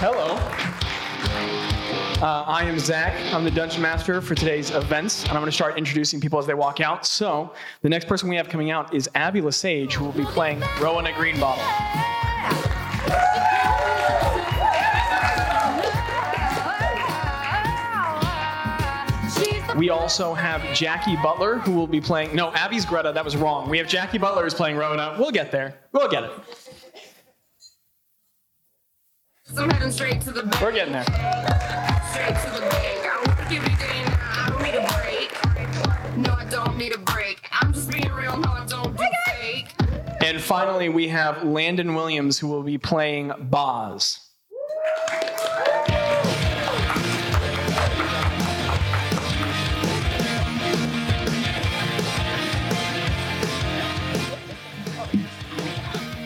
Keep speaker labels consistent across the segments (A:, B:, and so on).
A: Hello. Uh, I am Zach. I'm the Dungeon Master for today's events, and I'm going to start introducing people as they walk out. So, the next person we have coming out is Abby Lesage, who will be playing Rowan Greenbottle. We also have Jackie Butler, who will be playing. No, Abby's Greta. That was wrong. We have Jackie Butler who's playing Rona. We'll get there. We'll get it.
B: I'm heading straight to the bank.
A: We're getting there.
B: Straight to the bank. I work every day and I don't need a break. No, I don't need a break. I'm just being real. No, I don't do fake.
A: And finally, we have Landon Williams, who will be playing Boz.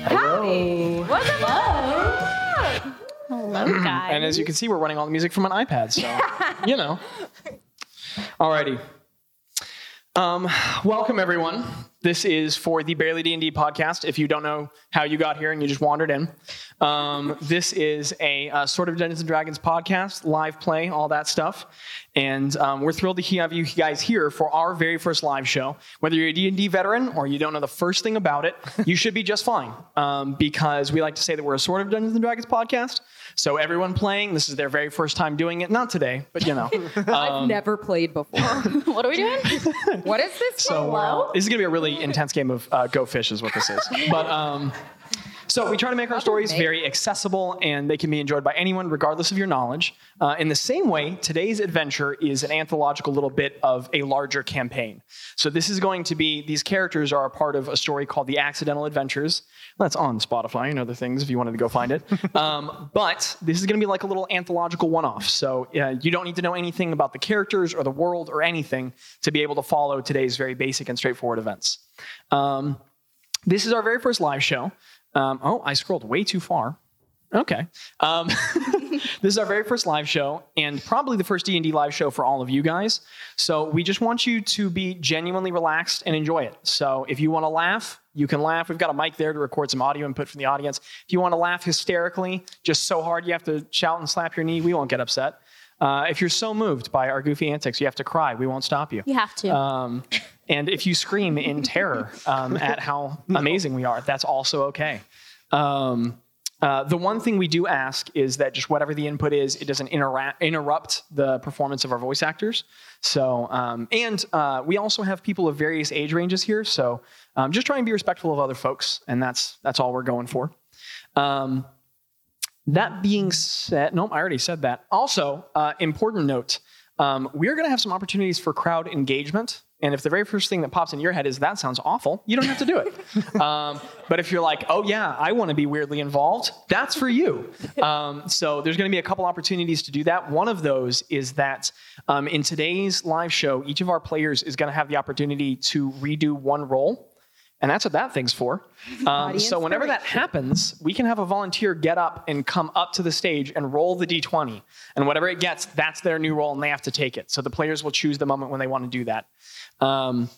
C: Howdy. What's up? Hello. Hello, guys.
A: And as you can see, we're running all the music from an iPad, so you know. Alrighty. Um, welcome everyone. This is for the Barely D and D podcast. If you don't know how you got here and you just wandered in, um, this is a uh, sort of Dungeons and Dragons podcast, live play, all that stuff. And um, we're thrilled to have you guys here for our very first live show. Whether you're a D and D veteran or you don't know the first thing about it, you should be just fine um, because we like to say that we're a sort of Dungeons and Dragons podcast. So everyone playing, this is their very first time doing it. Not today, but you know.
D: I've never played before.
C: what are we doing?
D: what is this?
A: So uh, this is gonna be a really intense game of uh, go fish is what this is. But um, so we try to make our stories very accessible and they can be enjoyed by anyone, regardless of your knowledge. Uh, in the same way, today's adventure is an anthological little bit of a larger campaign. So this is going to be these characters are a part of a story called The Accidental Adventures. That's on Spotify and other things if you wanted to go find it. Um, but this is going to be like a little anthological one off. So uh, you don't need to know anything about the characters or the world or anything to be able to follow today's very basic and straightforward events. Um, this is our very first live show. Um, oh, I scrolled way too far. Okay. Um, this is our very first live show, and probably the first D and D live show for all of you guys. So we just want you to be genuinely relaxed and enjoy it. So if you want to laugh, you can laugh. We've got a mic there to record some audio input from the audience. If you want to laugh hysterically, just so hard you have to shout and slap your knee, we won't get upset. Uh, if you're so moved by our goofy antics, you have to cry. We won't stop you.
C: You have to.
A: Um, and if you scream in terror um, at how amazing we are, that's also okay. Um, uh, the one thing we do ask is that just whatever the input is, it doesn't intera- interrupt the performance of our voice actors. So, um, and uh, we also have people of various age ranges here. So, um, just try and be respectful of other folks, and that's that's all we're going for. Um, that being said, nope, I already said that. Also, uh, important note um, we're going to have some opportunities for crowd engagement. And if the very first thing that pops in your head is that sounds awful, you don't have to do it. um, but if you're like, oh yeah, I want to be weirdly involved, that's for you. Um, so there's going to be a couple opportunities to do that. One of those is that um, in today's live show, each of our players is going to have the opportunity to redo one role and that's what that thing's for. Um, so whenever that happens, we can have a volunteer get up and come up to the stage and roll the d20, and whatever it gets, that's their new role, and they have to take it. So the players will choose the moment when they want to do that. Um,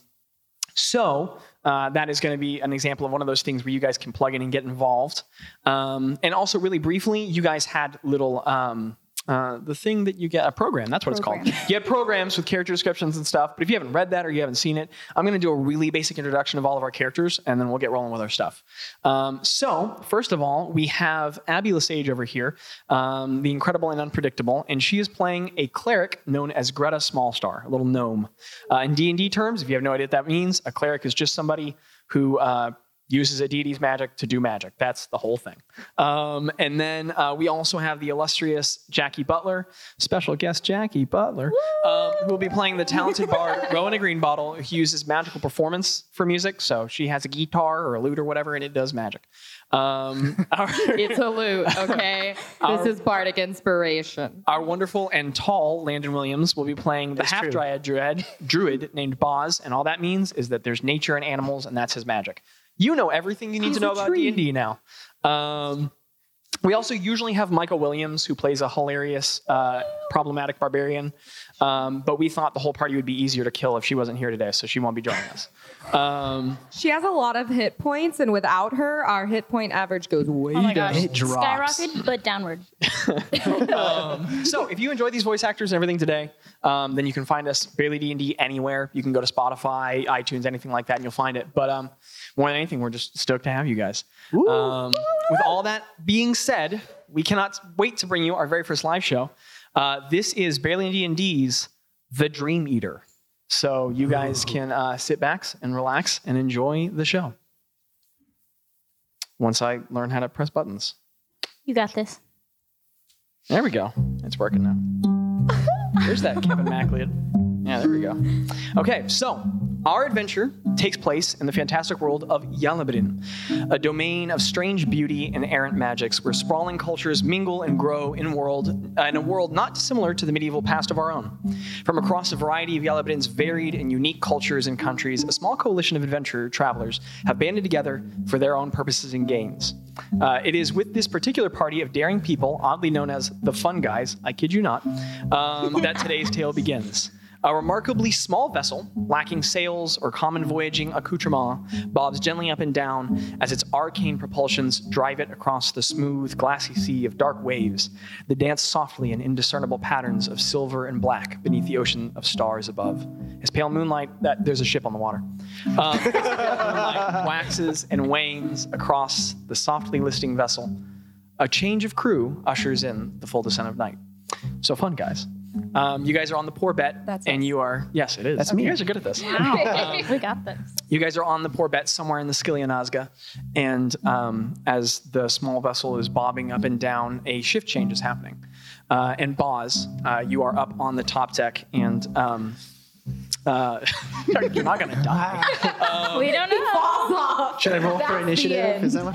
A: so uh, that is going to be an example of one of those things where you guys can plug in and get involved. Um, and also, really briefly, you guys had little. Um, uh, the thing that you get a program that's what it's called you get programs with character descriptions and stuff but if you haven't read that or you haven't seen it i'm going to do a really basic introduction of all of our characters and then we'll get rolling with our stuff um, so first of all we have abby lesage over here um, the incredible and unpredictable and she is playing a cleric known as greta smallstar a little gnome uh, in d&d terms if you have no idea what that means a cleric is just somebody who uh, uses a deity's magic to do magic. That's the whole thing. Um, and then uh, we also have the illustrious Jackie Butler, special guest Jackie Butler, um, who will be playing the talented bard Rowena Greenbottle, who uses magical performance for music. So she has a guitar or a lute or whatever, and it does magic. Um, our,
D: It's a loot, okay? this is Bardic inspiration.
A: our wonderful and tall Landon Williams will be playing the half dryad druid, druid named Boz, and all that means is that there's nature and animals, and that's his magic. You know everything you need to know about D and D now. Um, We also usually have Michael Williams, who plays a hilarious, uh, problematic barbarian. Um, but we thought the whole party would be easier to kill if she wasn't here today, so she won't be joining us. Um,
E: She has a lot of hit points, and without her, our hit point average goes way
C: Oh my
E: down.
C: gosh.
A: It drops.
C: Skyrocket, but downward.
A: so if you enjoyed these voice actors and everything today, um, then you can find us Barely D and D anywhere. You can go to Spotify, iTunes, anything like that, and you'll find it. But um, more than anything, we're just stoked to have you guys. Um, with all that being said, we cannot wait to bring you our very first live show. Uh, this is Barely D and D's The Dream Eater. So you guys can uh, sit back and relax and enjoy the show. Once I learn how to press buttons.
C: You got this.
A: There we go. It's working now. There's that Kevin MacLeod. Yeah, there we go. Okay, so our adventure takes place in the fantastic world of Yalabadin, a domain of strange beauty and errant magics where sprawling cultures mingle and grow in, world, uh, in a world not dissimilar to the medieval past of our own. From across a variety of Yalabadin's varied and unique cultures and countries, a small coalition of adventurer travelers have banded together for their own purposes and gains. Uh, it is with this particular party of daring people, oddly known as the Fun Guys, I kid you not, um, that today's tale begins. A remarkably small vessel, lacking sails or common voyaging accoutrement, bobs gently up and down as its arcane propulsions drive it across the smooth, glassy sea of dark waves that dance softly in indiscernible patterns of silver and black beneath the ocean of stars above. As pale moonlight, that there's a ship on the water. Um, as pale moonlight waxes and wanes across the softly listing vessel. A change of crew ushers in the full descent of night. So fun, guys. Um, you guys are on the poor bet,
E: That's
A: and
E: us.
A: you are yes, it is. That's me. You guys are good at this.
D: Oh.
C: we got this.
A: You guys are on the poor bet somewhere in the Skillianazga, and um, as the small vessel is bobbing up and down, a shift change is happening. Uh, and Boz, uh, you are up on the top deck, and um, uh, you're not gonna die.
D: Um,
C: we don't know.
F: Should I roll for initiative? Is that what?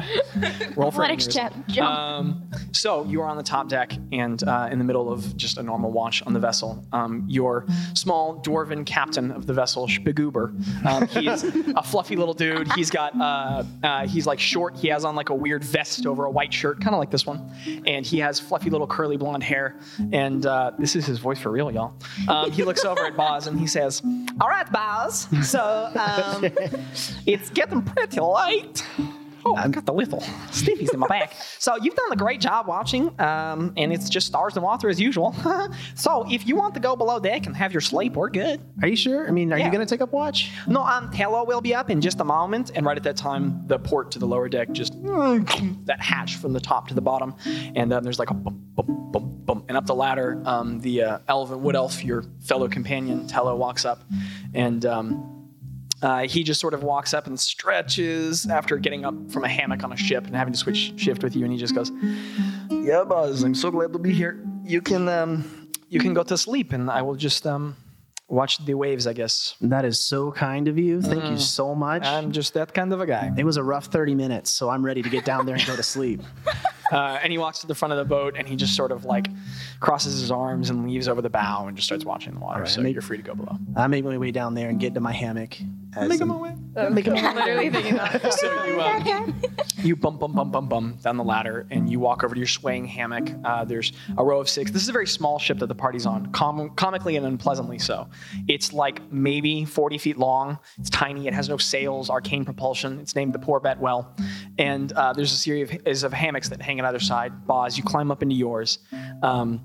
A: Roll for
C: Athletics
A: injuries.
C: check. Jump.
A: Um, so you are on the top deck and uh, in the middle of just a normal watch on the vessel. Um, your small dwarven captain of the vessel, Spiguber, um, he's a fluffy little dude. He's got uh, uh, he's like short. He has on like a weird vest over a white shirt, kind of like this one, and he has fluffy little curly blonde hair. And uh, this is his voice for real, y'all. Um, he looks over at Boz and he says, "All right, Boz. So um, it's getting pretty late." Oh, I got the little Stevie's in my back. So you've done a great job watching, um, and it's just stars and water as usual. so if you want to go below deck and have your sleep, we're good.
F: Are you sure? I mean, are
A: Yeah.
F: you gonna take up watch?
A: No, um, Tello will be up in just a moment, and right at that time, the port to the lower deck just that hatch from the top to the bottom, and um, there's like a bum, bum, bum, bum, and up the ladder, um, the uh, elven wood elf, your fellow companion Tello, walks up, and. Um, uh, he just sort of walks up and stretches after getting up from a hammock on a ship and having to switch shift with you, and he just goes, "Yeah, Buzz, I'm so glad to be here. You can um, you can go to sleep, and I will just um, watch the waves, I guess."
F: That is so kind of you. Thank
A: Mm.
F: you so much.
A: I'm just that kind of a guy.
F: it was a rough 30 minutes, so I'm ready to get down there and go to sleep.
A: Uh, and he walks to the front of the boat and he just sort of like crosses his arms and leaves over the bow and just starts watching the water.
F: right,
A: so
F: make-
A: you're free to go below.
F: I make my way down there and get into my hammock. as
A: Make
F: I'm-
A: him away.
D: Literally thinking that.
A: So you, um, you bump, bump, bump, bump, bump down the ladder and you walk over to your swaying hammock. Uh, there's a row of six. This is a very small ship that the party's on, com- comically and unpleasantly so. It's like maybe 40 feet long. It's tiny. It has no sails, arcane propulsion. It's named the Poor Bet Well. And uh, there's a series of, is of hammocks that hang on either side. Boz, you climb up into yours. Um,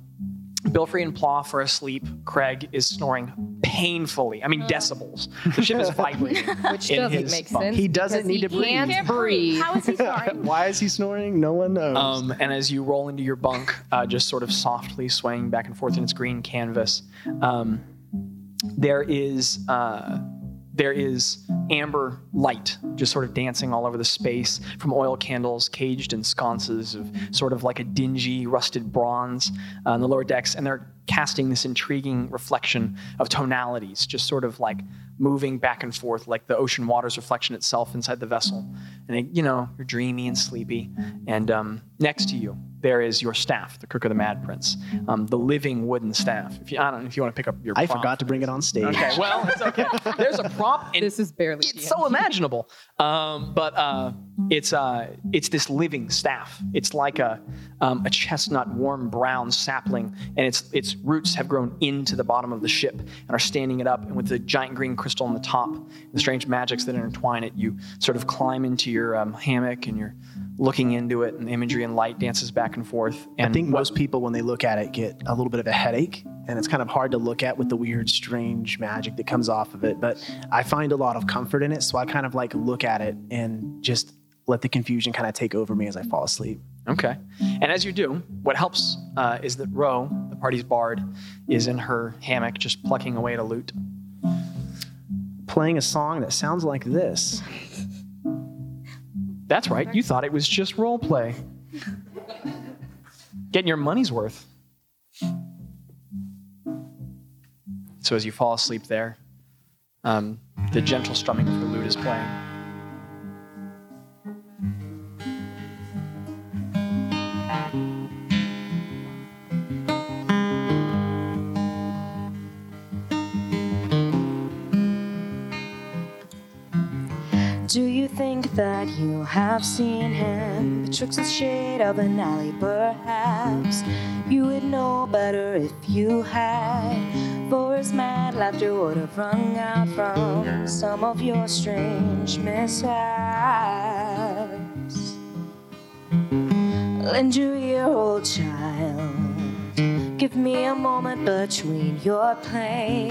A: Bilfrey and Ploff are asleep. Craig is snoring painfully. I mean, decibels. The ship is vibrating. Which in
D: doesn't
A: his
D: make
A: bunk.
D: sense.
F: He doesn't need to breathe.
D: Can't breathe.
C: How is he snoring?
F: Why is he snoring? No one knows.
A: Um, and as you roll into your bunk, uh, just sort of softly swaying back and forth in its green canvas, um, there is uh, there is amber light just sort of dancing all over the space from oil candles caged in sconces of sort of like a dingy rusted bronze uh, on the lower decks, and they're casting this intriguing reflection of tonalities, just sort of like moving back and forth, like the ocean water's reflection itself inside the vessel. And it, you know, you're dreamy and sleepy. And um, next to you, there is your staff, the Cook of the Mad Prince, um, the living wooden staff. If you, I don't know if you want to pick up your.
F: I
A: prop.
F: forgot to bring it on stage.
A: Okay, well, it's okay. There's a prop in
D: This is barely.
A: it's so imaginable. Um, but uh, it's uh, it's this living staff. It's like a um, a chestnut, warm brown sapling, and its its roots have grown into the bottom of the ship and are standing it up. And with the giant green crystal on the top, and the strange magics that intertwine it, you sort of climb into your um, hammock and you're looking into it, and imagery and light dances back and forth. And
F: I think most people, when they look at it, get a little bit of a headache, and it's kind of hard to look at with the weird, strange magic that comes off of it. But I find a lot of comfort in it, so I kind of like look at it and just let the confusion kind of take over me as I fall asleep.
A: Okay. And as you do, what helps uh, is that Ro, the party's bard, is in her hammock just plucking away at a lute.
F: Playing a song that sounds like this.
A: That's right. You thought it was just role play. Getting your money's worth. So as you fall asleep there, um, the gentle strumming of her lute is playing.
G: Do you think that you have seen him? Betwixt the shade of an alley, perhaps you would know better if you had. For his mad laughter would have rung out from some of your strange mishaps. Lend your ear, old child. Give me a moment between your play.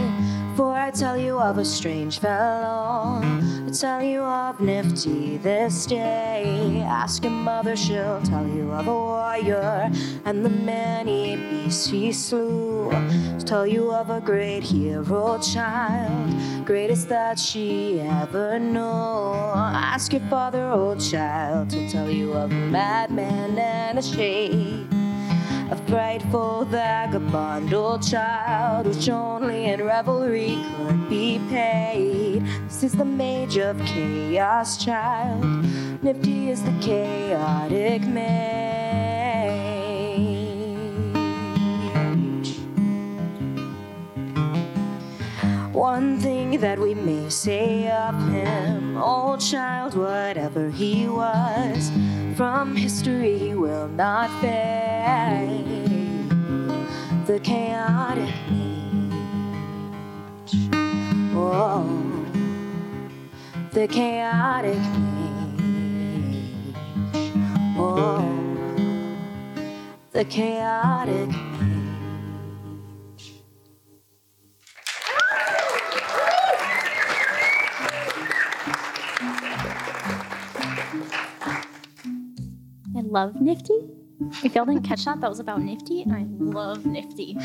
G: For I tell you of a strange fellow. I tell you of Nifty this day. Ask your mother, she'll tell you of a warrior and the many beasts he slew. She'll tell you of a great hero child, greatest that she ever knew. Ask your father, old child, to tell you of a madman and a shade. A frightful vagabond, old child, which only in revelry could be paid. This is the mage of chaos, child. Nifty is the chaotic mage. One thing that we may say of him, old child, whatever he was, from history he will not fade. The chaotic mage. Whoa. Oh. The chaotic mage. Whoa. Oh. The chaotic mage.
C: I love Nifty. If y'all didn't catch that, that was about Nifty, and I love Nifty.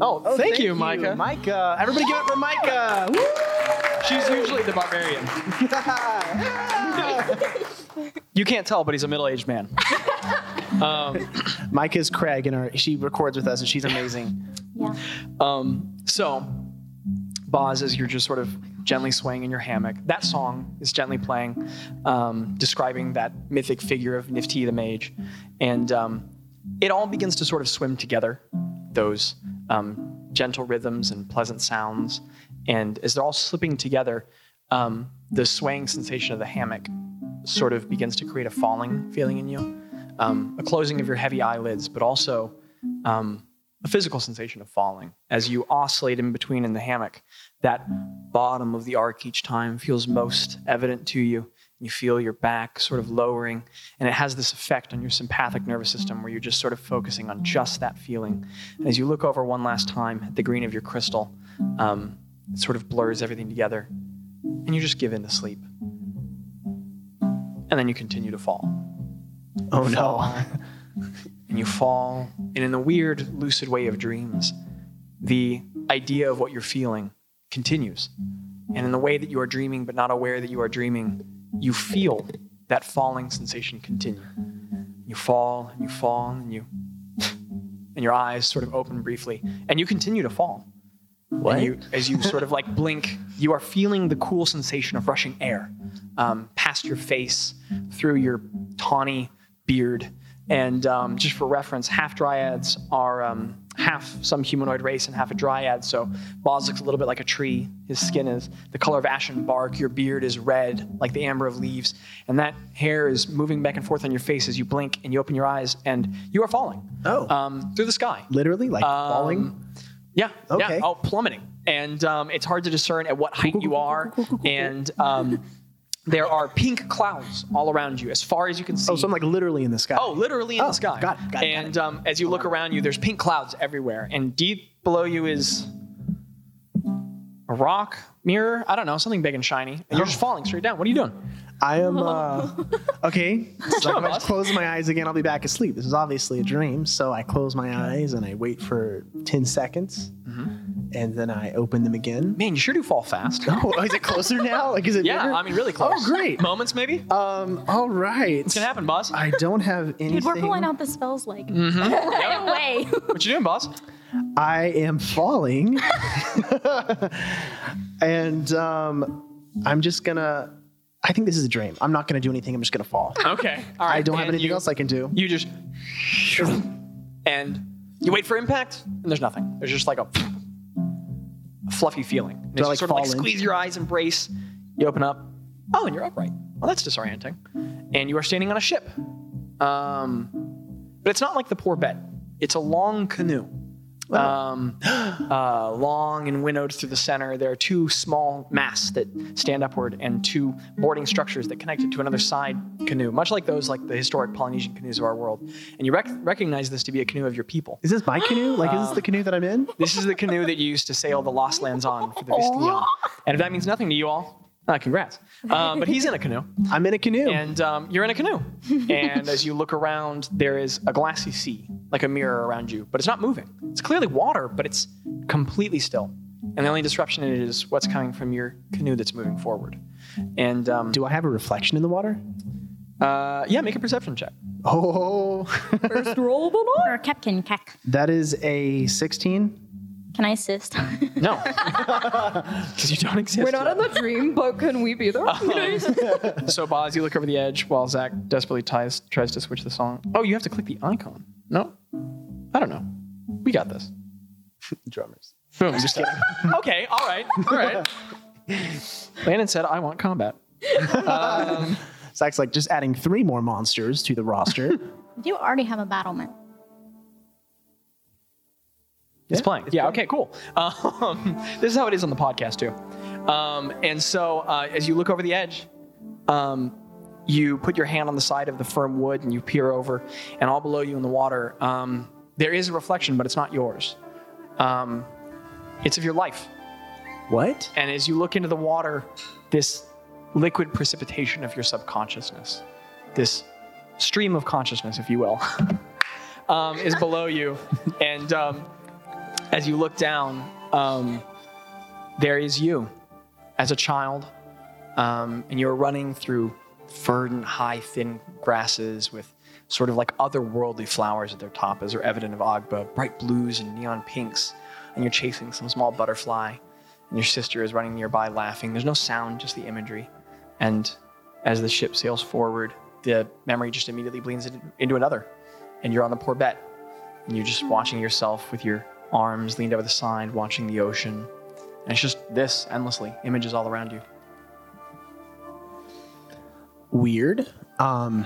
A: Oh, thank, you, Micah.
F: Micah. Everybody give it for Micah. Woo!
A: She's usually the barbarian. you can't tell, but he's a middle-aged man. Um,
F: Micah's Craig, and her, she records with us, and she's amazing.
C: Yeah.
A: Um, so, Boz, as you're just sort of gently swaying in your hammock, that song is gently playing, um, describing that mythic figure of Nifty the Mage. And um, it all begins to sort of swim together, those um, gentle rhythms and pleasant sounds. And as they're all slipping together, um, the swaying sensation of the hammock sort of begins to create a falling feeling in you, um, a closing of your heavy eyelids, but also um, a physical sensation of falling as you oscillate in between in the hammock. That bottom of the arc each time feels most evident to you. You feel your back sort of lowering, and it has this effect on your sympathetic nervous system where you're just sort of focusing on just that feeling. And as you look over one last time at the green of your crystal, um, it sort of blurs everything together, and you just give in to sleep. And then you continue to fall
F: Oh no.
A: and you fall. And in the weird, lucid way of dreams, the idea of what you're feeling continues. And in the way that you are dreaming, but not aware that you are dreaming, you feel that falling sensation continue. You fall and you fall and you and your eyes sort of open briefly, and you continue to fall.
F: What?
A: And you, as you sort of like blink, you are feeling the cool sensation of rushing air um, past your face, through your tawny beard. And um, just for reference, half dryads are um, half some humanoid race and half a dryad. So Boz looks a little bit like a tree. His skin is the color of ashen bark. Your beard is red, like the amber of leaves. And that hair is moving back and forth on your face as you blink and you open your eyes, and you are falling
F: Oh.
A: um, through the sky.
F: Literally, like falling.
A: Um, Yeah.
F: Okay.
A: Yeah. Oh, plummeting. And um, it's hard to discern at what height you are. And um, there are pink clouds all around you, as far as you can see.
F: Oh, so I'm like literally in the sky.
A: Oh, literally in
F: Oh,
A: the sky.
F: got it, got it, got
A: and
F: it.
A: Um, as you look around you, there's pink clouds everywhere. And deep below you is a rock, mirror, I don't know, something big and shiny. And you're
F: Oh.
A: just falling straight down. What are you doing?
F: I am. Uh, okay. It's like if I
A: Us.
F: close my eyes again, I'll be back asleep. This is obviously a dream. So I close my eyes and I wait for 10 seconds
A: Mm-hmm.
F: and then I open them again.
A: Man, you sure do fall fast.
F: Oh, is it closer now? Like, is it
A: Yeah,
F: bigger?
A: I mean, really close.
F: Oh, great.
A: Moments, maybe? What's
F: Um, all right. It's
A: gonna happen, boss?
F: I don't have anything.
C: Dude, we're pulling out the spells like
A: Mm-hmm.
C: right away.
A: What you doing, boss?
F: I am falling. and um, I'm just gonna. I think this is a dream. I'm not gonna do anything. I'm just gonna fall.
A: Okay. All right.
F: I don't have
A: and
F: anything
A: you-
F: else I can do.
A: you just and you wait for impact and there's nothing there's just like a, fluffy feeling and
F: Do I,
A: you
F: like,
A: sort of like
F: fall in?
A: squeeze your eyes and brace you open up oh and you're upright well that's disorienting and you are standing on a ship um, but it's not like the poor bed it's a long canoe um, uh, long and winnowed through the center. There are two small masts that stand upward and two boarding structures that connect it to another side canoe, much like those like the historic Polynesian canoes of our world. And you rec- recognize this to be a canoe of your people.
F: Is this my canoe? Like, is this the canoe that I'm in?
A: This is the canoe that you used to sail the Lost Lands on for the Vistia. And if that means nothing to you all, uh, congrats. Um, but he's in a canoe
F: I'm in a canoe.
A: and um, you're in a canoe. And as you look around, there is a glassy sea, like a mirror around you, but it's not moving. It's clearly water, but it's completely still. And the only disruption in it is what's coming from your canoe that's moving forward. And um,
F: do I have a reflection in the water?
A: uh, yeah, make a perception check.
F: Oh,
C: or a Captain Keck.
F: that is a 16.
C: Can I assist?
A: No, because you don't exist.
E: We're not in the dream, but can we be there?
A: So, Boz, you look over the edge while Zach desperately tries, tries to switch the song. Oh, you have to click the icon. No, I don't know. We got this.
F: Drummers.
A: Boom. Just kidding. okay. All right. All right. Landon said, "I want combat."
F: Zach's like just adding three more monsters to the roster.
C: you already have a battlement.
A: It's playing. yeah. Okay. Cool. Um, this is how it is on the podcast too. Um, and so, uh, as you look over the edge, um, you put your hand on the side of the firm wood and you peer over, and all below you in the water, um, there is a reflection, but it's not yours. Um, it's of your life.
F: what?
A: And as you look into the water, this liquid precipitation of your subconsciousness, this stream of consciousness, if you will, um, is below you. And um, as you look down, um, there is you as a child, um, and you're running through verdant, high, thin grasses with sort of like otherworldly flowers at their top, as are evident of Agba, bright blues and neon pinks, and you're chasing some small butterfly and your sister is running nearby laughing. There's no sound, just the imagery. And as the ship sails forward, the memory just immediately bleeds in- into another. And you're on the Porbet. And you're just watching yourself with your arms leaned over the side, watching the ocean. And it's just this endlessly, images all around you.
F: Weird. Um,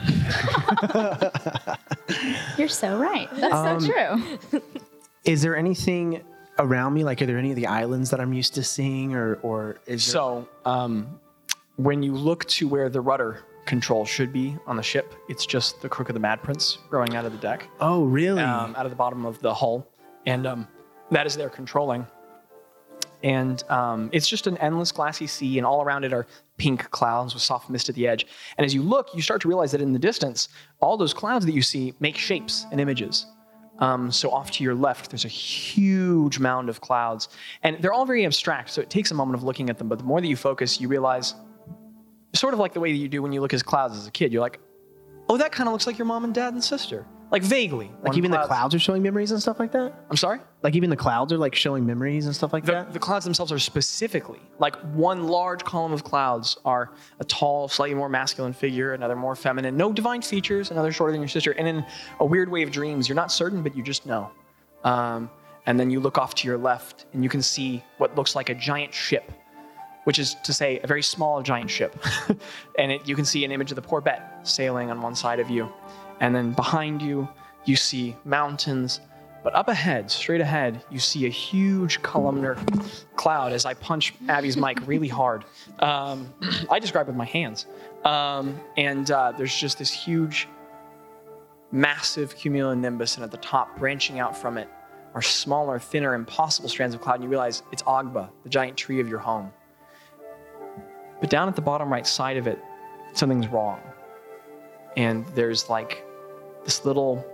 C: You're so right.
D: That's
A: Um,
D: so true.
F: is there anything around me? Like, are there any of the islands that I'm used to seeing, or or is there-
A: So, um, when you look to where the rudder control should be on the ship, it's just the crook of the Mad Prince growing out of the deck.
F: Oh, really?
A: um, out of the bottom of the hull, and um, that is their controlling. And um, it's just an endless glassy sea, and all around it are pink clouds with soft mist at the edge. And as you look, you start to realize that in the distance, all those clouds that you see make shapes and images. Um, so off to your left, there's a huge mound of clouds, and they're all very abstract. So it takes a moment of looking at them, but the more that you focus, you realize, sort of like the way that you do when you look at clouds as a kid, you're like, oh, that kind of looks like your mom and dad and sister. Like vaguely. Like
F: Like even the clouds are showing memories and stuff like that.
A: I'm sorry?
F: Like even the clouds are like showing memories and stuff like
A: The,
F: that.
A: the clouds themselves are specifically like one large column of clouds are a tall, slightly more masculine figure, another more feminine, no divine features, another shorter than your sister, and in a weird way of dreams, you're not certain, but you just know. Um, and then you look off to your left, and you can see what looks like a giant ship, which is to say, a very small giant ship. and it, you can see an image of the Porbet sailing on one side of you, and then behind you, you see mountains. But up ahead, straight ahead, you see a huge columnar cloud as I punch Abby's mic really hard. Um, I describe with my hands. Um, and uh, there's just this huge, massive cumulonimbus, and at the top, branching out from it, are smaller, thinner, impossible strands of cloud. And you realize it's Agba, the giant tree of your home. But down at the bottom right side of it, something's wrong. And there's like this little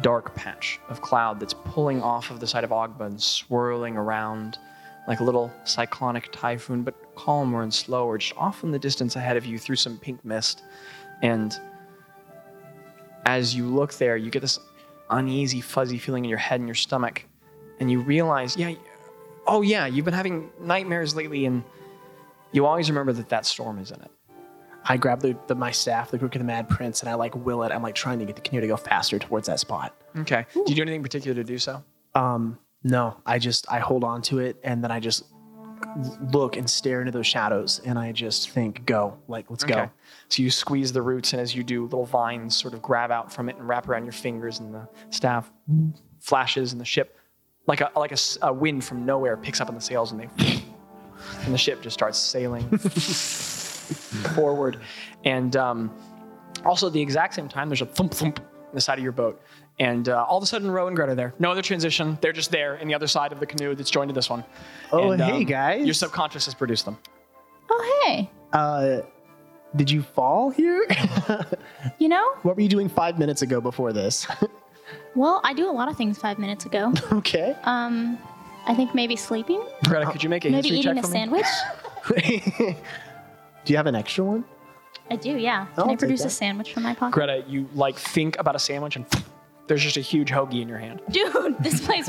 A: dark patch of cloud that's pulling off of the side of Ogba and swirling around like a little cyclonic typhoon, but calmer and slower, just off in the distance ahead of you through some pink mist. And as you look there, you get this uneasy, fuzzy feeling in your head and your stomach. And you realize, yeah, oh yeah, you've been having nightmares lately, and you always remember that that storm is in it.
F: I grab the, the my staff, the Crook of the Mad Prince, and I like will it. I'm like trying to get the canoe to go faster towards that spot.
A: Okay. Do you do anything particular to do so?
F: Um, no, I just I hold on to it and then I just look and stare into those shadows and I just think, go, like let's
A: Okay.
F: go.
A: So you squeeze the roots, and as you do, little vines sort of grab out from it and wrap around your fingers, and the staff flashes, and the ship, like a like a, s- a wind from nowhere, picks up on the sails, and they, and the ship just starts sailing forward. And um, also, at the exact same time, there's a thump thump in the side of your boat, and uh, all of a sudden, Row and Greta are there. No other transition; they're just there in the other side of the canoe that's joined to this one. um,
F: Oh, hey, guys.
A: Your subconscious has produced them.
C: Oh, hey.
F: Uh, did you fall here?
C: You know,
F: what were you doing five minutes ago before this?
C: well, I do a lot of things five minutes ago.
F: okay.
C: Um, I think maybe sleeping,
A: Greta, could you make a
C: maybe
A: history
C: eating
A: check
C: a
A: for me?
C: sandwich.
F: Do you have an extra one?
C: I do, yeah.
F: I'll
C: Can I
F: take
C: produce
F: that.
C: a sandwich from my pocket?
A: Greta, you like think about a sandwich and there's just a huge hoagie in your hand.
C: Dude, this place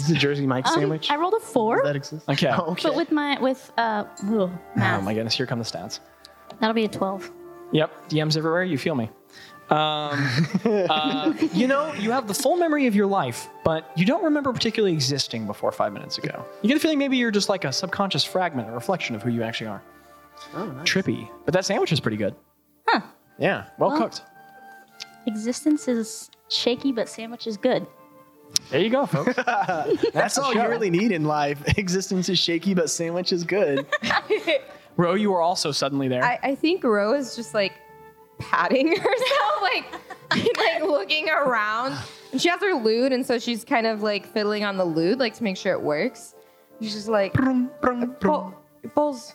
F: Is it Jersey Mike's
C: Um,
F: sandwich?
C: I rolled a four,
F: that exists.
A: Okay.
F: Oh, okay.
C: but with my with uh ugh,
A: Oh
C: math.
A: my goodness, here come the stats.
C: that'll be a twelve.
A: Yep, DMs everywhere. You feel me. Um, uh, you know, you have the full memory of your life, but you don't remember particularly existing before five minutes ago. You get a feeling maybe you're just like a subconscious fragment, a reflection of who you actually are.
F: Oh, nice.
A: Trippy, but that sandwich is pretty good.
C: Huh.
A: Yeah, well,
C: Well-
A: cooked.
C: Existence is shaky, but sandwich is good.
A: There you go, folks.
F: That's all you
A: show.
F: really need in life. Existence is shaky, but sandwich is good.
A: Ro, you are also suddenly there.
E: I, I think Ro is just like patting herself, like like looking around. And she has her lute, and so she's kind of like fiddling on the lute, like to make sure it works. She's just like, "Bul- Bulls,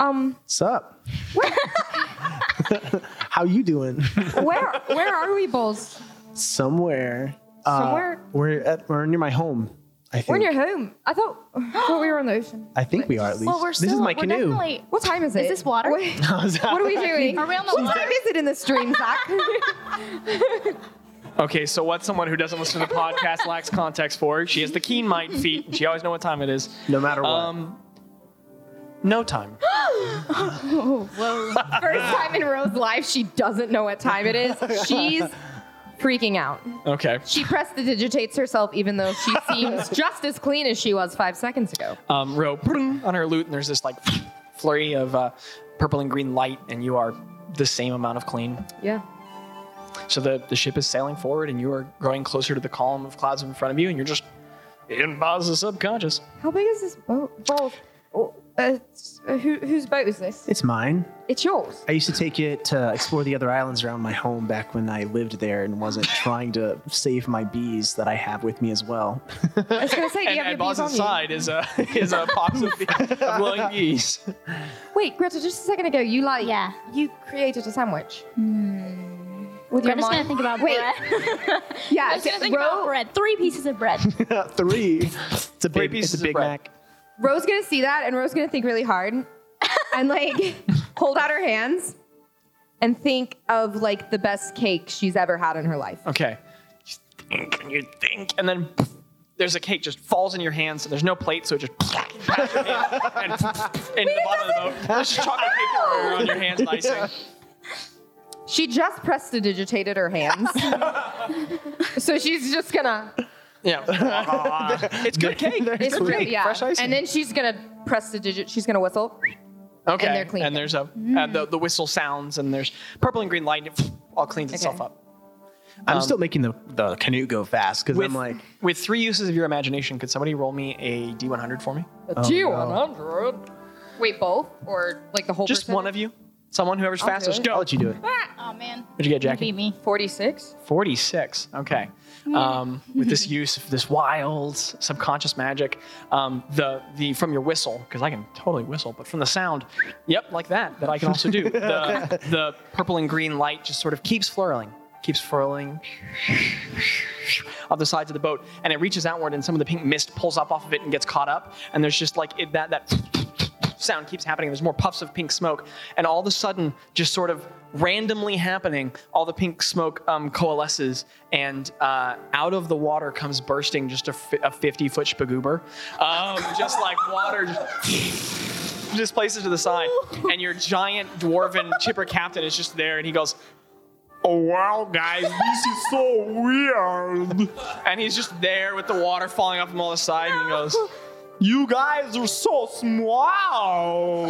E: um,
F: What's up? How you doing?
E: where where are we, Bulls?
F: Somewhere. uh,
E: Somewhere?
F: we're at. We're near my home. I think.
E: We're in your home. I thought, I thought we were on the ocean.
F: I think we are at least.
C: Well, we're
F: this
C: still,
F: is my
C: we're
F: canoe.
C: Definitely,
E: What time is it?
C: Is this water?
E: Wait, what are we doing?
C: Are we on the
E: what
C: water?
E: time is it in the stream, Zach?
A: Okay, so what someone who doesn't listen to the podcast lacks context for, she has the keen mind feet. and She always know what time it is.
F: no matter what.
A: Um, no time.
E: First time in Ro's life, she doesn't know what time it is. She's freaking out.
A: Okay.
E: She press the digitates herself, even though she seems just as clean as she was five seconds ago.
A: Um, Ro brung on her lute, and there's this like flurry of uh, purple and green light, and you are the same amount of clean.
E: Yeah.
A: So the, the ship is sailing forward, and you are growing closer to the column of clouds in front of you, and you're just in bothers the subconscious.
E: How big is this boat? Boat. Oh, Uh, it's- uh, who, whose boat is this?
F: it's mine.
E: It's yours.
F: I used to take it to explore the other islands around my home back when I lived there and wasn't trying to save my bees that I have with me as well.
E: I was gonna say, do
A: And
E: you have
A: at
E: your bees on
A: Boss's side is a is a box of, of glowing bees.
E: you? Wait, Greta, just a second ago, you like,
C: Yeah.
E: you created a sandwich. With your
C: Greta's
E: mom.
C: gonna think about
E: Wait,
C: bread.
E: Yeah,
C: Greta's gonna think
E: Ro-
C: about bread. Three pieces of bread.
F: Three. It's a big.
A: pieces
F: It's a
A: of
F: Big
A: bread.
F: Mac.
E: Ro's gonna see that, and Ro's gonna think really hard, and like hold out her hands, and think of like the best cake she's ever had in her life.
A: Okay. You think and you think, and then there's a cake just falls in your hands. And there's no plate, so it just pats your hand and into the bottom of the boat. There's just chocolate cake everywhere on your hands, and icing.
E: She just prestidigitated her hands. so she's just gonna
A: Yeah. it's good cake. It's good
E: really-
A: cake. Fresh icing.
E: And then she's gonna prestidigit she's gonna whistle.
A: okay.
E: they're clean.
A: there's a uh, the, the whistle sounds, and there's purple and green light, and it all cleans itself
E: Okay.
A: up.
F: I'm still making the, the canoe go fast because
A: With,
F: I'm like,
A: with three uses of your imagination, could somebody roll me a D100 for me?
D: G100.
E: Wait, both? Or like the whole
A: Just one of you. Someone, whoever's fastest,
F: I'll
A: go.
F: let you do it.
C: Oh man.
A: What'd you get, Jackie?
C: Beat me.
E: 46?
A: 46 okay um, with this use of this wild subconscious magic um, the the from your whistle because i can totally whistle but from the sound yep like that that i can also do the, the purple and green light just sort of keeps flurling keeps furling of the sides of the boat and it reaches outward and some of the pink mist pulls up off of it and gets caught up and there's just like it, that that sound keeps happening. There's more puffs of pink smoke, and all of a sudden, just sort of randomly happening, all the pink smoke um, coalesces, and uh, out of the water comes bursting just a fi- a 50 foot spagoober, um, just like water. Just displaces to the side, and your giant dwarven chipper captain is just there, and he goes, "Oh wow, guys, this is so weird." And he's just there with the water falling off him all the side, and he goes, "You guys are so small."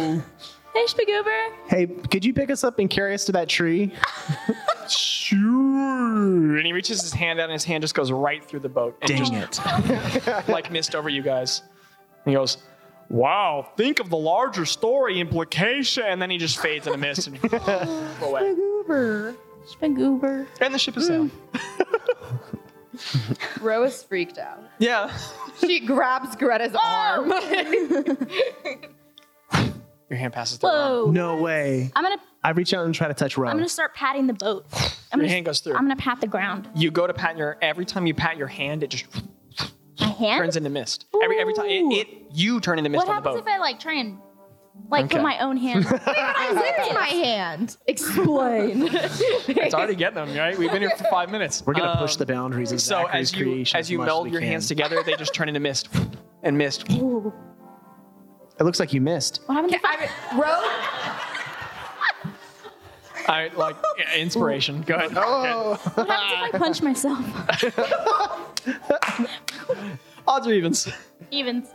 C: Hey, Spagoober.
F: Hey, could you pick us up and carry us to that tree?
A: Sure. And he reaches his hand out, and his hand just goes right through the boat and
F: Dang
A: just
F: it.
A: like missed over you guys. And he goes, "Wow, think of the larger story implication." And then he just fades into mist and away.
C: Spagoober. Hmm.
A: And the ship is sailing.
E: Rose freaked out.
A: Yeah.
E: She grabs Greta's arm.
A: Your hand passes through. her arm.
C: Whoa.
F: No way.
C: I'm gonna
F: I reach out and try to touch Ro.
C: I'm gonna start patting the boat. I'm
A: Your
C: gonna,
A: hand goes through.
C: I'm gonna pat the ground.
A: You go to pat your. Every time you pat your hand, it just
C: My hand.
A: turns into mist. Every every time
C: Ooh.
A: it, it you turn into mist
C: what
A: on the
C: happens
A: boat.
C: if I like try and like
A: Okay.
C: put my own hand?
E: It's my hand. Explain.
A: it's already getting them right. We've been here for five minutes.
F: We're gonna
A: Um,
F: push the boundaries of
A: So
F: Zachary's
A: as you
F: creation
A: as you
F: much
A: meld
F: we
A: your
F: can.
A: hands together, they just turn into mist and mist.
F: It looks like you missed.
C: what happens if I?
E: Rose
A: I like yeah, inspiration. Go ahead. Oh.
C: What happens if I punch myself?
A: Odds or evens?
C: Evens.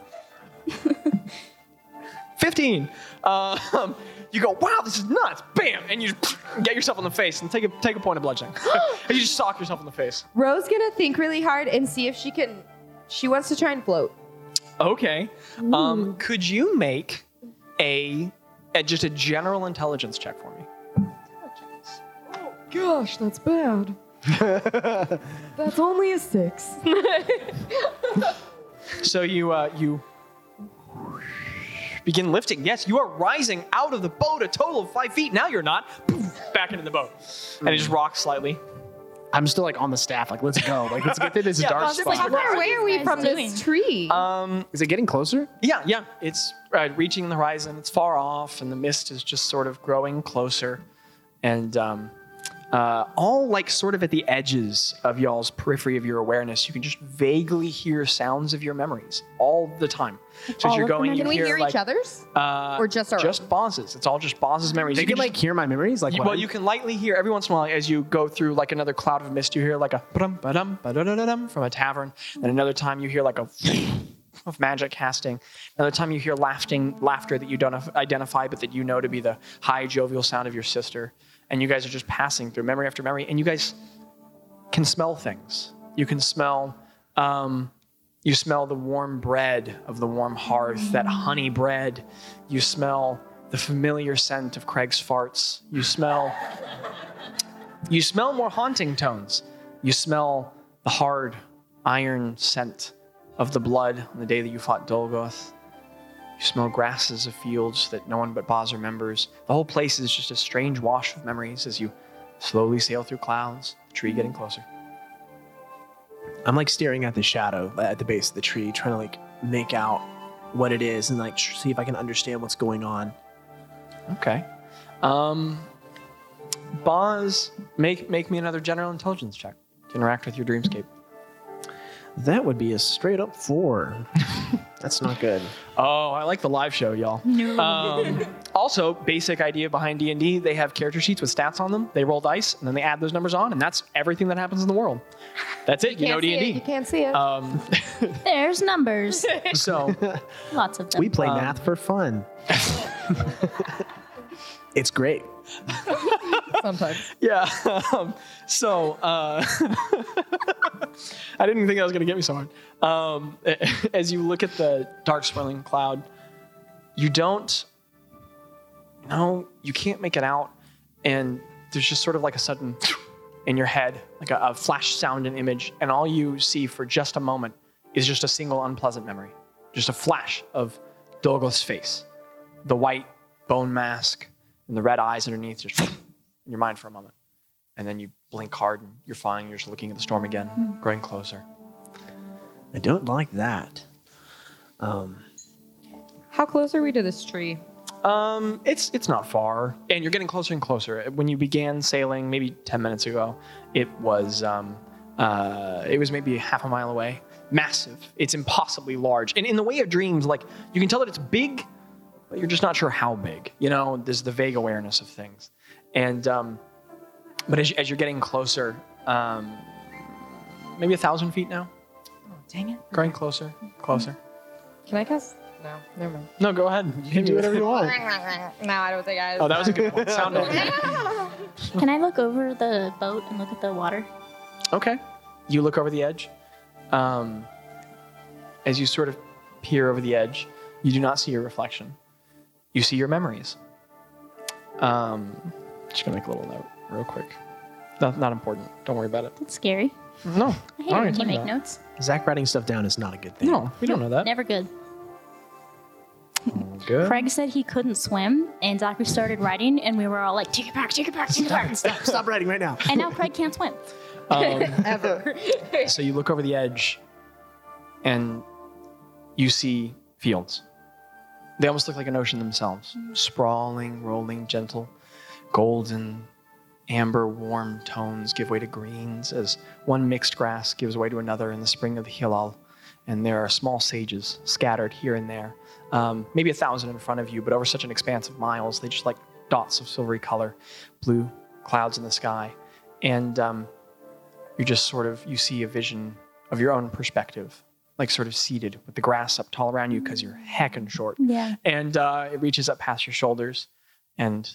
A: 15. Um, you go, wow, this is nuts. Bam! And you just get yourself in the face and take a, take a point of bludgeoning. and you just sock yourself in the face.
E: Rose gonna think really hard and see if she can. She wants to try and float.
A: Okay. Um, could you make a, a- just a general intelligence check for me?
E: Oh, Gosh, that's bad. that's only a six.
A: So you uh, you begin lifting. Yes, you are rising out of the boat a total of five feet. Now you're not. Back into the boat. And it just rocks slightly.
F: I'm still like on the staff. Like, let's go. Like, let's get to this
A: Yeah, I
F: dark
A: was just
F: spot.
A: like-
E: How far away are we from this tree?
A: Um,
F: Is it getting closer?
A: Yeah, yeah. It's uh, reaching the horizon. It's far off, and the mist is just sort of growing closer, and um, uh, all like sort of at the edges of y'all's periphery of your awareness. You can just vaguely hear sounds of your memories all the time. So as you're going, you
E: can we hear,
A: like,
E: each other's?
A: Uh,
E: Or just our
A: just Boz's. It's all just Boz's memories.
F: They
A: You
F: can
A: just-
F: like hear my memories. Like,
A: you-
F: what
A: well,
F: I'm-
A: you can lightly hear every once in a while as you go through like another cloud of mist. You hear like a ba-dum, ba-dum, ba-da-da-da-dum from a tavern. Then another time you hear like a of magic casting. Another time you hear laughing laughter that you don't af- identify but that you know to be the high jovial sound of your sister. And you guys are just passing through memory after memory. And you guys can smell things. You can smell. Um, you smell the warm bread of the warm hearth, that honey bread. You smell the familiar scent of Craig's farts. You smell you smell more haunting tones. You smell the hard iron scent of the blood on the day that you fought Dolgoth. You smell grasses of fields that no one but Boz remembers. The whole place is just a strange wash of memories as you slowly sail through clouds, the tree getting closer.
F: I'm like staring at the shadow at the base of the tree, trying to like make out what it is and like tr- see if I can understand what's going on.
A: Okay. Um, Boz, make make me another general intelligence check to interact with your dreamscape.
F: That would be a straight up four. That's not good.
A: Oh, I like the live show, y'all. Um, also, basic idea behind D and D: they have character sheets with stats on them. They roll dice, and then they add those numbers on, and that's everything that happens in the world. That's it. You, know
E: Can't see
A: D
E: it, You
A: and D.
E: can't see it.
A: Um,
C: There's numbers.
A: so
C: Lots of them.
F: We play math for fun. it's great.
D: Sometimes.
A: yeah. Um, so uh, I didn't think that was going to get me so hard. Um, as you look at the dark swirling cloud, you don't. No, you can't make it out, and there's just sort of like a sudden in your head, like a, a flash sound and image, and all you see for just a moment is just a single unpleasant memory, just a flash of Dogo's face, the white bone mask, and the red eyes underneath. Just in your mind for a moment. And then you blink hard and you're fine. You're just looking at the storm again, growing closer.
F: I don't like that. Um,
E: How close are we to this tree?
A: Um, it's it's not far, and you're getting closer and closer. When you began sailing, maybe ten minutes ago, it was um, uh, it was maybe half a mile away. Massive. It's impossibly large, and in the way of dreams, like you can tell that it's big, but you're just not sure how big. You know, there's the vague awareness of things, and um, but as, as you're getting closer, um, maybe a thousand feet now.
E: Oh, Dang it.
A: Growing closer, closer.
E: Can I cast? No, never mind.
A: No, go ahead. You can do whatever you want.
E: No, I don't think I.
A: Oh, that was a good point. Sound off.
C: Can I look over the boat and look at the water?
A: Okay. You look over the edge. Um, as you sort of peer over the edge, you do not see your reflection. You see your memories. Um, just gonna make a little note real quick. Not, not important. Don't worry about it.
C: That's scary.
A: No. All
C: I hate it
A: right,
C: when you
A: talking
C: make
A: about it.
C: notes.
F: Zach writing stuff down is not a good thing.
A: No, we don't know that.
C: Never good.
A: Good.
C: Craig said he couldn't swim, and Zachary started writing, and we were all like, take it back, take it back, take it back.
F: Stop writing right now.
C: and now Craig can't swim.
A: So you look over the edge and you see fields. They almost look like an ocean themselves sprawling, rolling, gentle. Golden, amber, warm tones give way to greens as one mixed grass gives way to another in the spring of the Hilal. And there are small sages scattered here and there, um, maybe a thousand in front of you, but over such an expanse of miles, they just like dots of silvery color, blue clouds in the sky. And um, you just sort of you see a vision of your own perspective like sort of seated with the grass up tall around you because you're heckin' short
C: Yeah.
A: and uh, it reaches up past your shoulders and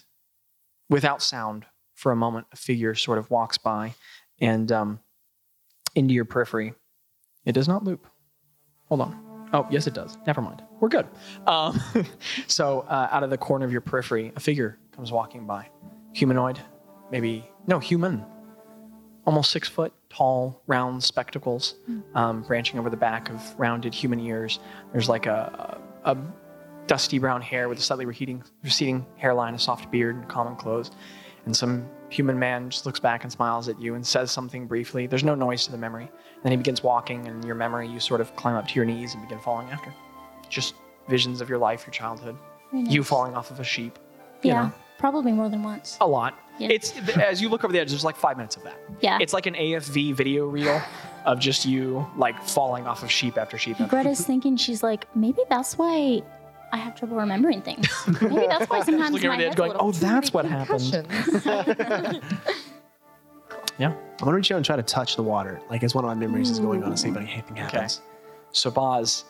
A: without sound for a moment a figure sort of walks by and um, into your periphery it does not loop hold on oh yes it does never mind we're good um, so uh, out of the corner of your periphery a figure comes walking by humanoid maybe no human almost six foot tall, round spectacles, um, branching over the back of rounded human ears. There's like a, a, a dusty brown hair with a slightly receding, receding hairline, a soft beard, and common clothes. And some human man just looks back and smiles at you and says something briefly. There's no noise to the memory. Then he begins walking, and in your memory, you sort of climb up to your knees and begin falling after. Just visions of your life, your childhood, you falling off of a sheep. you
C: Yeah.
A: know.
C: Probably more than once.
A: A lot.
C: Yeah.
A: It's as you look over the edge. There's like five minutes of that.
C: Yeah.
A: It's like an AFV video reel of just you like falling off of sheep after sheep. After
C: Greta's thinking, she's like, maybe that's why I have trouble remembering things. Maybe that's why sometimes
A: looking
C: my
A: over the edge,
C: head's
A: going,
C: a little
A: "Oh, that's what happened."
E: Concussions.
A: Yeah.
F: I'm gonna reach out and try to touch the water, like as one of my memories is going on, and see if anything happens.
A: So Boz,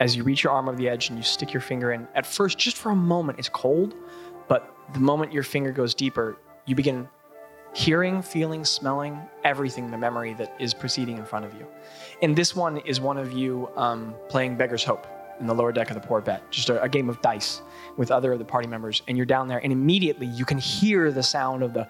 A: as you reach your arm over the edge and you stick your finger in, at first, just for a moment, it's cold, but the moment your finger goes deeper, you begin hearing, feeling, smelling everything, the memory that is proceeding in front of you. And this one is one of you um, playing Beggar's Hope in the lower deck of the Corvette, just a, a game of dice with other of the party members. And you're down there, and immediately you can hear the sound of the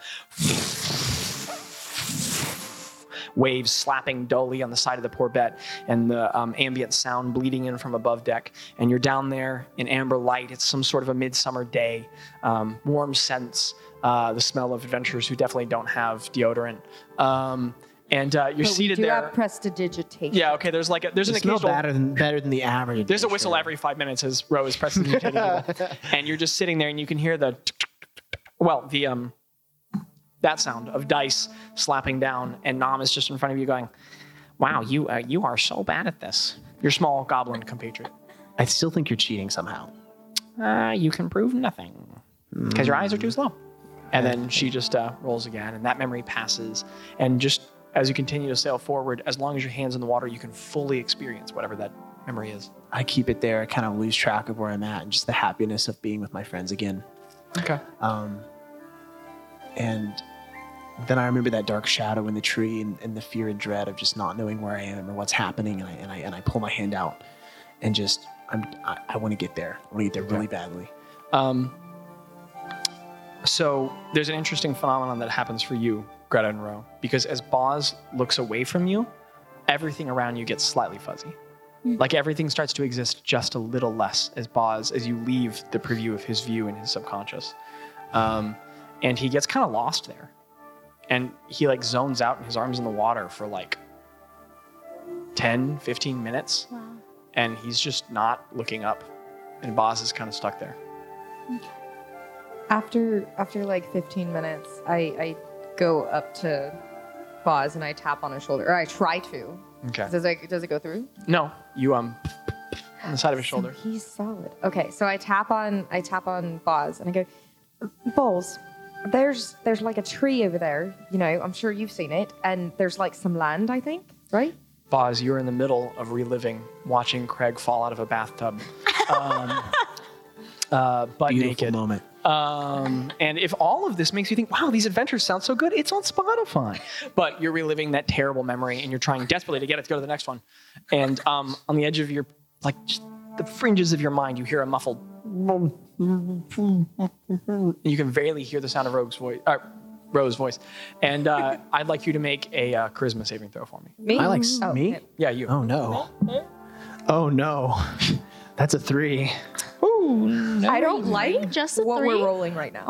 A: waves slapping dully on the side of the Corvette and the um, ambient sound bleeding in from above deck. And you're down there in amber light. It's some sort of a midsummer day, um, warm scents, uh, the smell of adventurers who definitely don't have deodorant. Um, and uh, you're
E: But we
A: seated
E: do
A: there.
E: have prestidigitation.
A: yeah, okay. There's like a, there's an
F: They smell
A: occasional
F: better than better than the average.
A: there's a whistle every five minutes as Roe is pressing the and you're just sitting there and you can hear the well the um that sound of dice slapping down, and Nom is just in front of you going, "Wow, you uh, you are so bad at this." Your small goblin compatriot.
F: I still think you're cheating somehow.
A: Uh, you can prove nothing because your eyes are too slow. And then she just uh, rolls again, and that memory passes. And just as you continue to sail forward, as long as your hands in the water, you can fully experience whatever that memory is.
F: I keep it there. I kind of lose track of where I'm at and just the happiness of being with my friends again.
A: Okay.
F: Um, and then I remember that dark shadow in the tree and, and the fear and dread of just not knowing where I am or what's happening. And I, and I, and I pull my hand out and just, I'm, I, I want to get there. I want to get there really badly.
A: Um, so there's an interesting phenomenon that happens for you, Greta and Roe, because as Boz looks away from you, everything around you gets slightly fuzzy. Like everything starts to exist just a little less as Boz, as you leave the preview of his view in his subconscious. Um, and he gets kind of lost there. And he like zones out and his arms in the water for like 10, 15 minutes. And he's just not looking up. And Boz is kind of stuck there.
E: After after like 15 minutes, I, I go up to Boz and I tap on his shoulder. Or I try to.
A: Okay.
E: Does it does it go through?
A: No, you um on the side of his shoulder.
E: He's solid. Okay, so I tap on I tap on Boz and I go, Boz, there's there's like a tree over there. You know, I'm sure you've seen it, and there's like some land. I think, right?
A: Boz, you're in the middle of reliving watching Craig fall out of a bathtub. Um, uh, butt
F: Beautiful
A: naked.
F: moment.
A: Um, and if all of this makes you think, wow, these adventures sound so good, it's on Spotify. But you're reliving that terrible memory and you're trying desperately to get it to go to the next one. And um, on the edge of your, like, just the fringes of your mind, you hear a muffled. You can barely hear the sound of Rogue's voice, uh, Rose's voice. And uh, I'd like you to make a uh, charisma saving throw for me.
E: Me?
F: I like s- me.
A: Yeah, you.
F: Oh no. Oh no. That's a three.
E: I don't like
C: Just a
E: what
C: three.
E: we're rolling right now.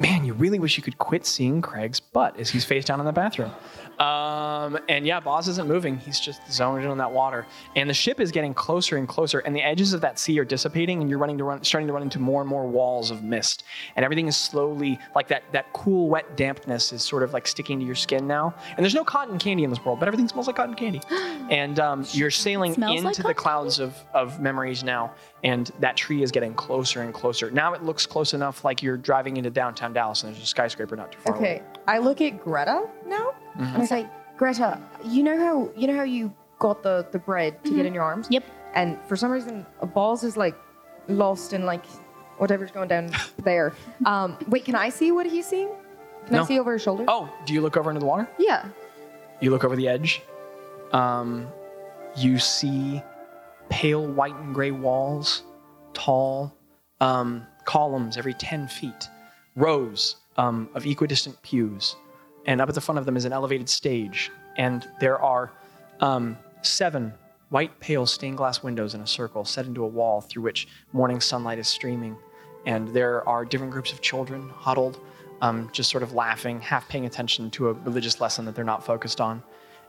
A: man, you really wish you could quit seeing Craig's butt as he's face down in the bathroom. Um, and yeah, Boz isn't moving. He's just zoned in on that water. And the ship is getting closer and closer, and the edges of that sea are dissipating, and you're running to run, starting to run into more and more walls of mist. And everything is slowly, like that, that cool, wet dampness is sort of like sticking to your skin now. And there's no cotton candy in this world, but everything smells like cotton candy. And um, you're sailing
C: Smells
A: into
C: like
A: the
C: cotton
A: clouds of, of memories now, and that tree is getting closer and closer. Now it looks close enough like you're driving into downtown Dallas, and there's a skyscraper not too far away.
E: okay, I look at Greta now,
A: Mm-hmm.
E: and I say, Greta, you know how you know how you got the the bread to get
A: Mm-hmm.
E: in your arms?
C: Yep.
E: And for some reason, Balls is like lost in like whatever's going down there. Um, wait, can I see what he's seeing? Can
A: No.
E: I see over his shoulder?
A: Oh, do you look over into the water?
E: yeah.
A: You look over the edge. Um, you see pale white and gray walls, tall um, columns every 10 feet, rows um, of equidistant pews. And up at the front of them is an elevated stage. And there are um, seven white, pale stained glass windows in a circle set into a wall through which morning sunlight is streaming. And there are different groups of children huddled, um, just sort of laughing, half paying attention to a religious lesson that they're not focused on.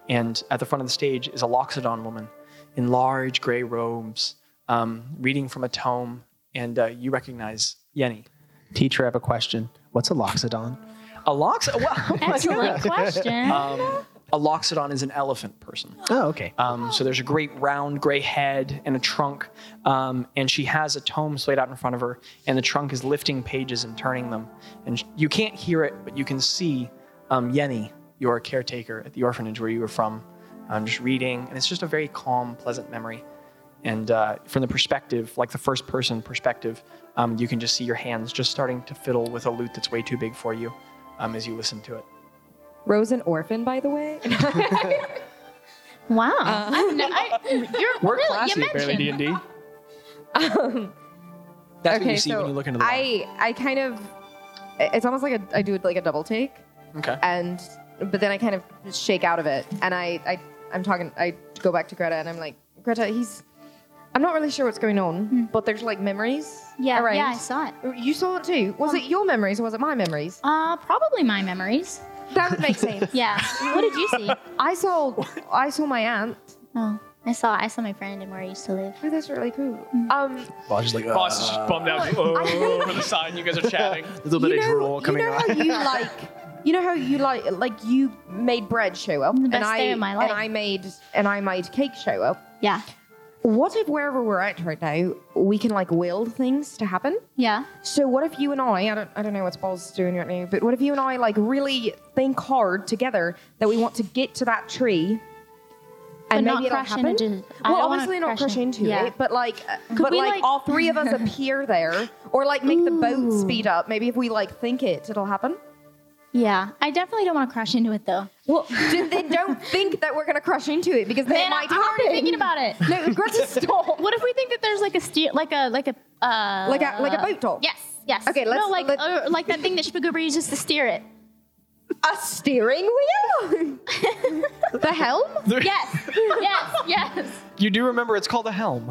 A: And at the front of the stage is a Loxodon woman in large gray robes, um, reading from a tome. And uh, you recognize Yenny.
F: Teacher, I have a question. What's a loxodon?
A: A Lox- well,
C: Excellent question.
A: um, a Loxodon is an elephant person.
F: Oh, okay.
A: Um, so there's a great round gray head and a trunk, um, and she has a tome slayed out in front of her, and the trunk is lifting pages and turning them. And sh- you can't hear it, but you can see um, Yenny, your caretaker at the orphanage where you were from, um, just reading, and it's just a very calm, pleasant memory. And uh, from the perspective, like the first person perspective, um, you can just see your hands just starting to fiddle with a lute that's way too big for you um, as you listen to it.
E: Rose an orphan, by the way.
C: wow.
E: Uh,
C: I've no- I, you're
A: We're
C: really,
A: classy,
C: you
A: apparently,
C: mentioned. Um,
A: D&D. That's what
E: okay,
A: you see
E: so
A: when you look into the water.
E: I I kind of it's almost like a, I do like a double take,
A: Okay.
E: and but then I kind of shake out of it, and I I I'm talking I go back to Greta and I'm like Greta he's I'm not really sure what's going on, but there's like memories.
C: Hmm. Yeah, Um,
E: around.
C: yeah, I saw it.
E: You saw it too. Was it your memories or was it my memories?
C: Uh, probably my memories.
E: That would make sense.
C: Yeah. what did you see?
E: I saw I saw my aunt
C: Oh. I saw I saw my friend and where I used to live.
E: Oh, that's really cool.
C: Hmm.
H: Um,
F: Boss is like, uh,
A: Boss is just bummed out over the sign. You guys are chatting.
F: a little bit of drool coming
E: you know
F: out.
E: how you like, you know how you like, like you made bread show up,
C: The best
E: and I
C: day of my life.
E: and I made and I made cake show up.
C: Yeah.
E: What if wherever we're at right now, we can like will things to happen?
C: Yeah.
E: So what if you and I, I don't, I don't know what Ball's doing right now, but what if you and I like really think hard together that we want to get to that tree,
C: But
E: and
C: not
E: maybe it'll
C: crash
E: happen.
C: into it. I
E: well,
C: don't wanna
E: obviously not
C: crash
E: crash
C: in-
E: into
C: yeah.
E: it, but like, uh, but
C: we,
E: like,
C: like-
E: all three of us appear there, or like make the boat speed up. Maybe if we like think it, it'll happen.
C: Yeah. I definitely don't want to crash into it though.
E: Well, d- then don't think that we're gonna crash into it because then it
C: Man,
E: might
C: I'm
E: happen.
C: already thinking about it.
E: No, Greta, stop.
C: What if we think that there's like a steer, like a like a uh,
E: Like a- like a boat dock?
C: Yes. Yes.
E: Okay, let's-
C: no, like
E: let-
C: uh, like that thing that Shpagubri uses to steer it.
E: A steering wheel? the helm?
C: Yes. yes. Yes.
A: You do remember it's called a helm.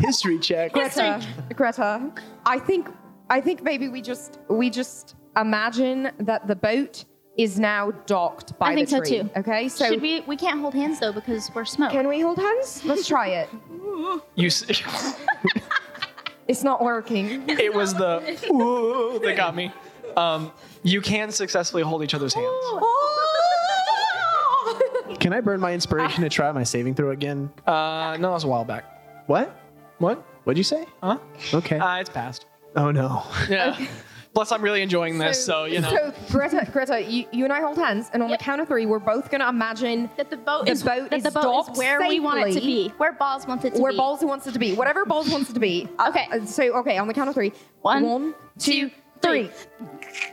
F: History check.
E: Greta, Greta, I think I think maybe we just we just imagine that the boat is now docked by
C: I think
E: the
C: so
E: tree.
C: too.
E: Okay, so
C: Should we? We can't hold hands though because we're smoke.
E: can we hold hands? Let's try it.
A: You. s-
E: It's not working.
A: It was the ooh that got me. Um, you can successfully hold each other's hands.
C: Oh!
F: Can I burn my inspiration to try my saving throw again?
A: Uh, no, that was a while back.
F: What?
A: What?
F: What'd you say?
A: Huh?
F: Okay.
A: Uh, it's past.
F: oh no.
A: Yeah. Plus, I'm really enjoying this, so you know.
E: So Greta, Greta, you, you and I hold hands, and on
C: Yep.
E: the count of three, we're both gonna imagine
C: That the boat
E: The
C: is
E: boat
C: that
E: is
C: the boat
E: docked
C: is where we want it to
E: safely.
C: be, where balls wants it to
E: where
C: be.
E: balls wants it to be. Whatever balls wants it to be.
C: Okay.
E: Uh, So okay, on the count of three.
C: One,
E: One, two,
C: two,
E: three.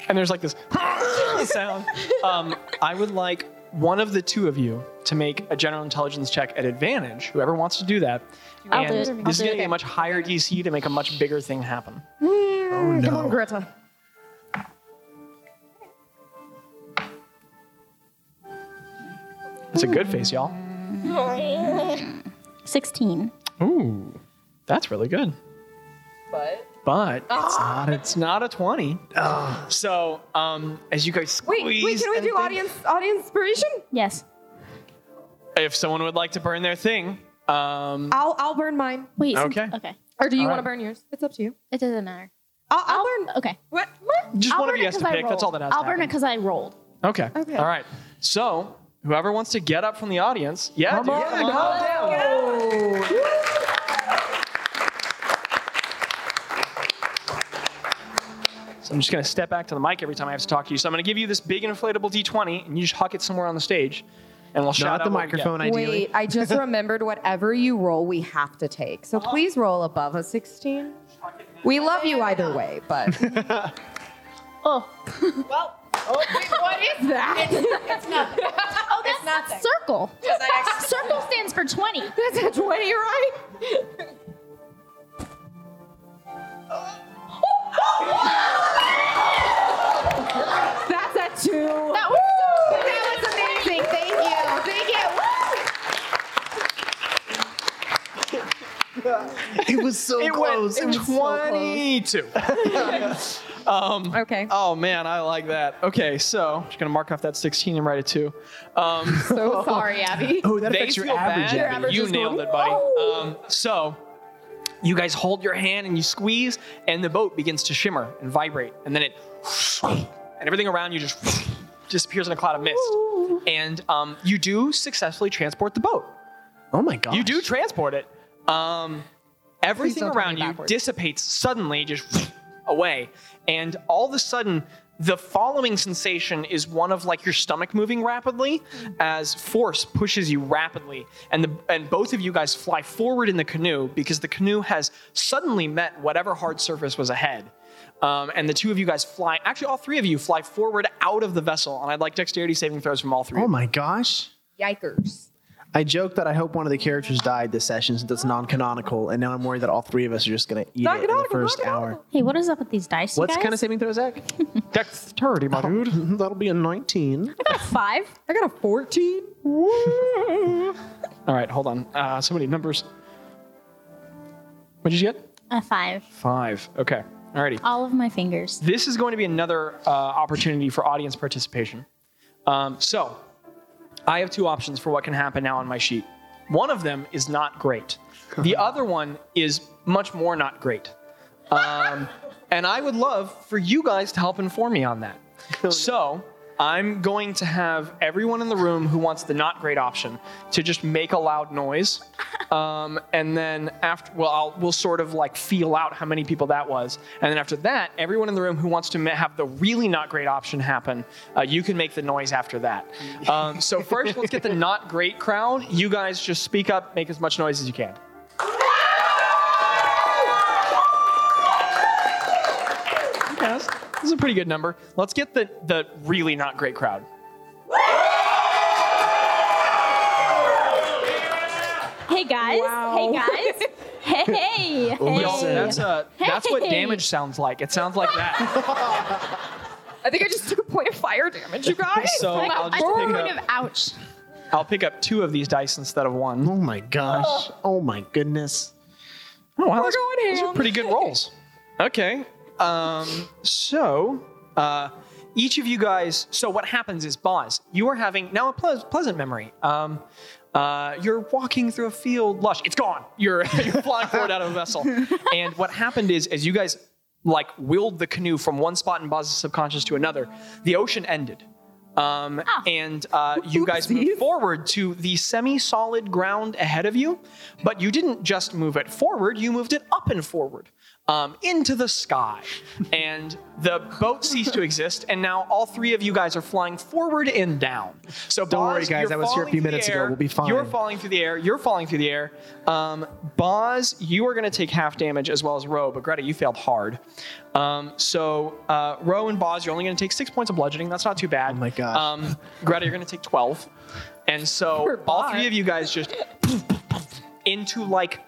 A: and there's like this sound. Um, I would like one of the two of you to make a general intelligence check at advantage, whoever wants to do that.
C: I'll
A: and
C: do it.
A: this
C: I'll
A: is
C: do
A: going to
C: it.
A: be a much higher DC to make a much bigger thing happen.
F: Oh
E: Come on,
F: no.
E: Greta.
A: It's a good face, y'all.
C: Sixteen.
A: Ooh, that's really good. But but it's
C: Ah!
A: not it's not a twenty. So um, as you guys
E: Wait,
A: squeeze,
E: wait, can we
A: and
E: do
A: think-
E: audience audience inspiration?
C: Yes.
A: If someone would like to burn their thing, um,
E: I'll I'll burn mine.
C: Wait. since-
A: Okay.
C: okay.
E: Or do you
A: All right.
E: want to burn yours? It's up to you.
C: It doesn't matter.
E: I'll, I'll, burn.
C: Okay.
E: What? what?
A: just
C: I'll
A: one of
C: burn
A: you
C: it
A: has to
C: 'cause I
A: pick. That's all that
C: rolled.
A: has
C: I'll
A: to
C: burn
A: happen.
C: it because I rolled.
A: Okay.
E: Okay.
A: All right. So whoever wants to get up from the audience, yeah, dude,
F: on,
A: come
F: hop
A: down. So I'm just gonna step back to the mic every time I have to talk to you. So I'm gonna give you this big inflatable D20, and you just huck it somewhere on the stage, and we'll shout
F: Not
A: out
F: the
A: what we get.
F: microphone, ideally.
E: Wait, I just remembered whatever you roll, we have to take. So please roll above a 16. We love you either way, but
C: Oh.
H: what is that? It's, it's nothing.
C: Oh, that's not
H: nothing.
C: circle.
H: Because I actually-
C: Circle stands for twenty.
E: that's a 20, right? That's a two. That was, amazing. Thank you. Thank you.
F: it was so
A: It
F: close.
A: went
F: it was so close.
A: 22.
E: Okay.
A: oh man, I like that. Okay, so just gonna mark off that 16 and write a two. Um,
D: So sorry, Abby.
F: Oh, that
A: They
F: affects your
A: feel
F: average.
A: bad.
F: Abby.
A: You nailed it, buddy. Um, so you guys hold your hand and you squeeze, and the boat begins to shimmer and vibrate, and then it and everything around you just disappears in a cloud of mist. And um, you do successfully transport the boat.
F: Oh my god.
A: You do transport it. Um, everything
E: don't tell
A: around
E: me
A: you
E: backwards.
A: dissipates suddenly, just away, and all of a sudden, the following sensation is one of like your stomach moving rapidly as force pushes you rapidly, and the and both of you guys fly forward in the canoe because the canoe has suddenly met whatever hard surface was ahead. Um, and the two of you guys fly, actually, all three of you fly forward out of the vessel. And I'd like dexterity saving throws from all three.
F: Oh my gosh.
E: Yikers.
F: I joke that I hope one of the characters died this session since it's non-canonical, and now I'm worried that all three of us are just gonna eat it in the
E: Non-canonical,
F: first hour.
E: non-canonical.
C: Hey, what is up with these dice?
F: What's
C: you
F: kind of
C: guys?
F: saving throw, Zach?
A: Dexterity, my dude.
F: That'll be a 19.
C: five?
E: I got a 14.
A: All right, hold on. Uh, so many numbers. What did you get?
C: A five.
A: Five. Okay. Alrighty.
C: All of my fingers.
A: This is going to be another uh, opportunity for audience participation. Um, so, I have two options for what can happen now on my sheet. One of them is not great. The other one is much more not great. Um, and I would love for you guys to help inform me on that. So I'm going to have everyone in the room who wants the not great option to just make a loud noise. Um, and then after, well, I'll, we'll sort of like feel out how many people that was. And then after that, everyone in the room who wants to ma- have the really not great option happen, uh, you can make the noise after that. Um, so first, let's get the not great crowd. You guys just speak up, make as much noise as you can. Okay, that's, this is a pretty good number. Let's get the the really not great crowd.
C: Hey guys. Hey guys. Hey. hey.
F: Oh,
A: Y'all, that's uh, that's what
C: Hey.
A: damage sounds like. It sounds like that.
E: I think I just took a point of fire damage, you guys.
A: So I'll just pick up,
C: ouch.
A: I'll pick up two of these dice instead of one.
F: Oh my gosh. Oh my goodness.
A: Oh, wow, that's, those are pretty good rolls. Okay. Um, so, uh, each of you guys. So, what happens is, Boz, you are having now a ple- pleasant memory. Um, uh, you're walking through a field, lush. It's gone. You're you're flying forward out of a vessel. And what happened is, as you guys like willed the canoe from one spot in Boz's subconscious to another, the ocean ended. Um,
F: Ah.
A: And uh, you guys moved forward to the semi solid ground ahead of you, but you didn't just move it forward, you moved it up and forward um, into the sky. and the boat ceased to exist, and now all three of you guys are flying forward and down. So,
F: Don't worry,
A: Boz,
F: guys,
A: you're
F: I was here a
A: falling through
F: few
A: the
F: minutes ago.
A: air.
F: We'll be fine.
A: You're falling through the air, you're falling through the air. Um, Boz, you are going to take half damage as well as Ro, but Greta, you failed hard. Um, so, uh, Ro and Boz, you're only going to take six points of bludgeoning. That's not too bad.
F: Oh my gosh.
A: Um, Greta, you're going to take 12. And so all three of you guys just into like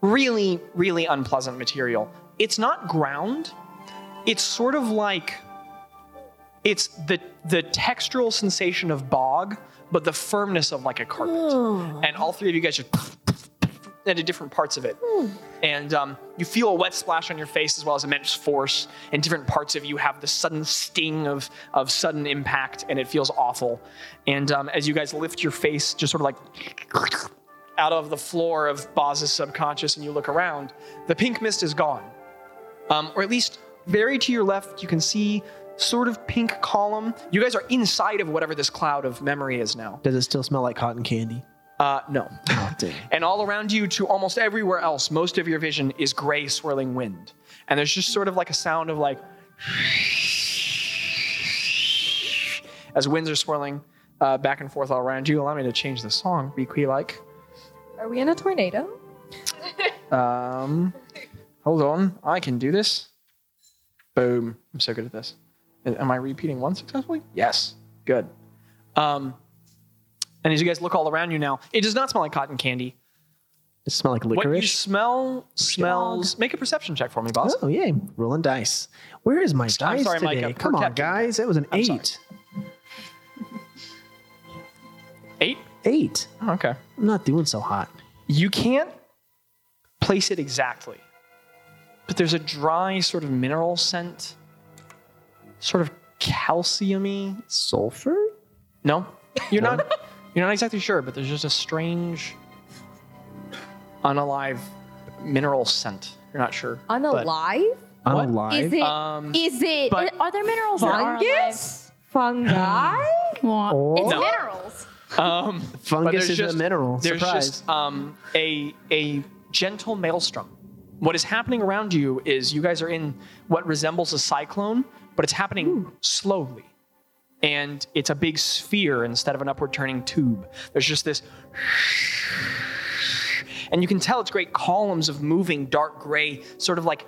A: really, really unpleasant material. It's not ground. It's sort of like it's the the textural sensation of bog, but the firmness of like a carpet. And all three of you guys just into different parts of it. And um, you feel a wet splash on your face as well as immense force, and different parts of you have the sudden sting of, of sudden impact, and it feels awful. And um, as you guys lift your face, just sort of like out of the floor of Boz's subconscious, and you look around, the pink mist is gone. Um, or at least very to your left, you can see sort of pink column. You guys are inside of whatever this cloud of memory is now.
F: Does it still smell like cotton candy?
A: Uh, no.
F: Oh, dang.
A: And all around you, to almost everywhere else, most of your vision is gray swirling wind. And there's just sort of like a sound of like as winds are swirling uh, back and forth all around you. Allow me to change the song, Requi like.
E: Are we in a tornado?
A: Um, hold on, I can do this. Boom! I'm so good at this. Am I repeating one successfully? Yes. Good. Um, and as you guys look all around you now, it does not smell like cotton candy.
F: Does it smell like
A: What you
F: licorice?
A: smell smells. Make a perception check for me, boss.
F: Oh yeah, rolling dice. Where is my dice
A: I'm sorry,
F: today?
A: Micah, per
F: Come on,
A: capita.
F: guys. That was an
A: I'm
F: eight.
A: sorry. Eight.
F: Eight.
A: Oh, okay.
F: I'm not doing so hot.
A: You can't place it exactly, but there's a dry sort of mineral scent, sort of calciumy
F: Sulfur?
A: No, you're not. You're not exactly sure, but there's just a strange, unalive mineral scent. You're not sure.
E: Unalive?
A: What?
F: Unalive.
E: Is it?
A: Um,
E: is it
A: but-
C: Are there minerals that are alive?
E: fungus? Fungi?
C: It's
A: No.
C: minerals.
A: um, but
F: Fungus
A: there's
F: is
A: just-
F: a mineral.
A: There's
F: Surprise.
A: just um, a a gentle maelstrom. What is happening around you is you guys are in what resembles a cyclone, but it's happening
F: Hmm.
A: slowly. And it's a big sphere instead of an upward turning tube. There's just this and you can tell it's great columns of moving dark gray, sort of like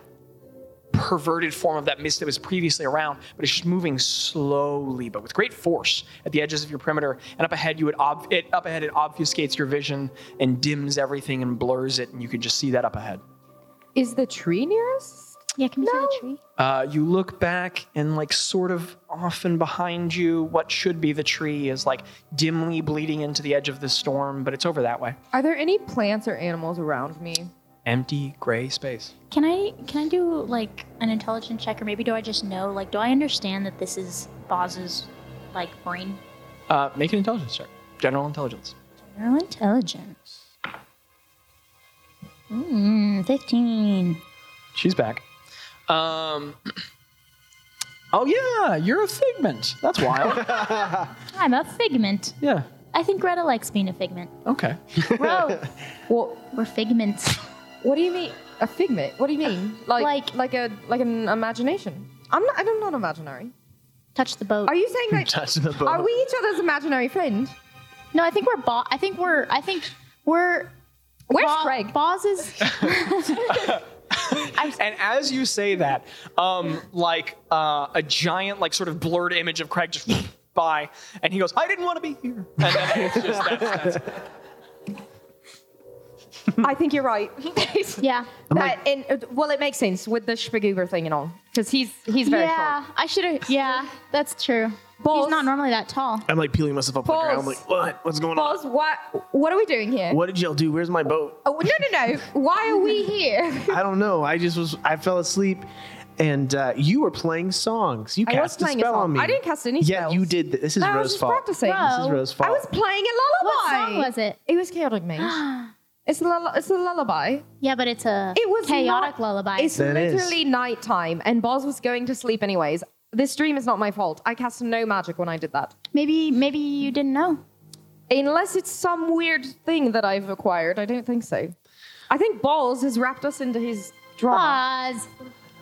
A: perverted form of that mist that was previously around, but it's just moving slowly, but with great force at the edges of your perimeter. And up ahead, you would ob- it, up ahead it obfuscates your vision and dims everything and blurs it, and you can just see that up ahead.
E: Is the tree nearest?
C: Yeah, can we see the tree?
A: Uh, you look back and like sort of off and behind you, what should be the tree is like dimly bleeding into the edge of the storm, but it's over that way.
E: Are there any plants or animals around me?
A: Empty gray space.
C: Can I can I do like an intelligence check or maybe do I just know like do I understand that this is Boz's like brain?
A: Uh, make an intelligence check. General intelligence.
C: Zero intelligence. Mm, 15.
A: She's back. Um, oh, yeah, you're a figment. That's wild.
C: I'm a figment.
A: yeah.
C: I think Greta likes being a figment.
A: Okay.
C: Bro,
E: Well,
C: we're figments.
E: what do you mean? A figment? What do you mean? Like
C: Like-
E: like, a like an imagination? I'm not. I'm not imaginary.
C: Touch the boat.
E: Are you saying that?
F: Touch the boat.
E: Are we each other's imaginary friend?
C: no, I think we're bo- I think we're I think we're
E: Where's
C: Bo-
E: Craig?
C: Boz is
A: And as you say that, um, like uh, a giant, like sort of blurred image of Craig just by, and he goes, "I didn't want to be here." And then it's just that's, that's
E: I think you're right.
C: Yeah.
E: That, and, uh, well, it makes sense with the Spagoober thing and all, because he's he's very
C: yeah.
E: short.
C: I should have yeah, that's true.
E: Balls.
C: He's not normally that tall.
F: I'm like peeling myself up off the ground. I'm
E: Balls.
F: like, what? What's going on?
E: Balls, what what are we doing here?
F: What did y'all do? Where's my boat?
E: Oh, no, no, no. Why are we here?
F: I don't know. I just was. I fell asleep, and uh, you were playing songs. You
E: I was
F: cast a
E: playing a
F: spell
E: song.
F: on me.
E: I didn't cast any
F: Yeah,
E: spells.
F: you did. th- This is
E: No, I was
F: Rose's
E: just
F: fault.
E: practicing.
F: This is
C: Oh.
F: Rose's fault.
E: I was playing a lullaby.
C: What song was it?
E: It was chaotic mage. it's a lull- it's a lullaby.
C: Yeah, but it's a
E: It was
C: chaotic
E: not-
C: lullaby.
E: It's
F: That is.
E: literally nighttime, and Boz was going to sleep anyways. This dream is not my fault. I cast no magic when I did that,
C: Maybe maybe you didn't know.
E: unless it's some weird thing that I've acquired. I don't think so. I think Balls has wrapped us into his drama.
C: Boz.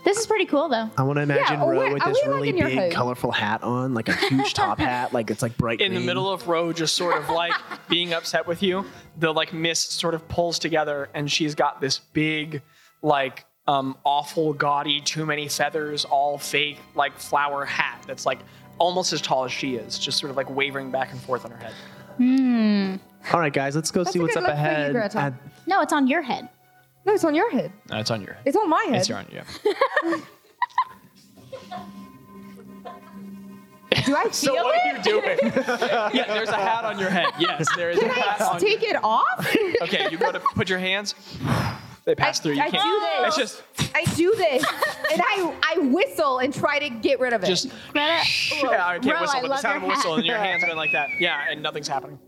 C: This is pretty cool though.
F: I want to imagine
E: or
F: Ro
E: where-
F: with
E: are
F: this
E: we, like,
F: really
E: in your
F: big,
E: home?
F: colorful hat on, like a huge top hat, like it's like bright
A: in the
F: green.
A: middle of row, just sort of like being upset with you. The like mist sort of pulls together, and she's got this big, like um, awful, gaudy, too many feathers, all fake, like flower hat that's like almost as tall as she is, just sort of like wavering back and forth on her head.
F: All right, guys, let's go see
E: a
F: what's
E: good
F: up
E: look for you,
F: ahead.
E: Greta.
F: Uh,
C: No, it's on your head.
E: No, it's on your head.
A: That's on your head.
E: It's on my head.
A: on yeah.
E: Do I feel
A: So what
E: it?
A: are you doing? yeah, there's a hat on your head. Yes, there is a hat on.
E: Take it off.
A: Okay, you gotta put your hands. They pass through. You
E: I
A: can't.
E: do
A: It's
E: this.
A: just,
E: I do this, and I I whistle and try to get rid of it.
A: just.
C: Greta,
A: Yeah, I can't
C: Ro,
A: whistle,
C: I
A: but the
C: love
A: sound of a
C: your
A: whistle
C: hat.
A: and your hands going like that. Yeah, and nothing's happening.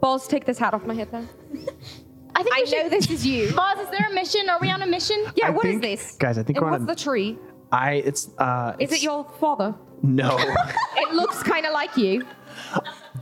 E: balls. Take this hat off my head, then.
C: I think
E: I
C: we should,
E: know this is you.
C: Boz, is there a mission? Are we on a mission?
E: Yeah,
F: I
E: what is
F: think-
E: this?
F: guys, I think
E: and
F: we're on
E: what's
F: a-
E: the tree?
F: I it's uh.
E: Is it
F: it's-
E: your father?
F: No,
E: It looks kind of like you.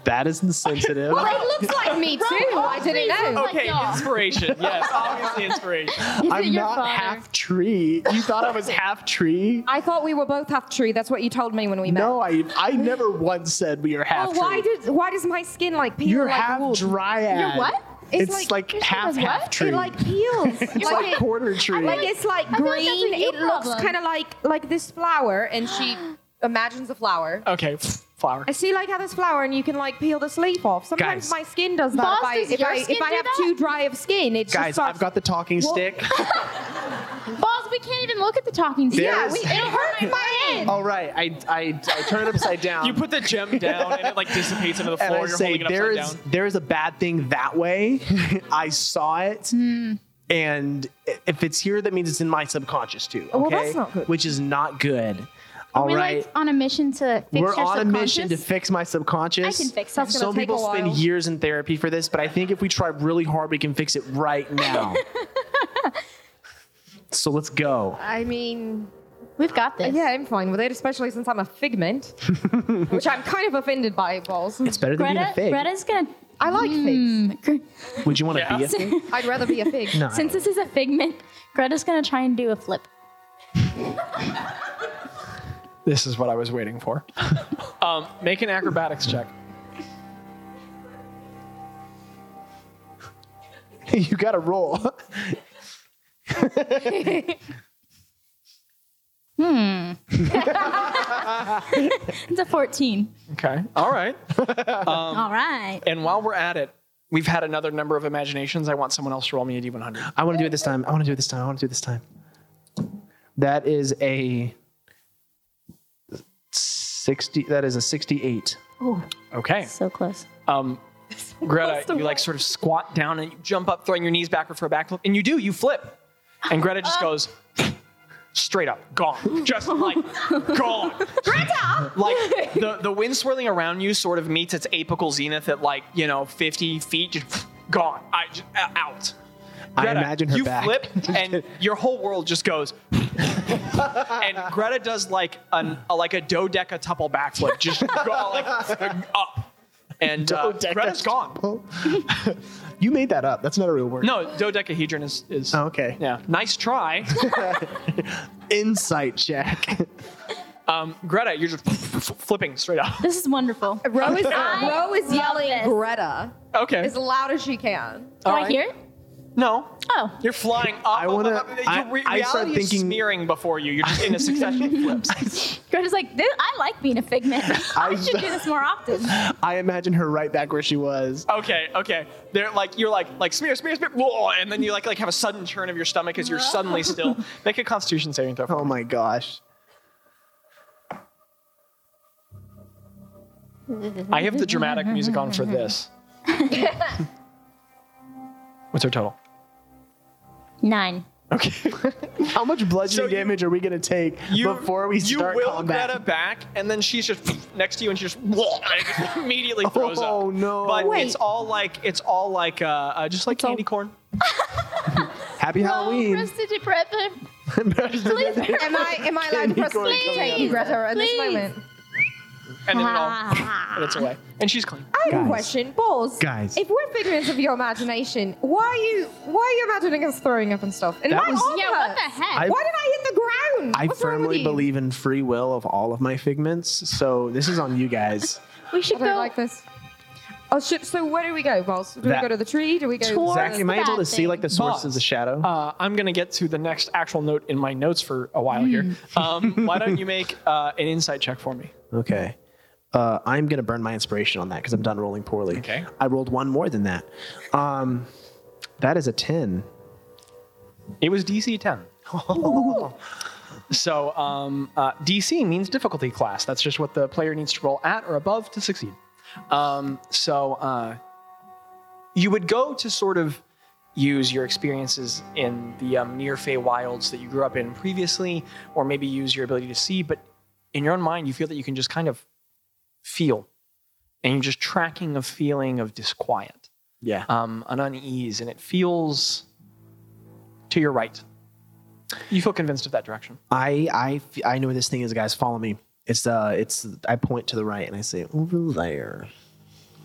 F: that is insensitive.
E: Well, it looks like me too. I didn't know.
C: Like
A: Okay,
C: y'all.
A: inspiration. Yes, obviously inspiration.
C: Is it
F: I'm
C: your
F: not
C: father?
F: half tree. You thought I was half tree?
E: I thought we were both half tree. That's what you told me when we met.
F: No, I I never once said we are half
E: Well, why
F: tree.
E: did why does my skin like peel
F: You're
E: like
F: half
E: wool?
F: dryad.
C: You're what?
F: It's,
E: It's
F: like,
E: like-
F: half
C: is what?
F: half
C: It
F: tree.
E: It like peels.
F: it's like, quarter tree.
E: like it's like
C: feel like that's a
E: green.
C: you
E: it looks
C: problem.
E: kind of like like this flower, and she imagines a flower.
A: Okay, flower.
E: I see like how this flower, and you can like peel the sleeve off. Sometimes
F: Guys.
E: my skin does that.
C: Boss,
E: if I,
C: does
E: if
C: your
E: I, if
C: skin
E: I
C: do
E: have
C: that?
E: too dry of skin, it just
F: guys,
E: starts.
F: I've got the talking stick.
C: Boz, we can't even look at the talking stick.
F: There
E: yeah,
F: is-
E: we, it'll hurt my hand.
F: All right, I I I turn it upside down.
A: You put the gem down and it like dissipates into the
F: and
A: floor.
F: I
A: You're
F: say
A: holding it
F: there
A: upside
F: is
A: down.
F: there is a bad thing that way. I saw it. And i- if it's here, that means it's in my subconscious too. Okay?
E: Well, that's not good.
F: Which is not good. All
C: Are we
F: right.
C: like on a mission to fix
F: We're
C: your
F: on a mission to
C: subconscious?
F: fix my subconscious.
C: I can fix it. That's
F: Some
E: gonna take a
F: people spend
E: while.
F: years in therapy for this, but I think if we try really hard, we can fix it right now. so let's go.
E: I mean,
C: We've got this.
E: yeah, I'm fine with it, especially since I'm a figment, which I'm kind of offended by. Balls.
F: It's better than
C: Greta,
F: being a fig.
C: Greta's gonna.
E: I like figs.
C: Mm, Gre-
F: Would you want to
A: Yeah.
F: be a fig?
E: I'd rather be a fig.
F: No.
C: Since this is a figment, Greta's gonna try and do a flip.
A: This is what I was waiting for. um, make an acrobatics check.
F: you got to roll.
C: It's a 14.
A: Okay. All right.
C: All right.
A: And while we're at it, we've had another number of imaginations. I want someone else to roll me a d100.
F: I want to do it this time. I want to do it this time. I want to do it this time. That is a 60 that is a 68.
A: Okay.
C: So close.
A: Um, Greta, you like sort of squat down and you jump up, throwing your knees backward for a backflip, and you do, you flip. And Greta just goes straight up gone, just like gone. Like the the wind swirling around you sort of meets its apical zenith at like you know 50 feet, just gone, I, just, uh, out.
F: I imagine her
A: you
F: back.
A: flip and your whole world just goes. and Greta does like an a, like a dodeca tuple backflip, just go like up. And uh,
F: Dodeca
A: Greta's gone.
F: you made that up. That's not a real word.
A: No, dodecahedron is is
F: Oh, okay.
A: yeah. Nice try.
F: Insight check.
A: Um, Greta, you're just flipping straight up.
C: This is wonderful.
E: Ro is,
C: I
E: Ro is
C: love
E: yelling
C: this.
E: Greta
A: Okay.
E: as loud as she can.
C: Am I
A: Alright.
C: here?
A: No,
C: Oh,
A: you're flying up. I
F: wanna-
A: Up, up. Your
F: I-
A: re-
F: I start
A: reality is
F: thinking-
A: smearing before you. You're just in a succession of flips.
C: Greta's like, "This- I like being a figment. I,
F: I-
C: should do this more often.
F: I imagine her right back where she was.
A: Okay, okay. They're like you're like like smear, smear, smear, whoa, and then you like like have a sudden turn of your stomach as you're suddenly still. Make a Constitution saving throw.
F: Oh my gosh.
A: I have the dramatic music on for this. What's her total?
C: Nine.
A: Okay.
F: How much bludgeoning
A: So you-
F: damage are we gonna take before we start
A: you will
F: combat? Oh,
A: Greta back, and then she's just next to you, and she just, and just immediately throws up.
F: Oh, no.
A: But
E: Wait.
A: it's all like it's all like uh, uh just like candy corn.
F: Happy
C: Oh,
F: Halloween.
C: Please.
E: Am I am I allowed to
F: Candy
E: press
F: corn
E: play
C: coming
E: take
C: out.
E: Greta at this
C: Please.
E: moment?
A: And then it all and it's away. And she's clean.
E: I have a
F: Guys.
E: question, balls.
F: Guys.
E: if we're figments of your imagination, why are you why are you imagining us throwing up and stuff? And
F: That
E: my
F: was-
E: arm
C: Oh, Yeah, what the
E: hurts.
C: heck?
F: I-
E: Why did I hit the ground?
F: I
E: What's wrong with
F: firmly
E: you?
F: believe in free will of all of my figments, so this is on you guys.
C: we should
E: I don't
C: go.
E: like this. Oh shit! So where do we go, balls? Do we
F: That-
E: go to the tree? Do we go?
C: Towards-
E: to
F: Zach,
E: the-
F: am I able to
C: Bad
F: see like the source of the shadow?
A: Uh, I'm gonna get to the next actual note in my notes for a while here. Um, why don't you make uh, an insight check for me?
F: Okay. Uh, I'm gonna burn my inspiration on that because I'm done rolling poorly.
A: Okay.
F: I rolled one more than that. Um, that is a ten.
A: It was DC 10. so um, uh, DC means difficulty class. That's just what the player needs to roll at or above to succeed. Um, so uh, you would go to sort of use your experiences in the um, near Fey wilds that you grew up in previously, or maybe use your ability to see. But in your own mind, you feel that you can just kind of feel, and you're just tracking a feeling of disquiet
F: Yeah.
A: um, an unease, and it feels to your right. You feel convinced of that direction.
F: I I f- I know where this thing is, guys. Follow me. It's uh, it's. I point to the right and I say over there.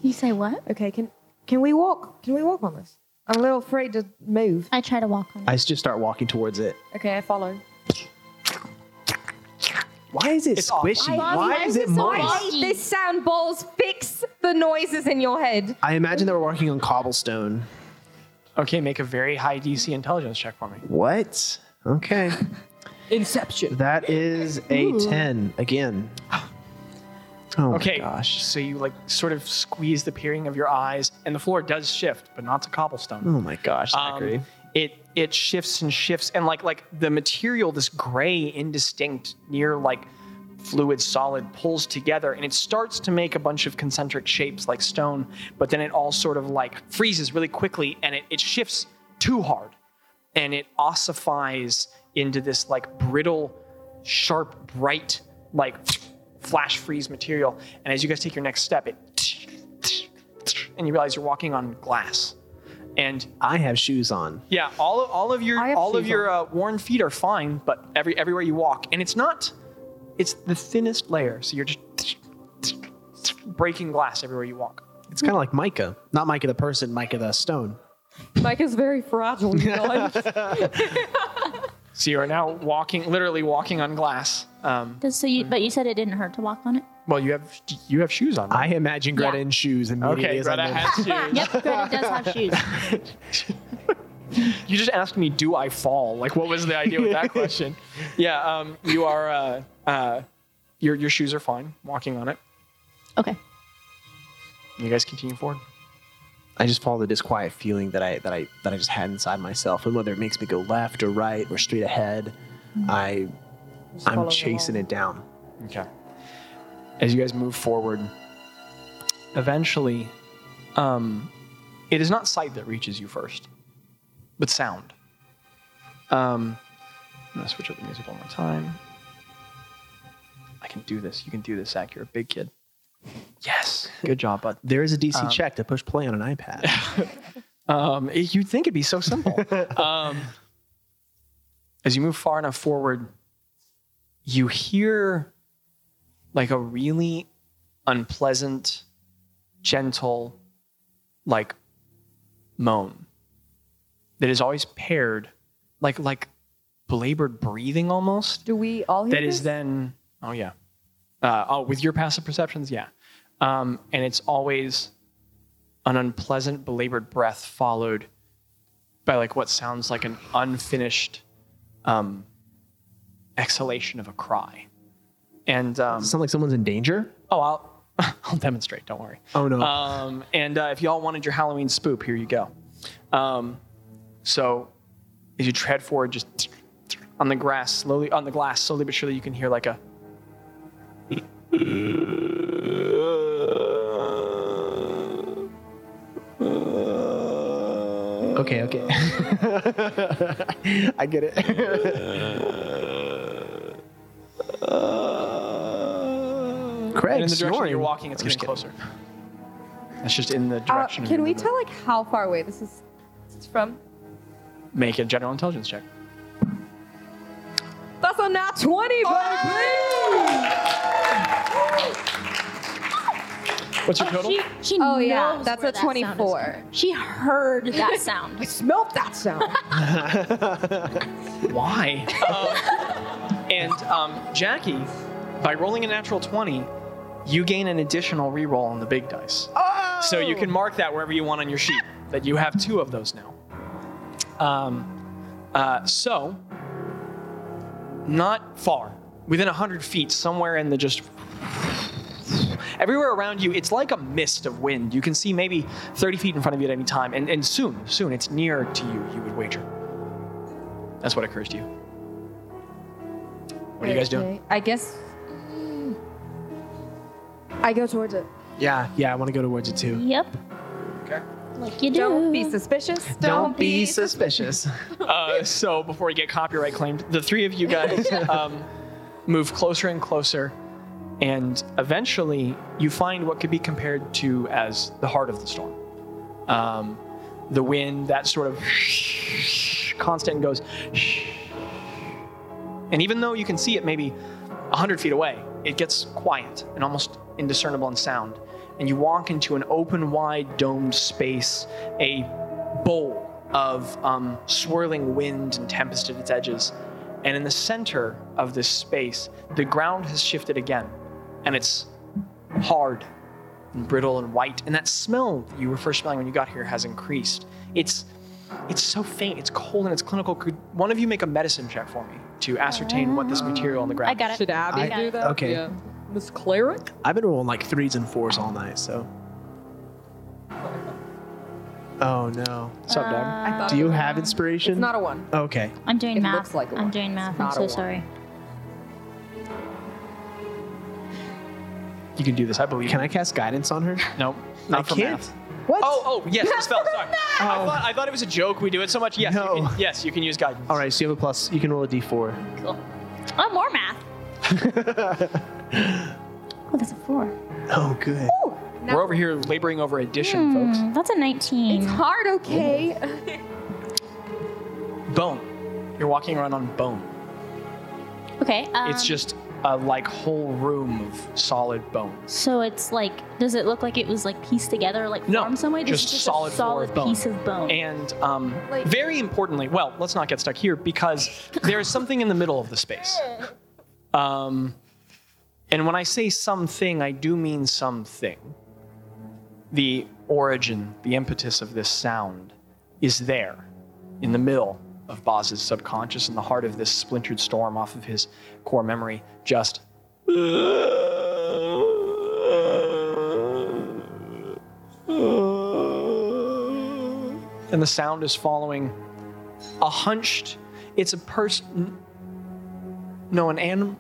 C: You say what?
E: Okay, can can we walk? Can we walk on this? I'm a little afraid to move.
C: I try to walk on.
F: I s- just start walking towards it.
E: Okay, I follow.
F: Why is it
A: It's awful.
F: squishy?
C: Why-
F: Why,
C: why
F: is
C: is
F: it
C: it so
F: moist?
C: wide?
E: Hate this sound, balls. Fix the noises in your head.
F: I imagine they were walking on cobblestone.
A: Okay, make a very high DC intelligence check for me.
F: What? Okay.
E: Inception.
F: That is a ten again. Oh
A: Okay,
F: my gosh.
A: so you like sort of squeeze the peering of your eyes, and the floor does shift, but not to cobblestone.
F: Oh my gosh,
A: Um,
F: Zachary.
A: it it shifts and shifts and like like the material this gray indistinct near like fluid solid pulls together and it starts to make a bunch of concentric shapes like stone but then it all sort of like freezes really quickly and it, it shifts too hard and it ossifies into this like brittle sharp bright like flash freeze material and as you guys take your next step it and you realize you're walking on glass and
F: I have shoes on.
A: yeah, all of, all of your
E: I have
A: all of
E: shoes
A: your uh, worn feet are fine, but every everywhere you walk, and it's not, it's the thinnest layer, so you're just breaking glass everywhere you walk.
F: It's kind of like Micah. Not Micah the person, Micah the stone.
E: Mike is very fragile. You guys.
A: So you are now walking, literally walking on glass. Um,
C: Does- So you, but you said it didn't hurt to walk on it.
A: well, you have you have shoes on.
F: I imagine Greta
C: Yeah.
F: in shoes immediately
A: okay,
F: as
A: Greta
F: I move.
A: has shoes.
C: Yep, Greta does have shoes.
A: You just asked me, do I fall? Like, what was the idea with that question? Yeah, um, you are. Uh, uh, your your shoes are fine. Walking on it,
C: Okay.
A: you guys continue forward.
F: I just follow the disquiet feeling that I that I that I just had inside myself, and whether it makes me go left or right or straight ahead,
A: Mm-hmm.
F: I I'm chasing it down.
A: Okay. As you guys move forward, eventually, um, it is not sight that reaches you first, but sound. Um, I'm gonna switch up the music one more time. I can do this. You can do this, Zach. You're a big kid. Yes. Good job, bud.
F: There is a DC
A: Um,
F: check to push play on an iPad.
A: Um, it- you'd think it'd be so simple. um, as you move far enough forward, you hear like a really unpleasant, gentle, like moan that is always paired, like like belabored breathing almost.
E: Do we all hear
A: That is then. Oh yeah. Uh, oh, with your passive perceptions, yeah. Um, and it's always an unpleasant, belabored breath followed by like what sounds like an unfinished um, exhalation of a cry. And um,
F: Does it sound like someone's in danger?
A: oh, I'll I'll demonstrate. Don't worry.
F: Oh no.
A: Um, and uh, if y'all wanted your Halloween spoop, here you go. Um, so as you tread forward, just on the grass, slowly on the glass, slowly but surely, you can hear like a.
F: okay, okay. I get it.
A: And
F: Craig
A: in the direction that
F: snoring.
A: you're walking, it's
F: I'm just
A: getting closer. That's just in the
E: Uh,
A: direction. of
E: can
A: your
E: we
A: movement.
E: tell like how far away this is it's from?
A: Make a general intelligence check.
E: That's a nat 20, baby!
A: What's your total?
C: She, she
E: Oh, yeah,
C: knows
E: that's
C: where
E: a
C: that sound is
E: 24.
C: coming. She heard that sound.
E: Smelt that sound.
A: Why? Um, and um, Jackie, by rolling a natural 20, you gain an additional reroll on the big dice. So you can mark that wherever you want on your sheet, that you have two of those now. Um, uh, so, not far, within 100 feet, somewhere in the just. Everywhere around you, it's like a mist of wind. You can see maybe 30 feet in front of you at any time, and, and soon, soon, it's near to you, you would wager. That's what occurs to you. What are you guys doing?
E: I guess. I go towards it.
F: Yeah, yeah, I want to go towards it too.
C: Yep.
A: Okay.
C: Like you do.
E: Don't be suspicious. Don't, be sus-
F: suspicious.
A: Uh, so before we get copyright claimed, the three of you guys um, move closer and closer, and eventually you find what could be compared to as the heart of the storm. Um, the wind, that sort of constant goes, and even though you can see it maybe 100 feet away, it gets quiet and almost indiscernible in sound. And you walk into an open, wide, domed space, a bowl of um, swirling wind and tempest at its edges. And in the center of this space, the ground has shifted again, and it's hard and brittle and white. And that smell that you were first smelling when you got here has increased. It's it's so faint, it's cold, and it's clinical. Could one of you make a medicine check for me to ascertain what this material on the ground?
C: I got it.
D: Should Abby
F: I-
D: do that?
F: okay.
D: Yeah. Miss Cleric?
F: I've been rolling like threes and fours all night, so. Oh no.
A: What's up, dog?
E: Uh, I thought
F: Do
E: it
F: you
E: was-
F: have inspiration?
E: It's not a one.
F: okay.
C: I'm doing
E: It
C: math.
E: looks like a
C: I'm
E: one.
C: doing math.
E: It's
C: I'm
E: not a
C: so
E: one.
C: sorry.
A: You can do this, I believe.
F: Can I cast guidance on her?
A: Nope. Not
F: I
A: for
F: can't.
A: math.
F: What?
A: Oh, oh, yes, the spell. Sorry. I,
F: Oh.
A: thought, I thought it was a joke. We do it so much. Yes,
F: No.
A: you can, yes, you can use guidance.
F: All right, so you have a plus. You can roll a d4.
C: Cool. Oh, more math. Oh, that's a four.
F: Oh, good.
A: We're over here laboring over addition, folks.
C: Mm, that's a 19.
E: It's hard, okay?
A: Bone. You're walking around on bone.
C: Okay. Um,
A: it's just a like whole room of solid bone.
C: So it's like, does it look like it was like pieced together, like
A: No,
C: formed some way? This
A: just
C: is
A: solid
C: a
A: floor of
C: solid
A: bone.
C: piece of bone.
A: And um,
E: Like-
A: very importantly, well, let's not get stuck here because there is something in the middle of the space. Um, and when I say something, I do mean something. The origin, the impetus of this sound is there in the middle of Boz's subconscious, in the heart of this splintered storm off of his core memory, just. And the sound is following a hunched, it's a person. No, an animal.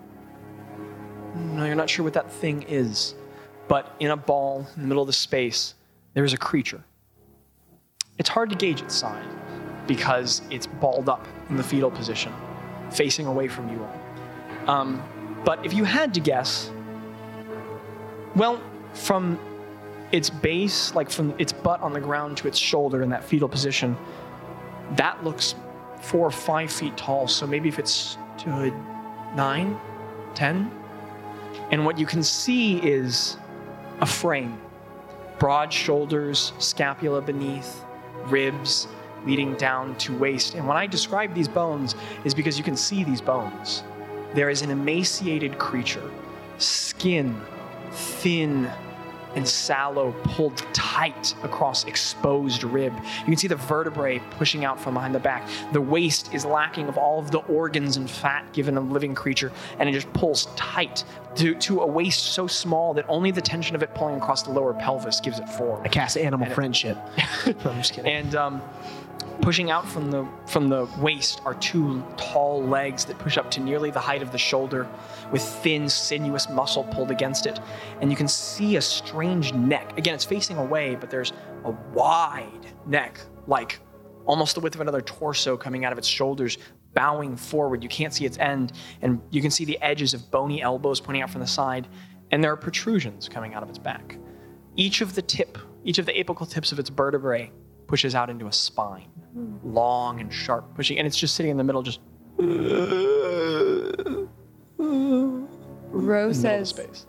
A: No, you're not sure what that thing is. But in a ball in the middle of the space, there is a creature. It's hard to gauge its size because it's balled up in the fetal position. facing away from you all. Um, but if you had to guess, well, from its base, like from its butt on the ground to its shoulder in that fetal position, that looks four or five feet tall. So maybe if it stood nine, ten. And what you can see is a frame broad shoulders, scapula beneath, ribs leading down to waist. And when I describe these bones, is because you can see these bones. There is an emaciated creature, skin thin and sallow, pulled tight across exposed rib. You can see the vertebrae pushing out from behind the back. The waist is lacking of all of the organs and fat given a living creature, and it just pulls tight to, to a waist so small that only the tension of it pulling across the lower pelvis gives it form.
F: I cast animal friendship. I'm just kidding.
A: And um, pushing out from the from the waist are two tall legs that push up to nearly the height of the shoulder, with thin, sinuous muscle pulled against it. And you can see a strange neck. Again, it's facing away, but there's a wide neck, like almost the width of another torso, coming out of its shoulders, bowing forward. You can't see its end, and you can see the edges of bony elbows pointing out from the side, and there are protrusions coming out of its back each of the tip, each of the apical tips of its vertebrae pushes out into a spine, long and sharp, pushing, and it's just sitting in the middle, just
E: Ro
A: middle of
E: says,
A: space.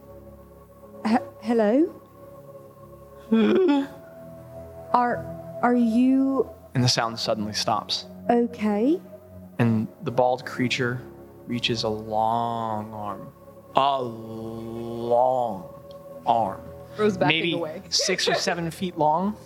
E: "H- "Hello. are are you
A: And the sound suddenly stops,
E: okay?
A: and the bald creature reaches a long arm, a long arm,
D: Rose backing
A: maybe
D: away.
A: six or seven feet long,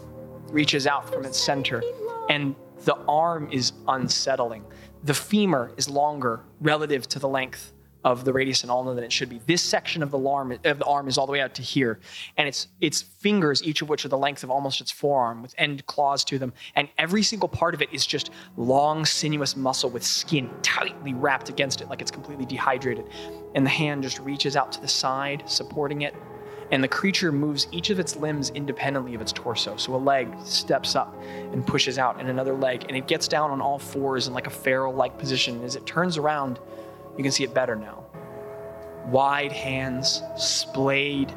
A: reaches out from its center, and the arm is unsettling. The femur is longer relative to the length of the radius and ulna than it should be. This section of the arm of the arm is all the way out to here, and its its fingers, each of which are the length of almost its forearm, with end claws to them, and every single part of it is just long, sinuous muscle with skin tightly wrapped against it, like it's completely dehydrated. And the hand just reaches out to the side, supporting it and the creature moves each of its limbs independently of its torso. So a leg steps up and pushes out, and another leg, and it gets down on all fours in like a feral like position. As it turns around, you can see it better now. Wide hands, splayed,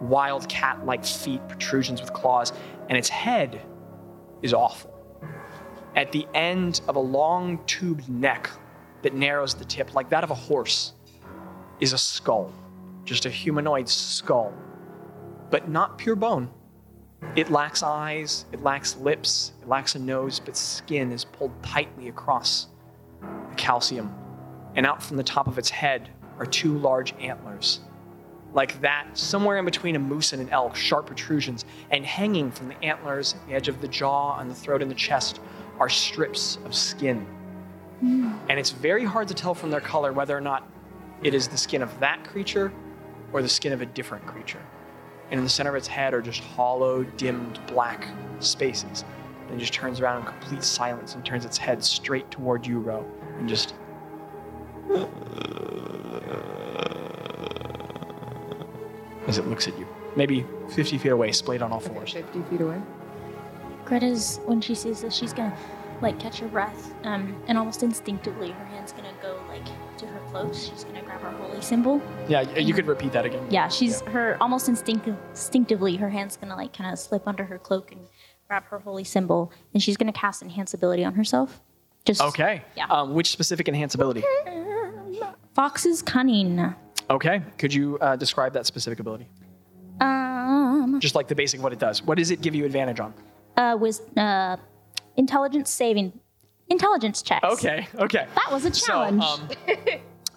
A: wild cat like feet, protrusions with claws, and its head is awful. At the end of a long tubed neck that narrows the tip, like that of a horse, is a skull just a humanoid skull, but not pure bone. It lacks eyes, it lacks lips, it lacks a nose, but skin is pulled tightly across the calcium. And out from the top of its head are two large antlers. Like that, somewhere in between a moose and an elk, sharp protrusions, and hanging from the antlers, the edge of the jaw, and the throat and the chest are strips of skin. And it's very hard to tell from their color whether or not it is the skin of that creature or the skin of a different creature. And in the center of its head are just hollow, dimmed black spaces. And it just turns around in complete silence and turns its head straight toward you, Ro, and just. As it looks at you, maybe 50 feet away, splayed on all fours.
E: Fifty feet away.
C: Greta's when she sees this, she's gonna like catch her breath, um, and almost instinctively, her hand's gonna go like to her cloak. She's gonna grab her holy symbol.
A: Yeah, y- you could repeat that again.
C: Yeah, she's her almost instinctive, instinctively, her hand's gonna like kind of slip under her cloak and grab her holy symbol, and she's gonna cast enhance ability on herself. Just
A: Okay.
C: Yeah.
A: Um, which specific enhance ability?
C: Fox's cunning.
A: Okay. Could you uh, describe that specific ability?
C: Um,
A: Just like the basic what it does. What does it give you advantage on?
C: uh, was uh, intelligence saving, intelligence checks.
A: Okay. Okay.
C: That was a challenge.
A: So, um,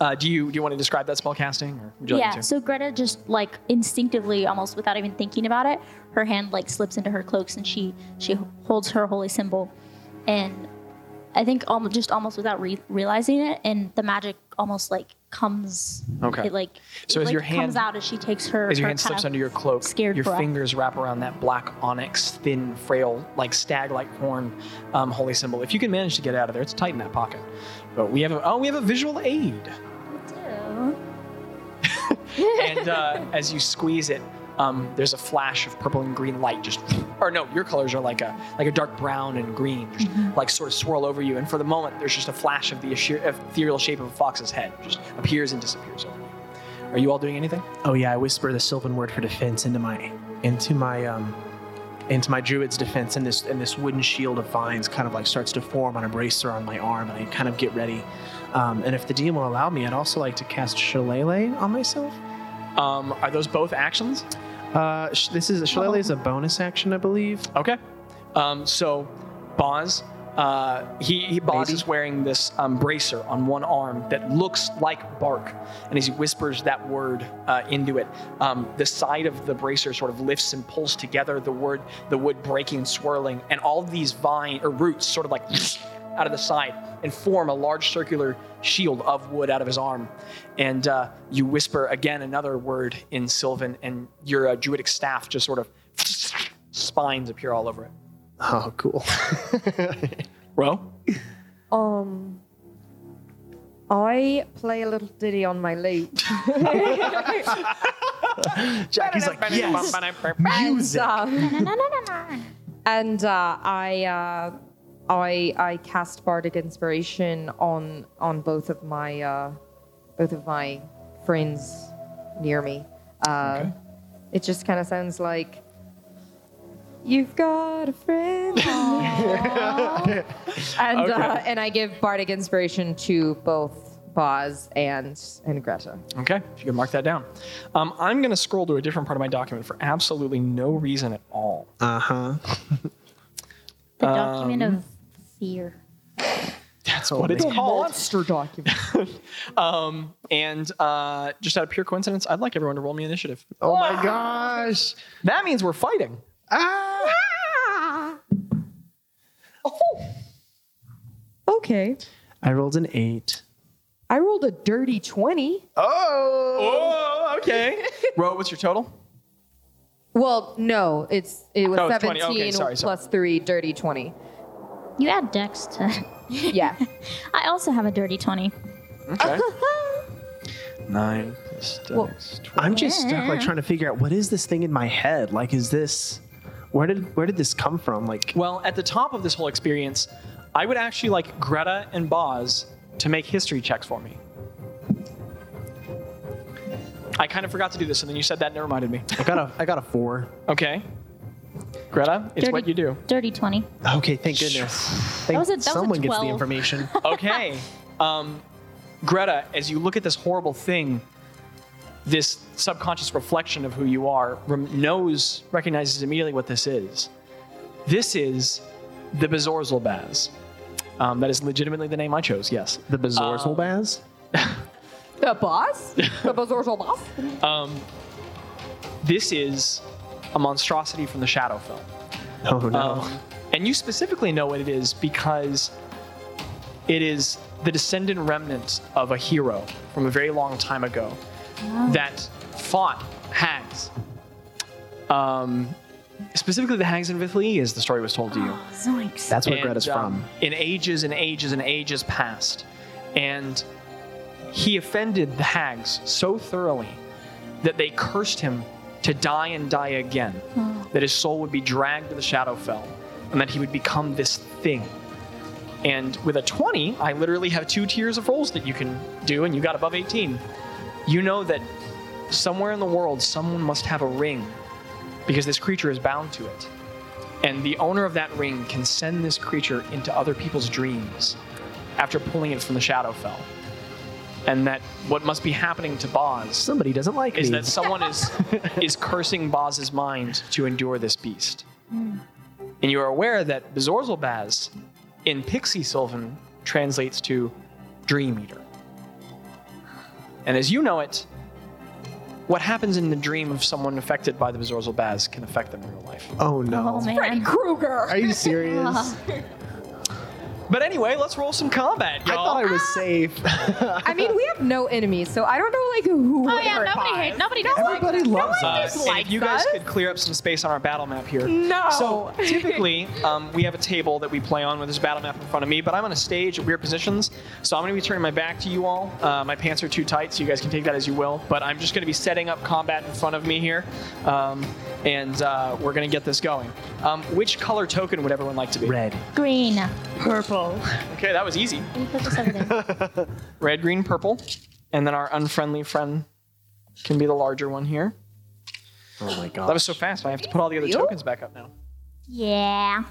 A: uh, do you do you want to describe that spell casting, or would you like
C: yeah,
A: me to?
C: so Greta just like instinctively, almost without even thinking about it, her hand like slips into her cloaks and she she holds her holy symbol, and I think almost just almost without re- realizing it, and the magic almost like comes.
A: Okay.
C: It like
A: So
C: it,
A: as
C: like,
A: your
C: comes
A: hand-
C: out as she takes her
A: As your
C: her
A: hand
C: kind
A: slips
C: of-
A: under your cloak,
C: scared
A: your
C: breath.
A: fingers wrap around that black onyx, thin, frail, like stag-like horn, um, holy symbol. If you can manage to get out of there, it's tight in that pocket. But we have a oh, we have a visual aid.
C: Ew.
A: and uh, as you squeeze it, um, there's a flash of purple and green light just or no your colors are like a like a dark brown and green just like sort of swirl over you and for the moment there's just a flash of the ethereal- ethereal shape of a fox's head just appears and disappears over you are you all doing anything
F: Oh yeah, I whisper the Sylvan word for defense into my into my um into my druid's defense and this and this wooden shield of vines kind of like starts to form on a bracer on my arm and I kind of get ready. Um, and if the DM will allow me, I'd also like to cast Shillelagh on myself.
A: um, are those both actions
F: Uh, sh- this is Shillelagh is a bonus action, I believe.
A: Okay. Um, so, Boz, uh, he, he Boz
F: Maybe.
A: is wearing this um, bracer on one arm that looks like bark, and as he whispers that word uh, into it, um, the side of the bracer sort of lifts and pulls together. The word, the wood breaking and swirling, and all of these vine or roots sort of like out of the side and form a large circular shield of wood out of his arm. And uh, you whisper again another word in Sylvan, and your uh, druidic staff just sort of spines appear all over it.
F: Oh, cool.
A: Ro?
E: Um, I play a little ditty on my lute.
F: Jackie's like, yes,
E: and
F: music.
E: um,
C: Na-na-na-na-na.
E: and uh, I, uh, I, I cast bardic inspiration on on both of my uh, both of my friends near me. Uh, It just kind of sounds like. You've got a friend, and uh, and I give bardic inspiration to both Boz and and Greta.
A: Okay, if you can mark that down. Um, I'm going to scroll to a different part of my document for absolutely no reason at all.
F: Uh huh.
C: The document
A: um,
C: of fear.
F: That's
A: But
F: what
A: it's
F: it's.
A: called.
D: Monster document.
A: Um, and uh, just out of pure coincidence, I'd like everyone to roll me initiative.
F: Oh my gosh.
A: That means we're fighting.
F: Ah!
E: Okay,
F: I rolled an eight.
E: I rolled a dirty twenty.
F: Oh.
A: Oh, okay. Ro, what's your total?
E: Well, no, it's it was
A: Oh, it's 20.
E: 17
A: Okay, sorry, sorry.
E: plus 3 dirty 20.
C: You add dex to.
E: Yeah.
C: I also have a dirty 20.
A: Okay. Nine.
E: Well-
F: I'm just stuck, like trying to figure out what is this thing in my head. Like, is this where did where did this come from? Like,
A: Well, at the top of this whole experience, I would actually like Greta and Boz to make history checks for me. I kind of forgot to do this, and then you said that, and it reminded me.
F: I got a I got a four.
A: Okay. Greta, it's what you do.
C: Dirty 20.
F: Okay, thank goodness. Thank
C: was a- that was a
F: someone gets the
C: 12.
F: information.
A: Okay. um, Greta, as you look at this horrible thing, this subconscious reflection of who you are rem- knows, recognizes immediately what this is. This is the Bezorzalbaz. Um, that is legitimately the name I chose, yes.
F: The Bazorzal
A: Um,
F: Baz.
E: The boss? The Bezorzal boss?
A: This is a monstrosity from the shadow film.
F: Oh no.
A: Um, and you specifically know what it is because it is the descendant remnants of a hero from a very long time ago that fought hags. Um, specifically, the hags in Vithli is the story was told to you.
C: Zoinks.
F: That's where Greta's
A: And, um,
F: from.
A: In ages and ages and ages past. And he offended the hags so thoroughly that they cursed him to die and die again, that his soul would be dragged to the Shadowfell, and that he would become this thing. And with a 20, I literally have two tiers of rolls that you can do, and you got above 18. You know that somewhere in the world, someone must have a ring because this creature is bound to it and the owner of that ring can send this creature into other people's dreams after pulling it from the Shadowfell. And that what must be happening to Boz
F: Somebody doesn't like
A: is
F: me.
A: that someone is is cursing Boz's mind to endure this beast. And you are aware that Bezorzalbaz in Pixie Sylvan translates to Dream Eater. And as you know it, what happens in the dream of someone affected by the Bezorzalbaz can
E: Oh,
A: affect them in real life.
F: oh no.
C: Oh, man.
F: Are you serious?
A: But anyway, let's roll some combat,
F: I
A: y'all.
F: thought I was safe.
E: I mean, we have no enemies, so I don't know like who.
I: Oh
E: would
I: yeah,
E: hurt
I: nobody
E: us.
I: hates. Nobody does. like-
F: Everybody loves
A: Uh,
F: us.
A: and if you guys could clear up some space on our battle map here.
E: No.
A: So typically, um, we have a table that we play on with this battle map in front of me, but I'm on a stage at weird positions, so I'm going to be turning my back to you all. Uh, my pants are too tight, so you guys can take that as you will. But I'm just going to be setting up combat in front of me here, um, and uh, we're going to get this going. Um, which color token would everyone like to be?
F: Red.
C: Green.
I: Purple.
A: Okay, that was easy.
C: Any purpose over there?
A: Red, green, purple, and then our unfriendly friend can be the larger one here.
F: Oh my god.
A: That was so fast. I have to put all the other tokens back up now.
C: Yeah.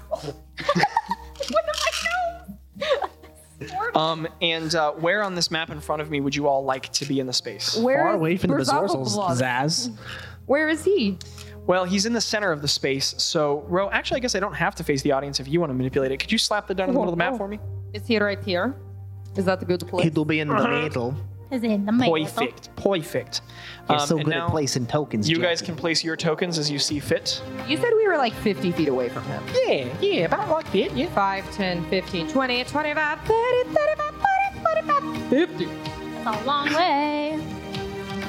A: Um, and uh, where on this map in front of me would you all like to be in the space?
E: Where
F: far
E: is
F: away from the Bezorzels,
E: Bezorzalbulak?
F: Zaz.
E: Where is he?
A: Well, he's in the center of the space, so Ro, actually, I guess I don't have to face the audience if you want to manipulate it. Could you slap the down in the middle of the map for me?
E: Is he right here? Is that the good place?
F: be in
E: Uh-huh.
F: the middle.
C: Is in the middle.
A: Perfect, perfect.
F: You're
A: Um,
F: so
A: and
F: good
A: now
F: at placing tokens.
A: You
F: Jackie.
A: guys can place your tokens as you see fit.
E: You said we were like 50 feet away from him.
A: Yeah, yeah, about like that, yeah.
E: 5, 10, 15, 20, 25, 30, 35, 40, 45, 50.
C: That's a long way.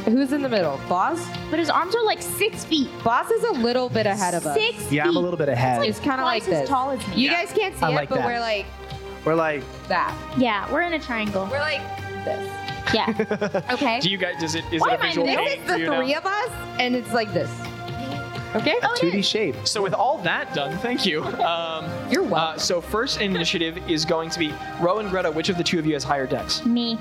E: Who's in the middle? Boss?
C: But his arms are like six feet.
E: Boss is a little bit ahead of us.
C: Six
F: Yeah, I'm a
C: feet.
F: little bit ahead.
E: It's kind of like
C: Twice
E: this.
C: as tall as me.
E: You guys can't see
F: I
E: it,
F: like
E: but
F: that.
E: we're like
F: We're like,
E: that.
C: Yeah, we're in a triangle.
E: We're like this.
C: Yeah.
E: Okay.
A: Do you guys? Does it? Is it
C: Why am I
A: a visual
C: in
E: this
A: aid
E: is
A: for
E: the
A: you now?
E: three of us, and it's like this. Okay?
F: a
C: Oh,
F: 2D shape.
A: So with all that done, thank you. Um,
E: You're
A: uh,
E: welcome.
A: so first initiative is going to be Ro and Greta. Which of the two of you has higher decks?
C: me.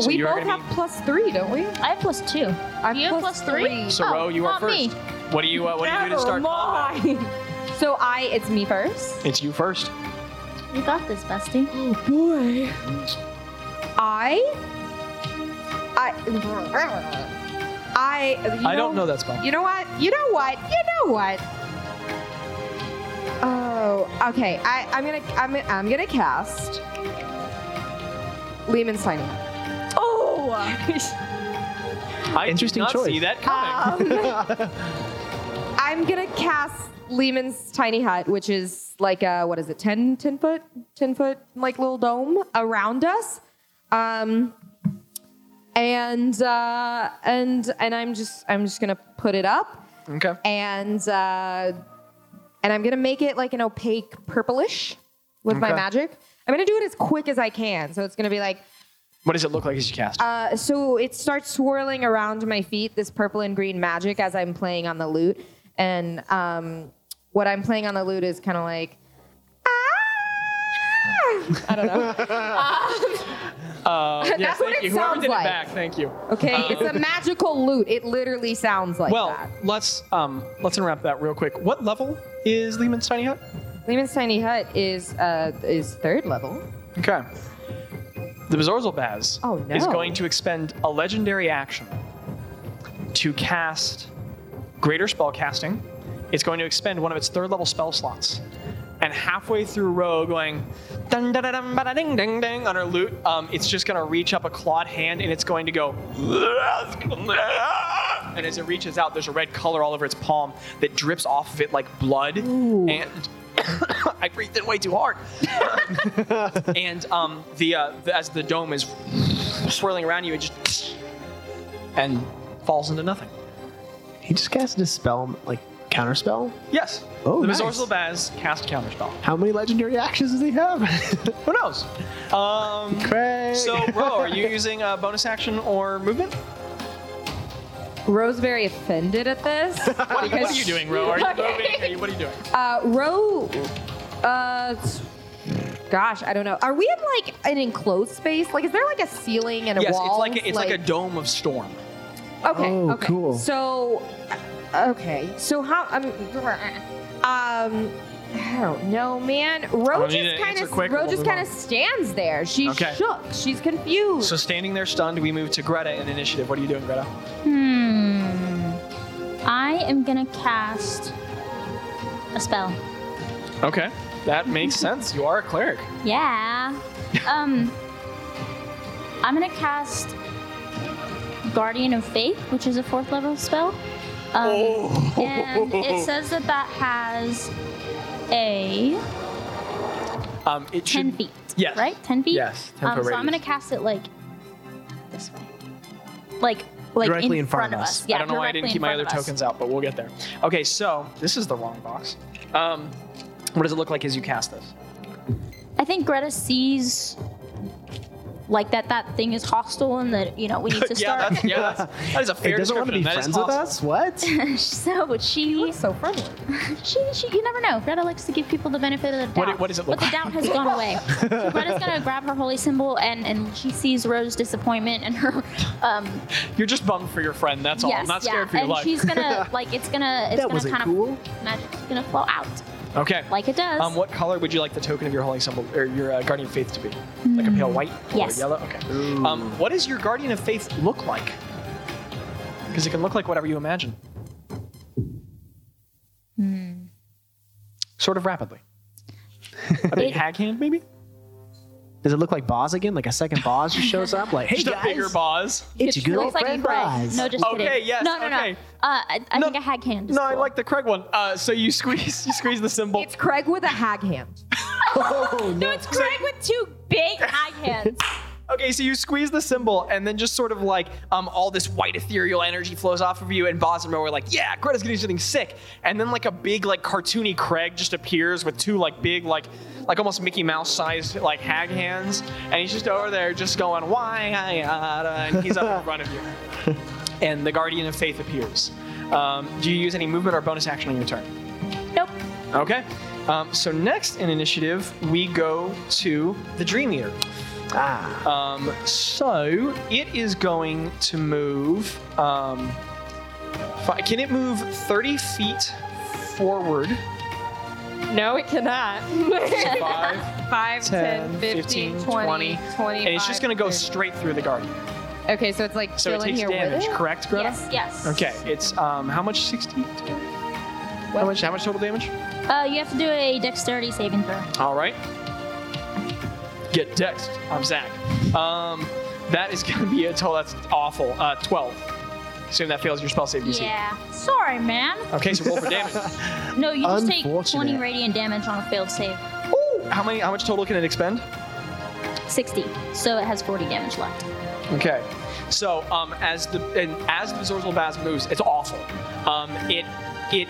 A: so
E: we
A: you're
E: both
A: gonna
E: have
A: be-
E: plus three, don't we?
C: I have plus two.
E: I'm
C: you have plus three?
A: So
C: Oh,
A: Ro, you are
C: not me.
A: first. What do you? Uh, what do you do to start? combat?
E: so I, it's me first.
A: It's you first.
C: You got this, bestie.
E: I, I, I. You
A: I don't know that spell.
E: You know what? You know what? You know what? Oh, okay. I, I'm gonna, I'm, I'm gonna cast Lehman's Tiny.
A: I did
F: Interesting
A: not
F: choice.
A: See that
E: Ah,
A: coming.
E: Um, I'm gonna cast Lehman's tiny hut, which is like a what is it, 10, 10 foot, ten foot like little dome around us, um, and uh, and and I'm just I'm just gonna put it up,
A: okay.
E: and uh, and I'm gonna make it like an opaque purplish with my
A: Okay.
E: magic. I'm gonna do it as quick as I can, so it's gonna be like
A: What does it look like as you cast?
E: uh, so it starts swirling around my feet, this purple and green magic, as I'm playing on the lute. And um, what I'm playing on the lute is kind of like, ah! I don't know.
A: Uh, yes,
E: that's what
A: thank
E: it
A: you. Whoever
E: sounds
A: did
E: like.
A: it back, thank you.
E: Okay, it's a magical lute. It literally sounds like
A: Uh, Well,
E: that.
A: let's um, let's unwrap that real quick. What level is Lehman's Tiny Hut?
E: Lehman's tiny hut is uh, is third level.
A: Okay. The Bezorzel Baz
E: Oh,
A: is
E: no.
A: going to expend a legendary action to cast Greater Spell Casting. It's going to expend one of its third level spell slots. And halfway through row, going dun da da dum ba da ding ding ding on her lute, um, it's just going to reach up a clawed hand and it's going to go. And as it reaches out, there's a red color all over its palm that drips off of it like blood. And I breathed in way too hard and um, the, uh, the as the dome is swirling around you, it just and falls into nothing.
F: He just casted a spell, like counter spell.
A: Yes.
F: Oh,
A: the
F: nice.
A: Resourceful Baz cast counterspell.
F: How many legendary actions does he have?
A: Who knows? Um,
F: Craig.
A: so, Ro, are you using a bonus action or movement?
E: Rose very offended at this.
A: What are you, what are you doing, Ro? Are you
E: Okay.
A: moving? Are you, what are you doing?
E: Uh, row. Uh, s- gosh, I don't know. Are we in like an enclosed space? Like, is there like a ceiling and a
A: yes,
E: wall?
A: it's like a, it's like, a dome of storm.
E: Okay.
F: Oh,
E: okay.
F: cool.
E: So, okay. So how? Um, um, I don't know, man. Ro
A: need
E: just
A: to
E: kind
A: answer
E: of
A: quick or
E: Ro
A: we'll
E: just
A: move
E: kind
A: on.
E: of stands there. She's
A: Okay.
E: shook. She's confused.
A: So, standing there stunned, we move to Greta in initiative. What are you doing, Greta?
C: Hmm. I am gonna cast a spell.
A: Okay, that makes sense. You are a cleric.
C: Yeah. Um. I'm gonna cast Guardian of Faith, which is a fourth level spell. Um,
A: Oh.
C: And it says that that has a
A: Um, it
C: 10
A: Um, should
C: feet.
A: Yes.
C: Right? 10 feet?
A: Yes, 10
C: um,
A: foot
C: So I'm
A: radius.
C: going to cast it like this way. Like, like
F: Directly in front of us.
C: Yeah,
A: I don't know why I
C: directly
A: didn't
C: in
A: keep my
C: front
A: other
C: of us.
A: tokens out, but we'll get there. Okay, so this is the wrong box. Um, what does it look like as you cast this?
C: I think Greta sees like that that thing is hostile and that, you know, we need to
A: yeah,
C: start.
A: that's, yeah, that's, that is a fair
F: it doesn't want to be
A: description. That is
F: friends with
A: awesome.
F: us. What?
C: so she,
E: So friendly.
C: she, she, you never know. Greta likes to give people the benefit of the doubt.
A: What it- what does it look
C: But
A: like?
C: the doubt has gone away. so Greta's gonna grab her holy symbol and and she sees Rose's disappointment and her, um,
A: You're just bummed for your friend. That's all.
C: yes,
A: Not
C: yeah,
A: scared for your
C: and
A: life.
C: she's gonna like it's gonna it's
F: That
C: gonna
F: wasn't
C: kind
F: cool.
C: of magic's gonna flow out
A: Okay.
C: like it does.
A: Um, what color would you like the token of your holy symbol or your uh, guardian of faith to be? Like a pale white or
C: Mm, Yes.
A: yellow? Okay. Um, what does your guardian of faith look like? Because it can look like whatever you imagine.
C: Hmm.
A: Sort of rapidly. A big
C: It-
A: hag hand, maybe?
F: Does it look like Boz again? Like a second Boz just shows up? Like, hey
A: Just a
F: guys,
A: bigger boss.
F: it's
C: It
F: your good
C: looks
F: old
C: like
F: friend
C: Craig.
F: Boz.
C: No, just
A: Okay,
C: kidding.
A: yes,
C: No, no,
A: okay.
C: no. Uh, I, I
A: No.
C: think a hag hand. Is
A: No, I
C: cool.
A: like the Craig one. Uh, so you squeeze, you squeeze the symbol.
E: It's Craig with a hag hand.
F: Oh, no.
C: It's Greg with two big hag hands.
A: Okay, so you squeeze the symbol, and then just sort of like um, all this white ethereal energy flows off of you, and Boz and Mo are like, "Yeah, Greta's gonna do something sick." And then like a big like cartoony Craig just appears with two like big like like almost Mickey Mouse sized like hag hands, and he's just over there just going, "Why?" I gotta," And he's up in front of you, and the Guardian of Faith appears. Um, do you use any movement or bonus action on your turn?
C: Nope.
A: Okay. Um, so next in initiative, we go to the Dream Eater.
F: Ah,
A: Um, so it is going to move. Um, fi- can it move 30 feet forward?
E: No, it cannot.
A: Five.
E: 5,
A: 10,
E: 10, 15,
A: 15,
E: 20, 20.
A: And it's just going to go straight through the guardian.
E: Okay, so it's like
A: So
E: still
A: it
E: in
A: takes
E: here
A: damage,
E: with it?
A: correct, Greta?
C: Yes, yes.
A: Okay. It's um, how much? 60? How
E: What?
A: much? How much total damage?
C: Uh, you have to do a dexterity saving throw.
A: All right. Get dexed. I'm Zach. Um, that is going to be a total. That's awful. Uh, 12. Assume that fails your spell save DC.
C: Yeah. Sorry, man.
A: Okay, so roll for damage.
C: No, you just take 20
F: Unfortunate.
C: radiant damage on a failed save.
A: Ooh, how many? How much total can it expend?
C: 60. So it has 40 damage left.
A: Okay. So um, as the and as the absorbable basm moves, it's awful. Um, it it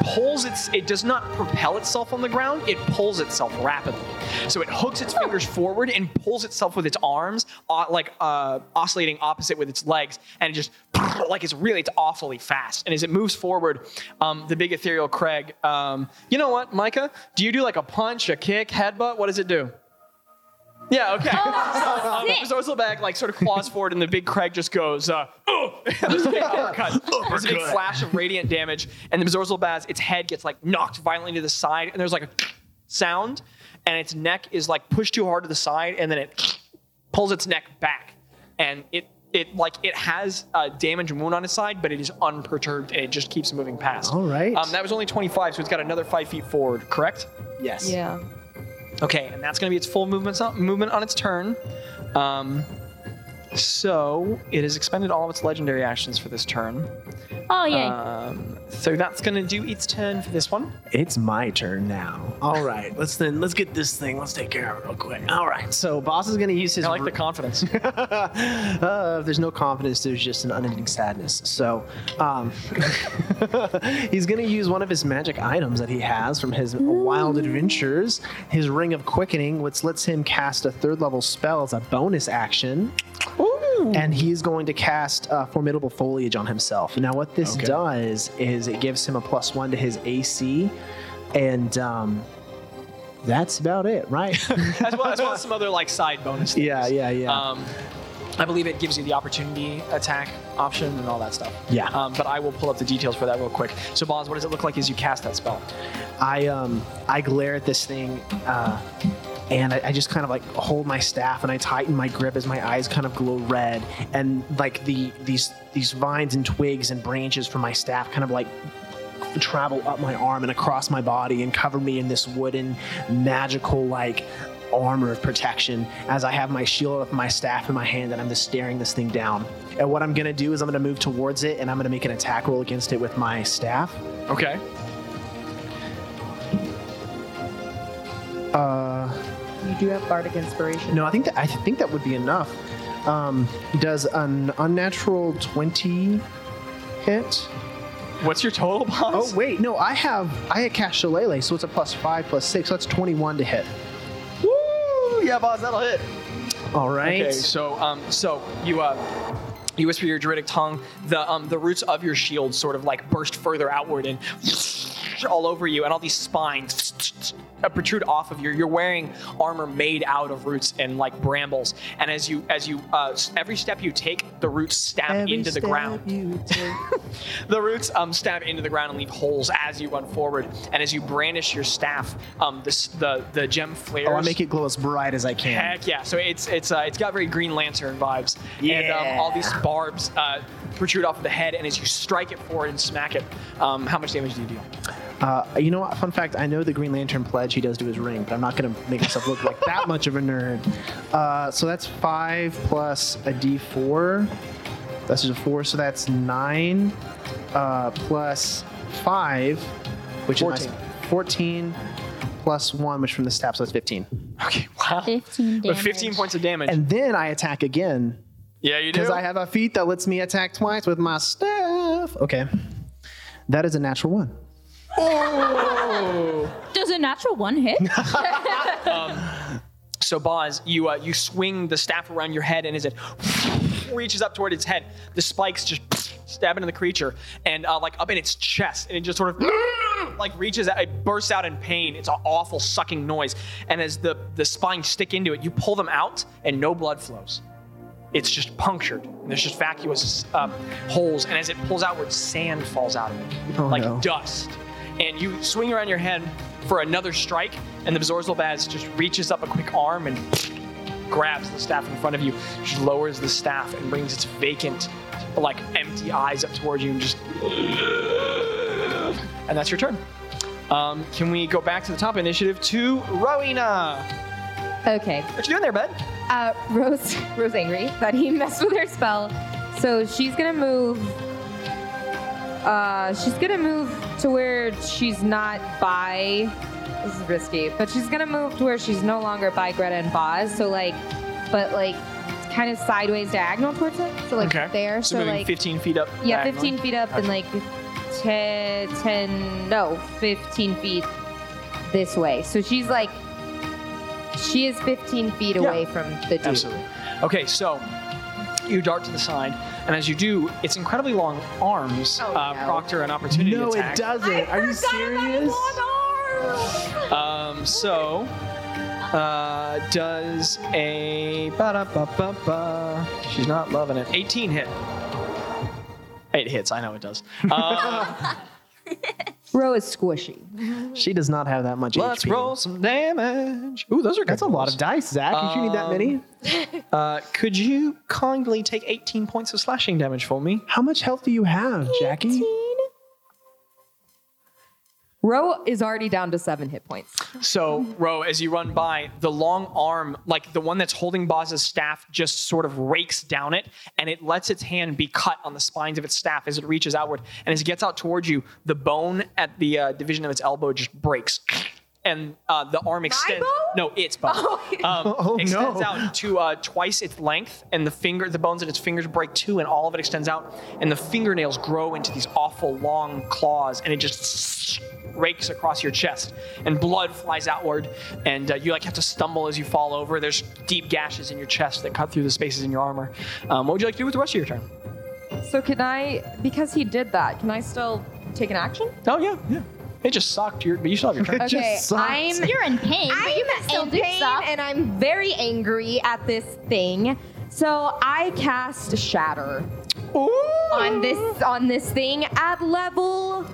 A: pulls its it does not propel itself on the ground. It pulls itself rapidly. So it hooks its fingers forward and pulls itself with its arms, uh, like uh, oscillating opposite with its legs, and it just like it's really it's awfully fast. And as it moves forward, um, the big ethereal Craig, um, you know what, Micah? Do you do like a punch, a kick, headbutt? What does it do? Yeah. Okay. Um,
C: sick.
A: so Zozel back like sort of claws forward, and the big Craig just goes, uh, oh! There's a big uppercut. There's a big flash of radiant damage, and the Zozel Baz, its head gets like knocked violently to the side, and there's like a sound, and its neck is like pushed too hard to the side, and then it pulls its neck back, and it it like it has a damage and wound on its side, but it is unperturbed, and it just keeps moving past.
F: All right.
A: Um, that was only 25, so it's got another five feet forward, correct?
F: yes.
E: Yeah.
A: Okay, and that's going to be its full movement movement on its turn. Um, so it has expended all of its legendary actions for this turn.
C: Oh, yay.
A: Um, so that's going to do its turn for this one.
F: It's my turn now. All right, let's then let's get this thing. Let's take care of it real quick. All right, so Boz is gonna use his.
A: I like the confidence.
F: uh, if there's no confidence, there's just an unending sadness. So um, he's going to use one of his magic items that he has from his wild adventures, his Ring of Quickening, which lets him cast a third level spell as a bonus action. And he's going to cast uh, Formidable Foliage on himself. Now, what this
I: Okay.
F: does is it gives him a plus one to his AC, and um, that's about it, right?
A: as, well, as well as some other like side bonus. Things.
F: yeah, yeah, yeah.
A: Um, I believe it gives you the opportunity attack option and all that stuff.
F: Yeah.
A: Um, but I will pull up the details for that real quick. So, Boz, what does it look like as you cast that spell?
F: I um I glare at this thing, uh, and I, I just kind of like hold my staff and I tighten my grip as my eyes kind of glow red, and like the these these vines and twigs and branches from my staff kind of like travel up my arm and across my body and cover me in this wooden magical like armor of protection as I have my shield with my staff in my hand and I'm just staring this thing down. And what I'm gonna do is I'm gonna move towards it and I'm gonna make an attack roll against it with my staff.
A: Okay.
F: Uh,
E: You do have bardic inspiration.
F: No, I think that I think that would be enough. Um, does an unnatural twenty hit?
A: What's your total
F: Oh
A: boss?
F: wait, no, I have I had cast Shillelagh, so it's a plus five, plus six, so that's twenty-one to hit.
A: Woo! Yeah, boss, that'll hit.
F: All right.
A: Okay, so um, so you uh, you whisper your druidic tongue. The um, the roots of your shield sort of like burst further outward and all over you, and all these spines uh, protrude off of you. You're wearing armor made out of roots and like brambles, and as you as you uh, s- every step you take, the roots stab
F: Every
A: into the
F: step
A: ground.
F: you take.
A: The roots um, stab into the ground and leave holes as you run forward, and as you brandish your staff, um, this, the the gem flares.
F: Oh, I make it glow as bright as I can.
A: Heck yeah! So it's it's uh, it's got very Green Lantern vibes, and um, all these barbs uh, protrude off of the head, and as you strike it forward and smack it, um, how much damage do you deal?
F: Uh, you know what? Fun fact: I know the Green Lantern pledge he does to his ring, but I'm not going to make myself look like that much of a nerd. Uh, so that's five plus a D4. That's just a four, so that's nine uh, plus five, which is my,
A: Fourteen.
F: fourteen plus one, which from the staff, so that's fifteen.
A: Okay, wow. Uh,
C: 15
A: But
C: damage.
A: 15 points of damage.
F: And then I attack again
A: yeah, you do.
F: because I have a feat that lets me attack twice with my staff. Okay, that is a natural one.
C: Does a natural one hit?
A: So Boz, you uh, you swing the staff around your head, and as it reaches up toward its head, the spikes just stab into the creature and uh, like up in its chest, and it just sort of like reaches out. It bursts out in pain. It's an awful sucking noise, and as the the spines stick into it, you pull them out, and no blood flows. It's just punctured. And there's just vacuous um, holes, and as it pulls outward, sand falls out of it,
F: Oh,
A: like
F: no.
A: dust. And you swing around your head for another strike, and the Bezorzal Baz just reaches up a quick arm and grabs the staff in front of you. She lowers the staff and brings its vacant, like empty eyes up towards you, and just. And that's your turn. Um, can we go back to the top initiative to Rowena?
E: Okay.
A: What you doing there, bud?
E: Uh, Rose Rose angry that he messed with her spell, so she's gonna move. Uh, she's gonna move to where she's not by. This is risky, but she's gonna move to where she's no longer by Greta and Boz. So like, but like, kind of sideways diagonal towards it. So like there.
A: So,
E: So,
A: moving
E: like
A: 15 feet up.
E: yeah,
A: diagonally.
E: 15 feet up and like 10, 10 no 15 feet this way. So she's like. She is 15 feet
A: Yeah.
E: away from the dude.
A: Absolutely. Okay, so you dart to the side, and as you do, its incredibly long arms
E: Oh,
A: uh,
E: no.
A: proctor an opportunity
F: No,
A: attack.
F: it doesn't. Are you serious?
A: Um, so, uh, does a ba-da-ba-ba-ba. She's not loving it. 18 hit. It hits. I know it does. Uh,
E: Row is squishy.
F: She does not have that much
A: let's
F: HP.
A: roll some damage. Ooh, those are good
F: That's a lot
A: rolls.
F: of dice, Zach. Did you need that
A: Um,
F: many?
A: Uh, could you kindly take 18 points of slashing damage for me?
F: How much health do you have, Jackie?
E: Row is already down to seven hit points.
A: So, Ro, as you run by, the long arm, like the one that's holding Boz's staff, just sort of rakes down it and it lets its hand be cut on the spines of its staff as it reaches outward. And as it gets out towards you, the bone at the uh, division of its elbow just breaks. And uh, the arm extends.
E: bone?
A: No, its bone um,
F: Oh,
A: extends
F: no.
A: out to uh, twice its length, and the finger, the bones in its fingers break too, and all of it extends out, and the fingernails grow into these awful long claws, and it just rakes across your chest, and blood flies outward, and uh, you like have to stumble as you fall over. There's deep gashes in your chest that cut through the spaces in your armor. Um, what would you like to do with the rest of your turn?
E: So can I, because he did that, can I still take an action?
A: Oh yeah, yeah. It just sucked your, but you still have your turn.
F: It just sucks.
E: I'm
C: You're in pain, but you
E: I'm
C: can still
E: in
C: do
E: pain
C: stuff.
E: and I'm very angry at this thing. So I cast Shatter on this on this thing at level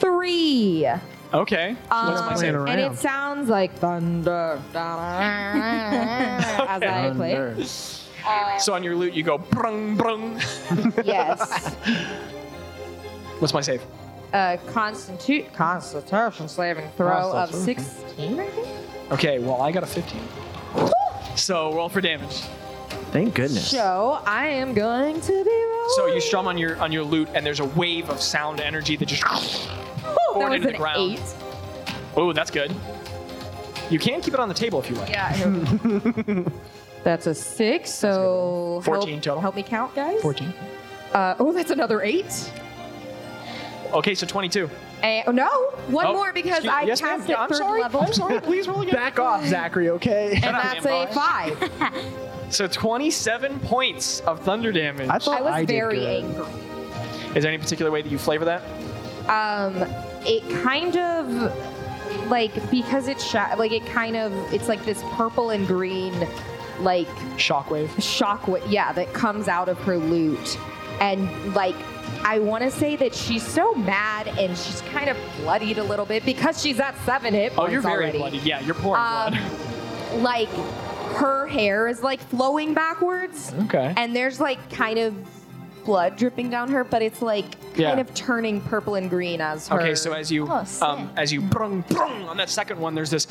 E: three.
A: Okay. What's my
E: Um,
A: save?
E: and it sounds like thunder as I play.
F: Thunder.
A: So on your loot, you go brung brung.
E: Yes.
A: What's my save?
E: a constitute Uh, constitution saving throw of 16 I think?
A: Okay, well, I got a 15. So roll for damage.
F: Thank goodness.
E: so i am going to be rolling.
A: So you strum on your on your lute, and there's a wave of sound energy that just
E: Whew,
A: poured
E: that was
A: into
E: an
A: the ground.
E: eight
A: Oh, that's good. You can keep it on the table if you like.
E: Yeah. here we go. that's a six. So help-
A: 14 total.
E: Help me count, guys.
A: 14.
E: Uh, oh, that's another eight.
A: Okay, so 22.
E: Eh, oh, no, one
A: Oh,
E: more because
A: excuse-
E: I
A: yes, ma'am.
E: cast
A: Yeah,
E: it
A: I'm
E: third
A: sorry.
E: level.
A: I'm sorry. Please roll again.
F: Back off, Zachary, okay?
E: And
A: Shut up,
E: that's a
A: Ambar.
E: five.
A: So 27 points of thunder damage.
F: I thought
E: I was
F: I did
E: very
F: good.
E: angry.
A: Is there any particular way that you flavor that?
E: um it kind of like because it's sha- like it kind of it's like this purple and green like
A: Shockwave.
E: shockwave yeah that comes out of her loot and like i want to say that she's so mad and she's kind of bloodied a little bit because she's at seven hit
A: Oh,
E: points
A: you're very
E: already.
A: bloody. Yeah, you're pouring
E: um
A: blood.
E: like her hair is like flowing backwards
A: Okay.
E: and there's like kind of blood dripping down her, but it's like kind
A: Yeah.
E: of turning purple and green as her.
A: Okay, so as you
C: Oh, sick.
A: um, as you brung, brung on that second one, there's this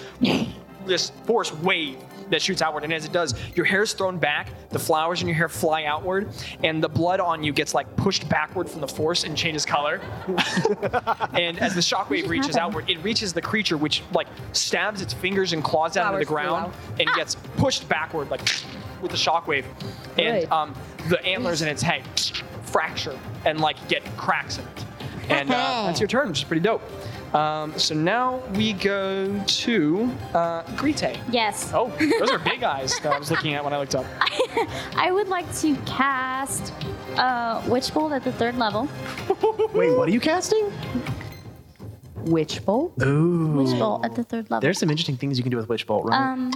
A: this force wave that shoots outward, and as it does, your hair is thrown back, the flowers in your hair fly outward, and the blood on you gets like pushed backward from the force and changes color. and as the shockwave reaches outward, it reaches the creature, which like stabs its fingers and claws out into the
E: Flowers flew
A: ground and gets pushed backward like with the shockwave,
E: Good.
A: and um, the antlers in its head fracture and like get cracks in it. And uh, that's your turn, which is pretty dope. Um, so now we go to uh, Grite.
C: Yes.
A: Oh, those are big eyes that I was looking at when I looked up.
C: I would like to cast uh, Witch Bolt at the third level.
F: Wait, what are you casting?
E: Witch Bolt?
F: Ooh.
C: Witch Bolt at the third level.
F: There's some interesting things you can do with Witch Bolt, right?
C: um,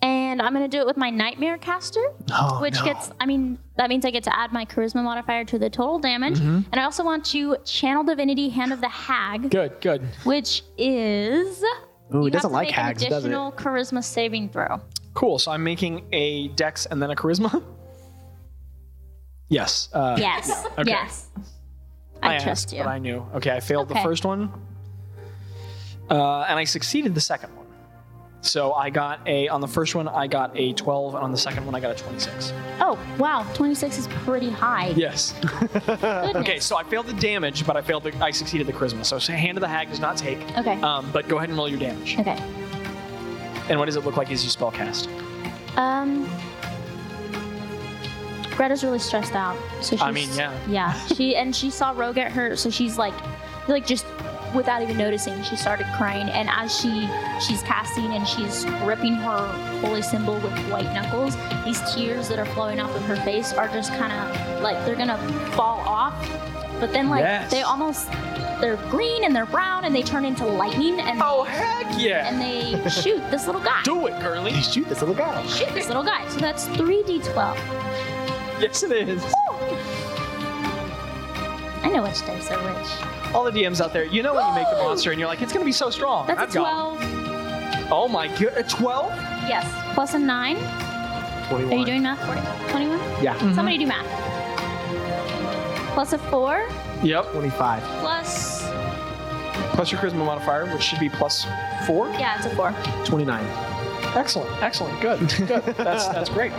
C: and I'm gonna do it with my Nightmare Caster,
F: Oh,
C: which
F: no.
C: gets. I mean, that means I get to add my Charisma modifier to the total damage,
A: Mm-hmm.
C: and I also want to Channel Divinity, Hand of the Hag,
A: Good, good.
C: which is.
F: Ooh,
C: Um, you
F: it doesn't
C: have to
F: like
C: make
F: hags,
C: an
F: does it?
C: additional Charisma saving throw.
A: Cool. So I'm making a dex and then a charisma. Yes. Uh,
C: Yes.
A: Okay.
C: Yes. I,
A: asked,
C: trust you.
A: But I knew. Okay, I failed the
C: Okay.
A: first one, uh, and I succeeded the second one. So I got a on the first one I got a 12, and on the second one I got a 26.
C: Oh wow, 26 is pretty high.
A: Yes.
C: Goodness.
A: Okay, so I failed the damage, but I failed the I succeeded the charisma. So so hand of the hag does not take.
C: Okay.
A: Um, but go ahead and roll your damage.
C: Okay.
A: And what does it look like as you spell cast?
C: Um. Greta's really stressed out, so she's,
A: I mean, yeah.
C: yeah. She and she saw Rogue get hurt, so she's like, like just without even noticing, she started crying. And as she she's casting and she's gripping her holy symbol with white knuckles, these tears that are flowing off of her face are just kind of like they're gonna fall off, but then like
A: Yes.
C: they almost they're green and they're brown and they turn into lightning and
A: Oh heck yeah!
C: and they shoot this little guy.
A: Do it, girly.
F: You shoot this little guy.
C: Shoot this little guy. So that's 3d12.
A: Yes, it is.
C: I know which dice are which.
A: All the DMs out there, you know when you make the monster and you're like, it's gonna be so strong.
C: That's
A: I've
C: a
A: got.
C: 12.
A: it. Oh my god, a 12?
C: Yes. Plus a 9. Are you doing math? 40? 21?
F: Yeah.
C: Somebody do math. Plus a 4.
A: Yep.
F: 25.
C: Plus.
A: Plus your charisma modifier, which should be plus four.
C: Yeah, it's a 4.
F: 29.
A: Excellent, excellent, good, good. That's that's great.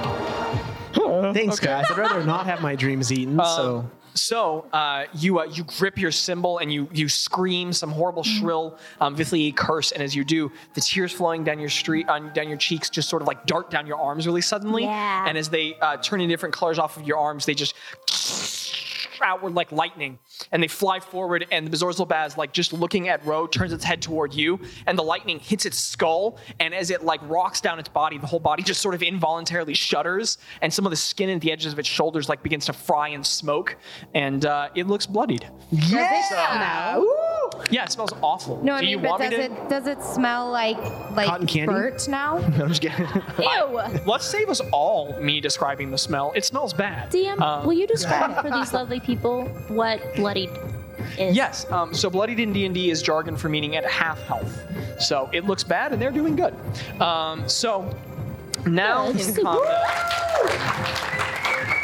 F: Thanks, guys. I'd rather not have my dreams eaten,
A: Um,
F: so.
A: So uh, you uh, you grip your symbol and you you scream some horrible shrill um, Vithliae curse, and as you do, the tears flowing down your street on down your cheeks just sort of like dart down your arms really suddenly,
C: Yeah.
A: and as they uh, turn in different colors off of your arms, they just outward like lightning and they fly forward and the Bezorzal Baz like just looking at Ro turns its head toward you and the lightning hits its skull and as it like rocks down its body the whole body just sort of involuntarily shudders and some of the skin at the edges of its shoulders like begins to fry and smoke and uh, it looks bloodied
E: Does it smell?
A: yeah it smells awful
E: No, I
A: do
E: mean,
A: you
E: but
A: want me
E: does
A: to
E: it does it smell like like
F: Cotton candy?
E: burnt now?
F: I'm just kidding.
C: Ew.
A: let's save us all me describing the smell it smells bad
C: DM,
A: Um,
C: will you describe for these lovely people what bloodied is?
A: Yes. Um, so bloodied in D and D is jargon for meaning at half health. So it looks bad, and they're doing good. Um, so now
C: Good.
A: in combat,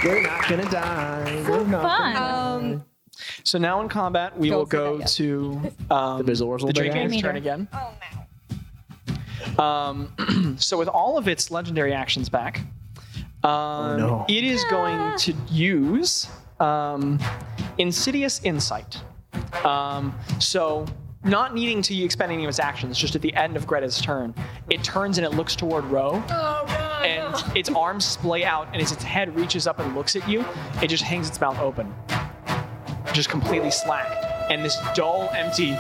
F: We're not gonna die.
C: So
F: We're not
C: fun.
E: Um,
A: so now in combat, we will
E: Don't say that
A: go
E: yet.
A: to um,
F: The Bezorzal
A: the Dream
F: Bear.
A: Game's turn again. Oh no. Um, so with all of its legendary actions back, um,
F: no.
A: it is going to use um, Insidious Insight. Um, so not needing to expend any of its actions, just at the end of Greta's turn, it turns and it looks toward Ro. And its arms splay out, and as its head reaches up and looks at you, it just hangs its mouth open, just completely slack. And this dull, empty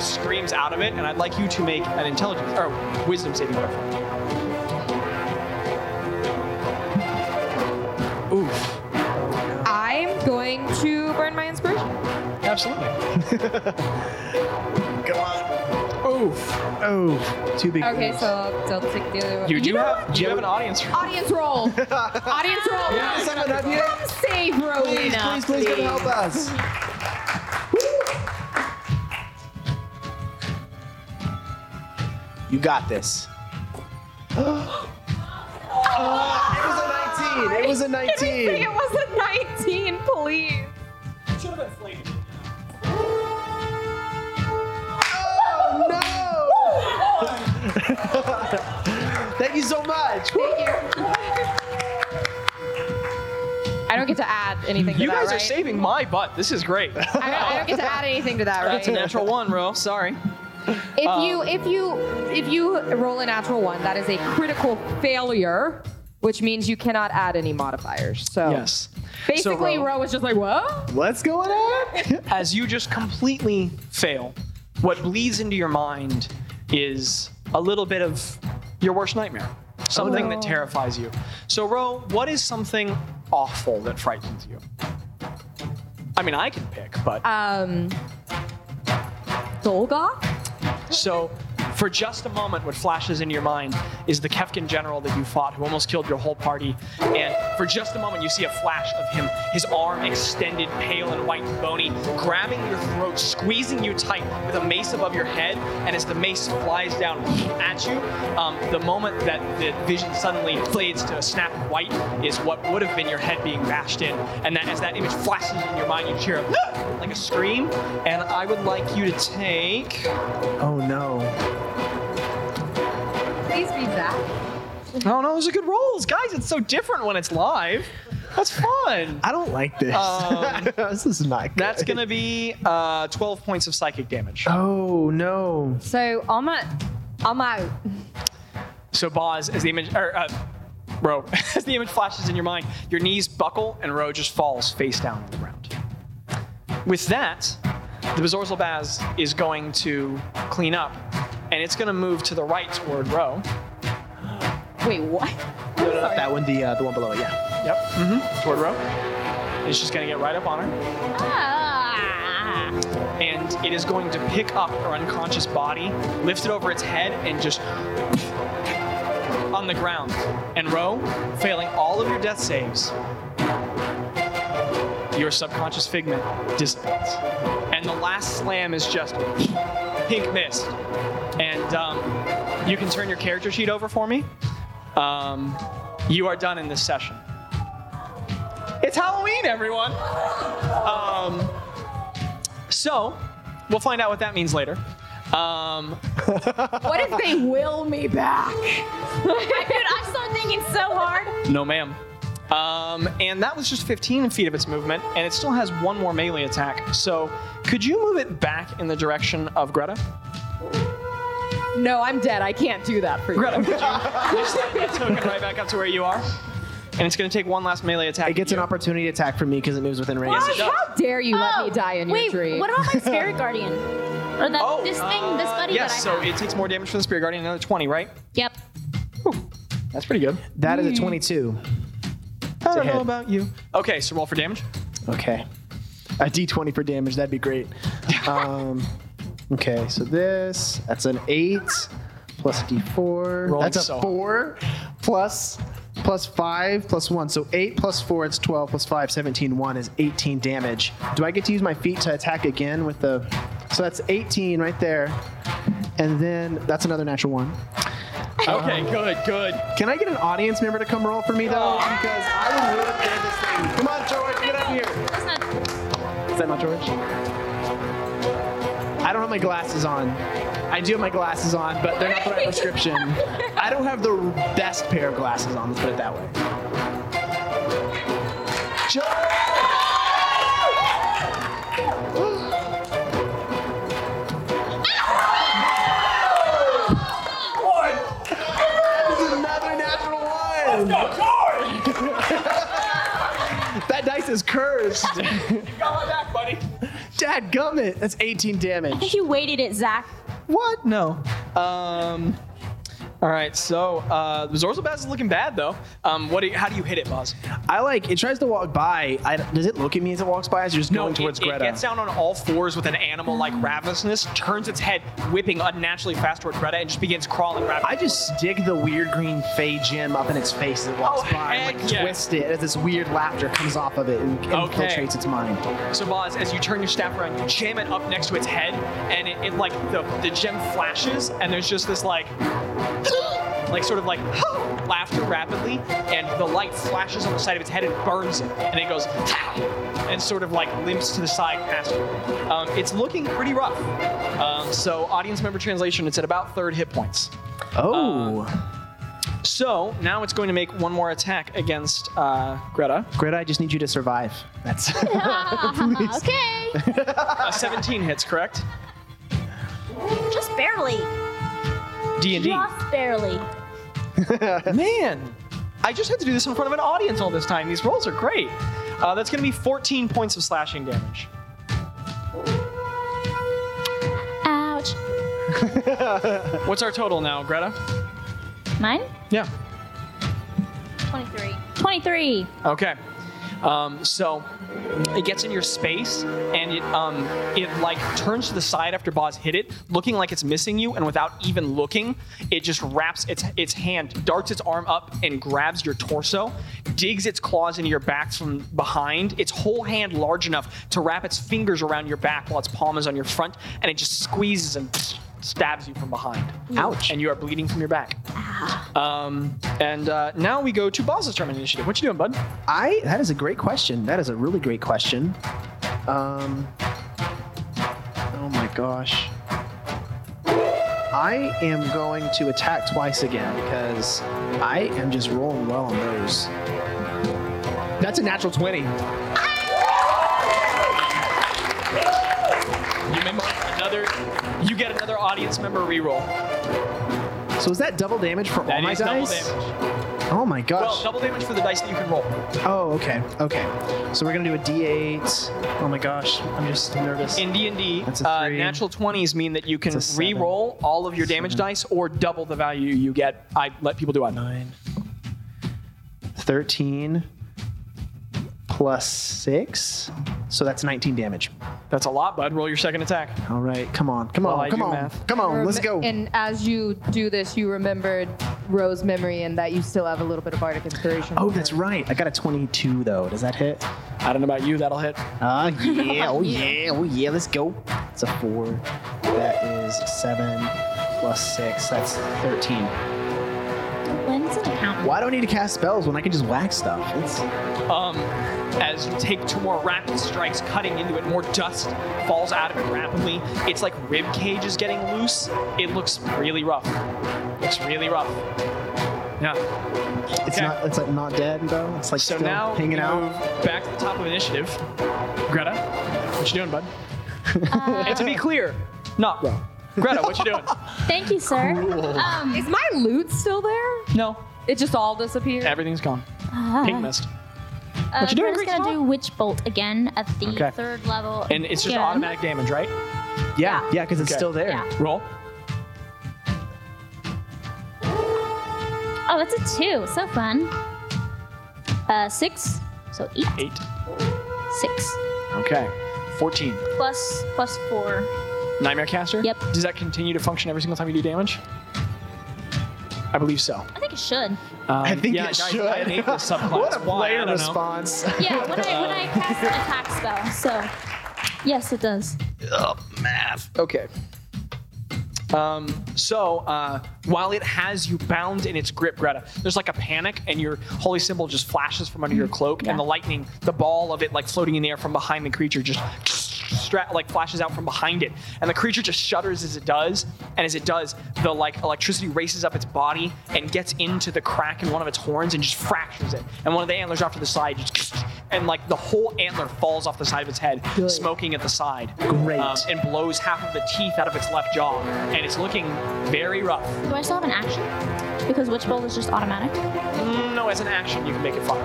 A: screams out of it. And I'd like you to make an intelligence or wisdom saving throw. for me. Oof!
E: I'm going to burn my inspiration.
A: Absolutely.
F: Go on.
A: Oof!
F: Oh, too big.
E: Okay, so I'll, I'll take the other one.
A: You do have you have an audience.
E: Audience roll. Audience roll.
F: Someone help me.
E: Come save
F: Please,
E: Rowena.
F: please, please, come help us. You got this. oh, it was a 19. It was a 19.
E: It was a 19, please.
F: Oh, no. Thank you so much.
E: I don't get to add anything to
A: You
E: that,
A: guys are
E: right?
A: saving my butt. This is great.
E: I don't, I don't get to add anything to that, right?
A: That's a natural one, Ro. Sorry.
E: If you if you if you roll a natural one, that is a critical failure, which means you cannot add any modifiers. So
A: Yes.
E: basically,
A: Ro-
E: Ro, was just like, "Whoa,
F: What's going on?
A: As you just completely fail, what bleeds into your mind is a little bit of your worst nightmare, something that terrifies you. So, Ro, what is something awful that frightens you? I mean, I can pick, but
E: um, Dolgoth."
A: so for just a moment, what flashes into your mind is the Kefkin general that you fought, who almost killed your whole party. And for just a moment, you see a flash of him, his arm extended, pale and white, bony, grabbing your throat, squeezing you tight with a mace above your head. And as the mace flies down at you, um, the moment that the vision suddenly fades to a snap of white is what would have been your head being bashed in. And that as that image flashes in your mind, you hear a, like a scream. And I would like you to take.
F: Oh, no.
E: Please be Zach.
A: Oh no, those are good rolls, guys. It's so different when it's live. That's fun.
F: I don't like this.
A: Um,
F: this is not good.
A: That's gonna be uh, 12 points of psychic damage.
F: Oh, no.
E: So on my on my
A: So Boz, as the image, or uh, Ro, as the image flashes in your mind, your knees buckle and Ro just falls face down on the ground. With that, the Bezorzal Baz is going to clean up, and it's gonna move to the right toward Ro.
E: wait, what?
F: That one, the uh, the one below it, yeah.
A: Yep. Mm-hmm. Toward Ro. It's just gonna get right up on her.
C: Ah.
A: and it is going to pick up her unconscious body, lift it over its head, and just on the ground. And Ro, failing all of your death saves, your subconscious figment dissipates. And the last slam is just pink mist. And um, you can turn your character sheet over for me. Um, you are done in this session. It's Halloween, everyone! Um, so, we'll find out what that means later. Um,
E: What if they will me back? Dude, I'm still thinking so hard.
A: no, ma'am. Um, and that was just 15 feet of its movement, and it still has one more melee attack. So, could you move it back in the direction of Greta?
E: No, I'm dead. I can't do that for you.
A: Greta, could you just let that token right back up to where you are? And it's going to take one last melee attack.
F: It gets an opportunity attack from me because it moves within range.
A: Yes, it does.
E: How dare you let me
C: Oh,
E: die in
C: wait,
E: your dream?
C: What about my spirit guardian? Or that
A: Oh,
C: this thing, this buddy
A: yes,
C: that I
A: so
C: have.
A: it takes more damage from the Spirit Guardian, another 20, right?
C: yep.
A: That's pretty good.
F: That is a 22.
A: I
F: don't know
A: about you. Okay, so roll for damage.
F: Okay. A d20 for damage. That'd be great. Um, okay, so this, that's an 8 plus a d4.
A: Rolling
F: that's a
A: so hard.
F: 4 plus plus 5 plus 1. So 8 plus 4, it's 12 plus 5, 17. 1 is 18 damage. Do I get to use my feet to attack again with the. So that's 18 right there. And then that's another natural one.
A: Okay,
F: Uh-huh.
A: good, good.
F: Can I get an audience member to come roll for me though? Because I would really enjoy this thing. Come on, George, get up here.
C: That's not.
F: Is that not George? I don't have my glasses on. I do have my glasses on, but they're not the right prescription. I don't have the best pair of glasses on, let's put it that way. George! That dice is cursed.
B: Got my back, buddy.
F: Dad gummit. That's 18
C: I
F: damage.
C: think you waited it, Zach.
B: What? No. Um. All right. So uh, the Zorzelbaz is looking bad though. Um. What? Do you, how do you hit it, Buzz?
F: I like, it tries to walk by. I, does it look at me as it walks by? As you're just going
B: it-
F: towards
B: it,
F: Greta.
B: gets down on all fours with an animal like ravenousness, turns its head, whipping unnaturally fast toward Greta, and just begins crawling rapidly.
F: I just stick the weird green Fey gem up in its face as it walks
B: Oh,
F: by, and,
B: heck
F: like
B: yeah.
F: twist it as this weird laughter comes off of it and
B: Okay.
F: infiltrates its mind.
B: So Boz, as you turn your staff around, you jam it up next to its head, and it, it like the, the gem flashes, and there's just this like, like sort of like laughter rapidly, and the light flashes on the side of its head and burns it, and it goes and sort of like limps to the side past you. Um, it's looking pretty rough. Um, so audience member translation, it's at about third hit points.
F: Oh,
B: Uh, So now it's going to make one more attack against uh, Greta.
F: Greta, I just need you to survive. That's
C: Ah, okay.
B: Uh, 17 hits, correct?
C: Just barely.
B: D and D.
C: Just barely.
B: Man, I just had to do this in front of an audience all this time. These rolls are great. Uh, that's going to be 14 points of slashing damage.
C: Ouch.
B: What's our total now, Greta?
C: Mine?
B: Yeah.
C: 23. 23.
B: Okay. Um, so it gets in your space and it um, it like turns to the side after Boz hit it, looking like it's missing you, and without even looking, it just wraps its its hand, darts its arm up, and grabs your torso, digs its claws into your back from behind, its whole hand large enough to wrap its fingers around your back while its palm is on your front, and it just squeezes and stabs you from behind.
F: Ouch.
B: And you are bleeding from your back. Um, and uh, now we go to Boz's turn on initiative. What you doing, bud?
F: I. That is a great question. That is a really great question. Um. Oh my gosh. I am going to attack twice again because I am just rolling well on those. That's a natural 20.
B: You mem- another. You get another audience member reroll.
F: So is that double damage for all
B: That
F: my
B: is double
F: dice?
B: damage.
F: Oh my
B: Well,
F: gosh.
B: double damage for the dice that you can roll.
F: oh, okay. Okay. So we're going to do a d8. Oh my gosh. I'm just nervous.
B: In D and D, uh,
F: That's a three.
B: natural twenties mean that you can
F: That's a seven.
B: re-roll all of your damage dice or double the value you get. I let people do it.
F: 9, 13 plus 6. So that's 19 damage.
B: That's a lot, bud. Roll your second attack.
F: All right. Come on. Come
B: Well, I
F: on. Come
B: do
F: on.
B: math.
F: Come on. Let's
E: Rem-
F: go.
E: And as you do this, you remembered Rose memory and that you still have a little bit of bardic inspiration.
F: Oh, that's right. I got a 22 though. Does that hit?
B: I don't know about you. That'll hit.
F: Ah, yeah. Oh, yeah. Oh, yeah. Let's go. It's a 4. That is 7 plus 6. That's 13.
C: Lynn's an accountant.
F: Why do I need to cast spells when I can just whack stuff? It's,
B: Um, as you take two more rapid strikes, cutting into it, more dust falls out of it rapidly. It's like rib cage is getting loose. It looks really rough. Looks really rough. Yeah.
F: it's
B: Okay.
F: not. It's like not dead though. It's like
B: So
F: still
B: now we
F: hanging out.
B: move back to the top of initiative. Greta, what you doing, bud? and to be clear, not wrong. Greta, what you doing?
C: Thank you, sir. Um,
E: Is my loot still there?
B: no,
E: It just all disappeared.
B: everything's gone. Pink mist.
C: uh,
B: you doing,
C: Chris
B: Rachel?
C: gonna do Witch Bolt again at the
B: Okay.
C: third level.
B: And it's just
C: again.
B: automatic damage, right?
F: Yeah, yeah, because it's
B: Okay.
F: still there.
C: Yeah.
B: Roll.
C: Oh, that's a two. So fun. Uh, six. So eight.
B: Eight.
C: Six.
B: Okay. 14.
C: Plus, plus four.
B: Nightmare caster?
C: Yep.
B: Does that continue to function every single time you do damage? I believe so.
C: I think it should.
B: Um,
F: I think
B: yeah,
F: it
B: guys,
F: should.
B: I hate this subclass.
F: what a
B: Why? I
F: player
B: don't know.
F: response.
C: Yeah, when I, when I cast an attack spell. So, yes, it does.
B: Okay. Um, so uh, while it has you bound in its grip, Greta, there's like a panic, and your holy symbol just flashes from under your cloak,
C: Yeah.
B: and the lightning, the ball of it, like floating in the air from behind the creature, just stra- like flashes out from behind it, and the creature just shudders as it does, and as it does, the like electricity races up its body and gets into the crack in one of its horns and just fractures it, and one of the antlers off to the side just and like the whole antler falls off the side of its head, smoking at the side.
F: Great.
B: um, and blows half of the teeth out of its left jaw, and it's looking very rough.
C: Do I still have an action? Because Witch Bolt is just automatic.
B: Mm, No, as an action, you can make it fire.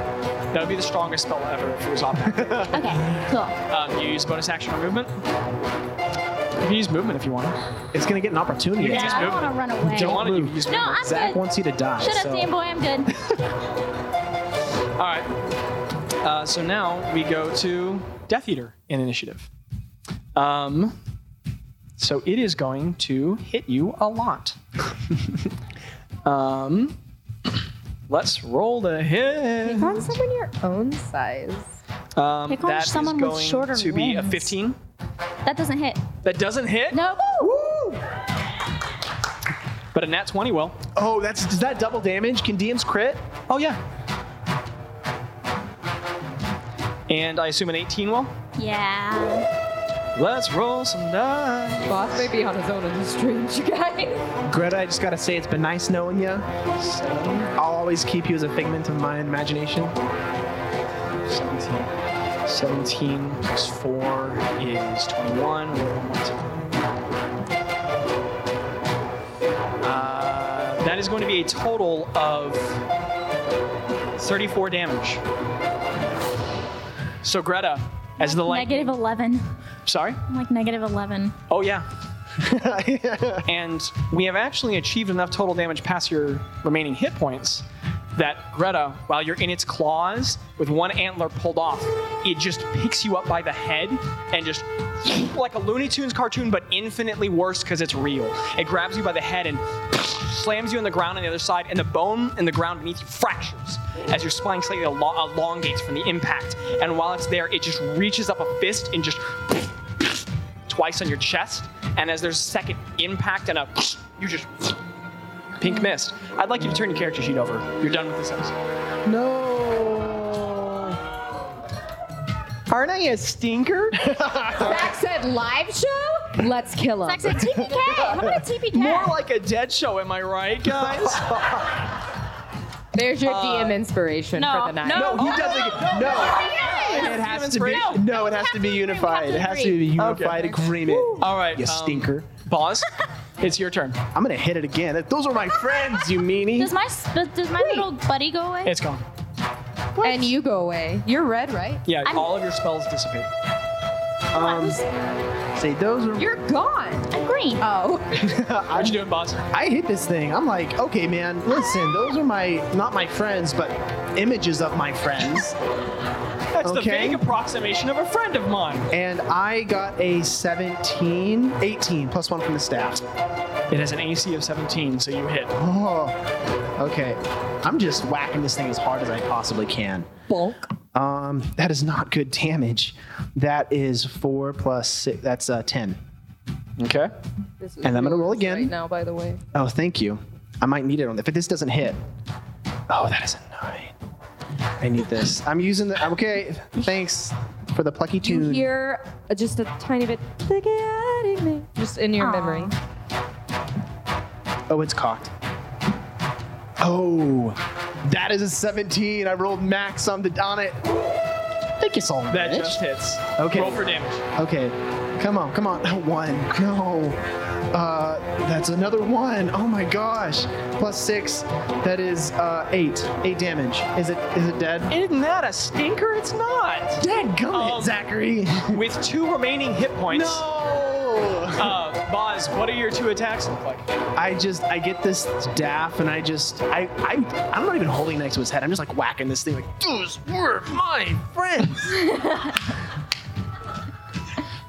B: That would be the strongest spell ever if it was automatic.
C: Okay, cool.
B: um, you use bonus action or movement. You can use movement if you want.
F: It's gonna get an opportunity.
B: Yeah. just
C: I don't
B: move.
C: want to run away.
B: Don't want it, you
F: move.
B: can use
C: no, I'm
F: Zach
C: good.
F: wants you to die.
C: Shut up,
F: so-
C: damn boy. I'm good.
B: All right. Uh, so now we go to Death Eater in initiative. Um, so it is going to hit you a lot. um, let's roll the hit.
J: Find someone your own size.
B: Um,
C: Pick on
B: that is
C: someone with
B: going
C: shorter
B: to be a
C: limbs.
B: 15.
C: That doesn't hit.
B: That doesn't hit,
C: No.
B: but a nat 20 will.
F: Oh, that's does that double damage? Can DMs crit?
B: Oh, yeah. And I assume an 18 will.
C: Yeah.
B: Let's roll some dice.
E: Boss may be on his own in the street, you guys.
F: Greta, I just gotta say it's been nice knowing you. I'll always keep you as a figment of my imagination.
B: 17. 17 plus 4 is 21. Roll one more time. Uh, that is going to be a total of 34 damage. So Greta, as the light.
C: Negative 11.
B: Sorry?
C: I'm like negative 11.
B: Oh, yeah. and we have actually achieved enough total damage past your remaining hit points that Greta, while you're in its claws with one antler pulled off, it just picks you up by the head and just like a Looney Tunes cartoon, but infinitely worse because it's real. It grabs you by the head and slams you on the ground on the other side, and the bone in the ground beneath you fractures as your spine slightly elo- elongates from the impact. And while it's there, it just reaches up a fist and just twice on your chest, and as there's a second impact and a you just pink mist. I'd like you to turn your character sheet over. You're done with this episode.
F: No. Aren't I a stinker?
E: Zach said live show? Let's kill him.
C: Zach said TPK. How about a TPK?
B: More like a dead show, am I right, guys?
E: There's your DM inspiration
C: "Uh, no,
E: for the night.
C: no.
F: he doesn't. get- No.
B: it has to be.
F: No, it has to be unified. It has to be a
B: Okay.
F: unified agreement.
B: All right,
F: You
B: um,
F: stinker.
B: Boss, it's your turn.
F: I'm gonna hit it again. Those are my friends, you meanie.
C: Does my does- does my little buddy go away?
B: It's gone.
E: And you go away. You're red, right?
B: Yeah,
C: I'm-
B: all of your spells dissipate.
F: Um, say those are.
E: You're gone.
C: I'm green.
E: Oh.
B: What you doing, boss?
F: I hit this thing. I'm like, okay, man, listen, those are my not my friends, but images of my friends.
B: That's the
F: Okay.
B: vague approximation of a friend of mine.
F: And I got a 17, 18 plus one from the staff.
B: It has an AC of 17, so you hit.
F: Oh, okay. I'm just whacking this thing as hard as I possibly can.
E: Bulk.
F: Um, that is not good damage. That is four plus six. That's uh, ten.
B: Okay.
F: And I'm gonna roll
E: Right
F: again.
E: now, by the way.
F: Oh, thank you. I might need it on. If this doesn't hit, oh, that is a nine. I need this. I'm using the. Okay, thanks for the plucky
J: You
F: tune.
J: hear uh, just a tiny bit, "The chaotic man," just in your
C: Aw.
J: memory.
F: Oh, it's cocked. Oh, that is a 17. I rolled max on the on it. I think it's all
B: That
F: rich.
B: just hits.
F: Okay.
B: Roll for damage.
F: Okay, come on, come on. One. No. Uh, that's another one. Oh my gosh. Plus six. That is uh, eight. Eight damage. Is it? Is it dead?
B: Isn't that a stinker? It's not.
F: Dead. Come
B: Um,
F: Zachary.
B: With two remaining hit points.
F: no.
B: Uh, Boz, what are your two attacks look like?
F: I just I get this staff and I just I I I'm not even holding next to his head. I'm just like whacking this thing like
K: Those were mine.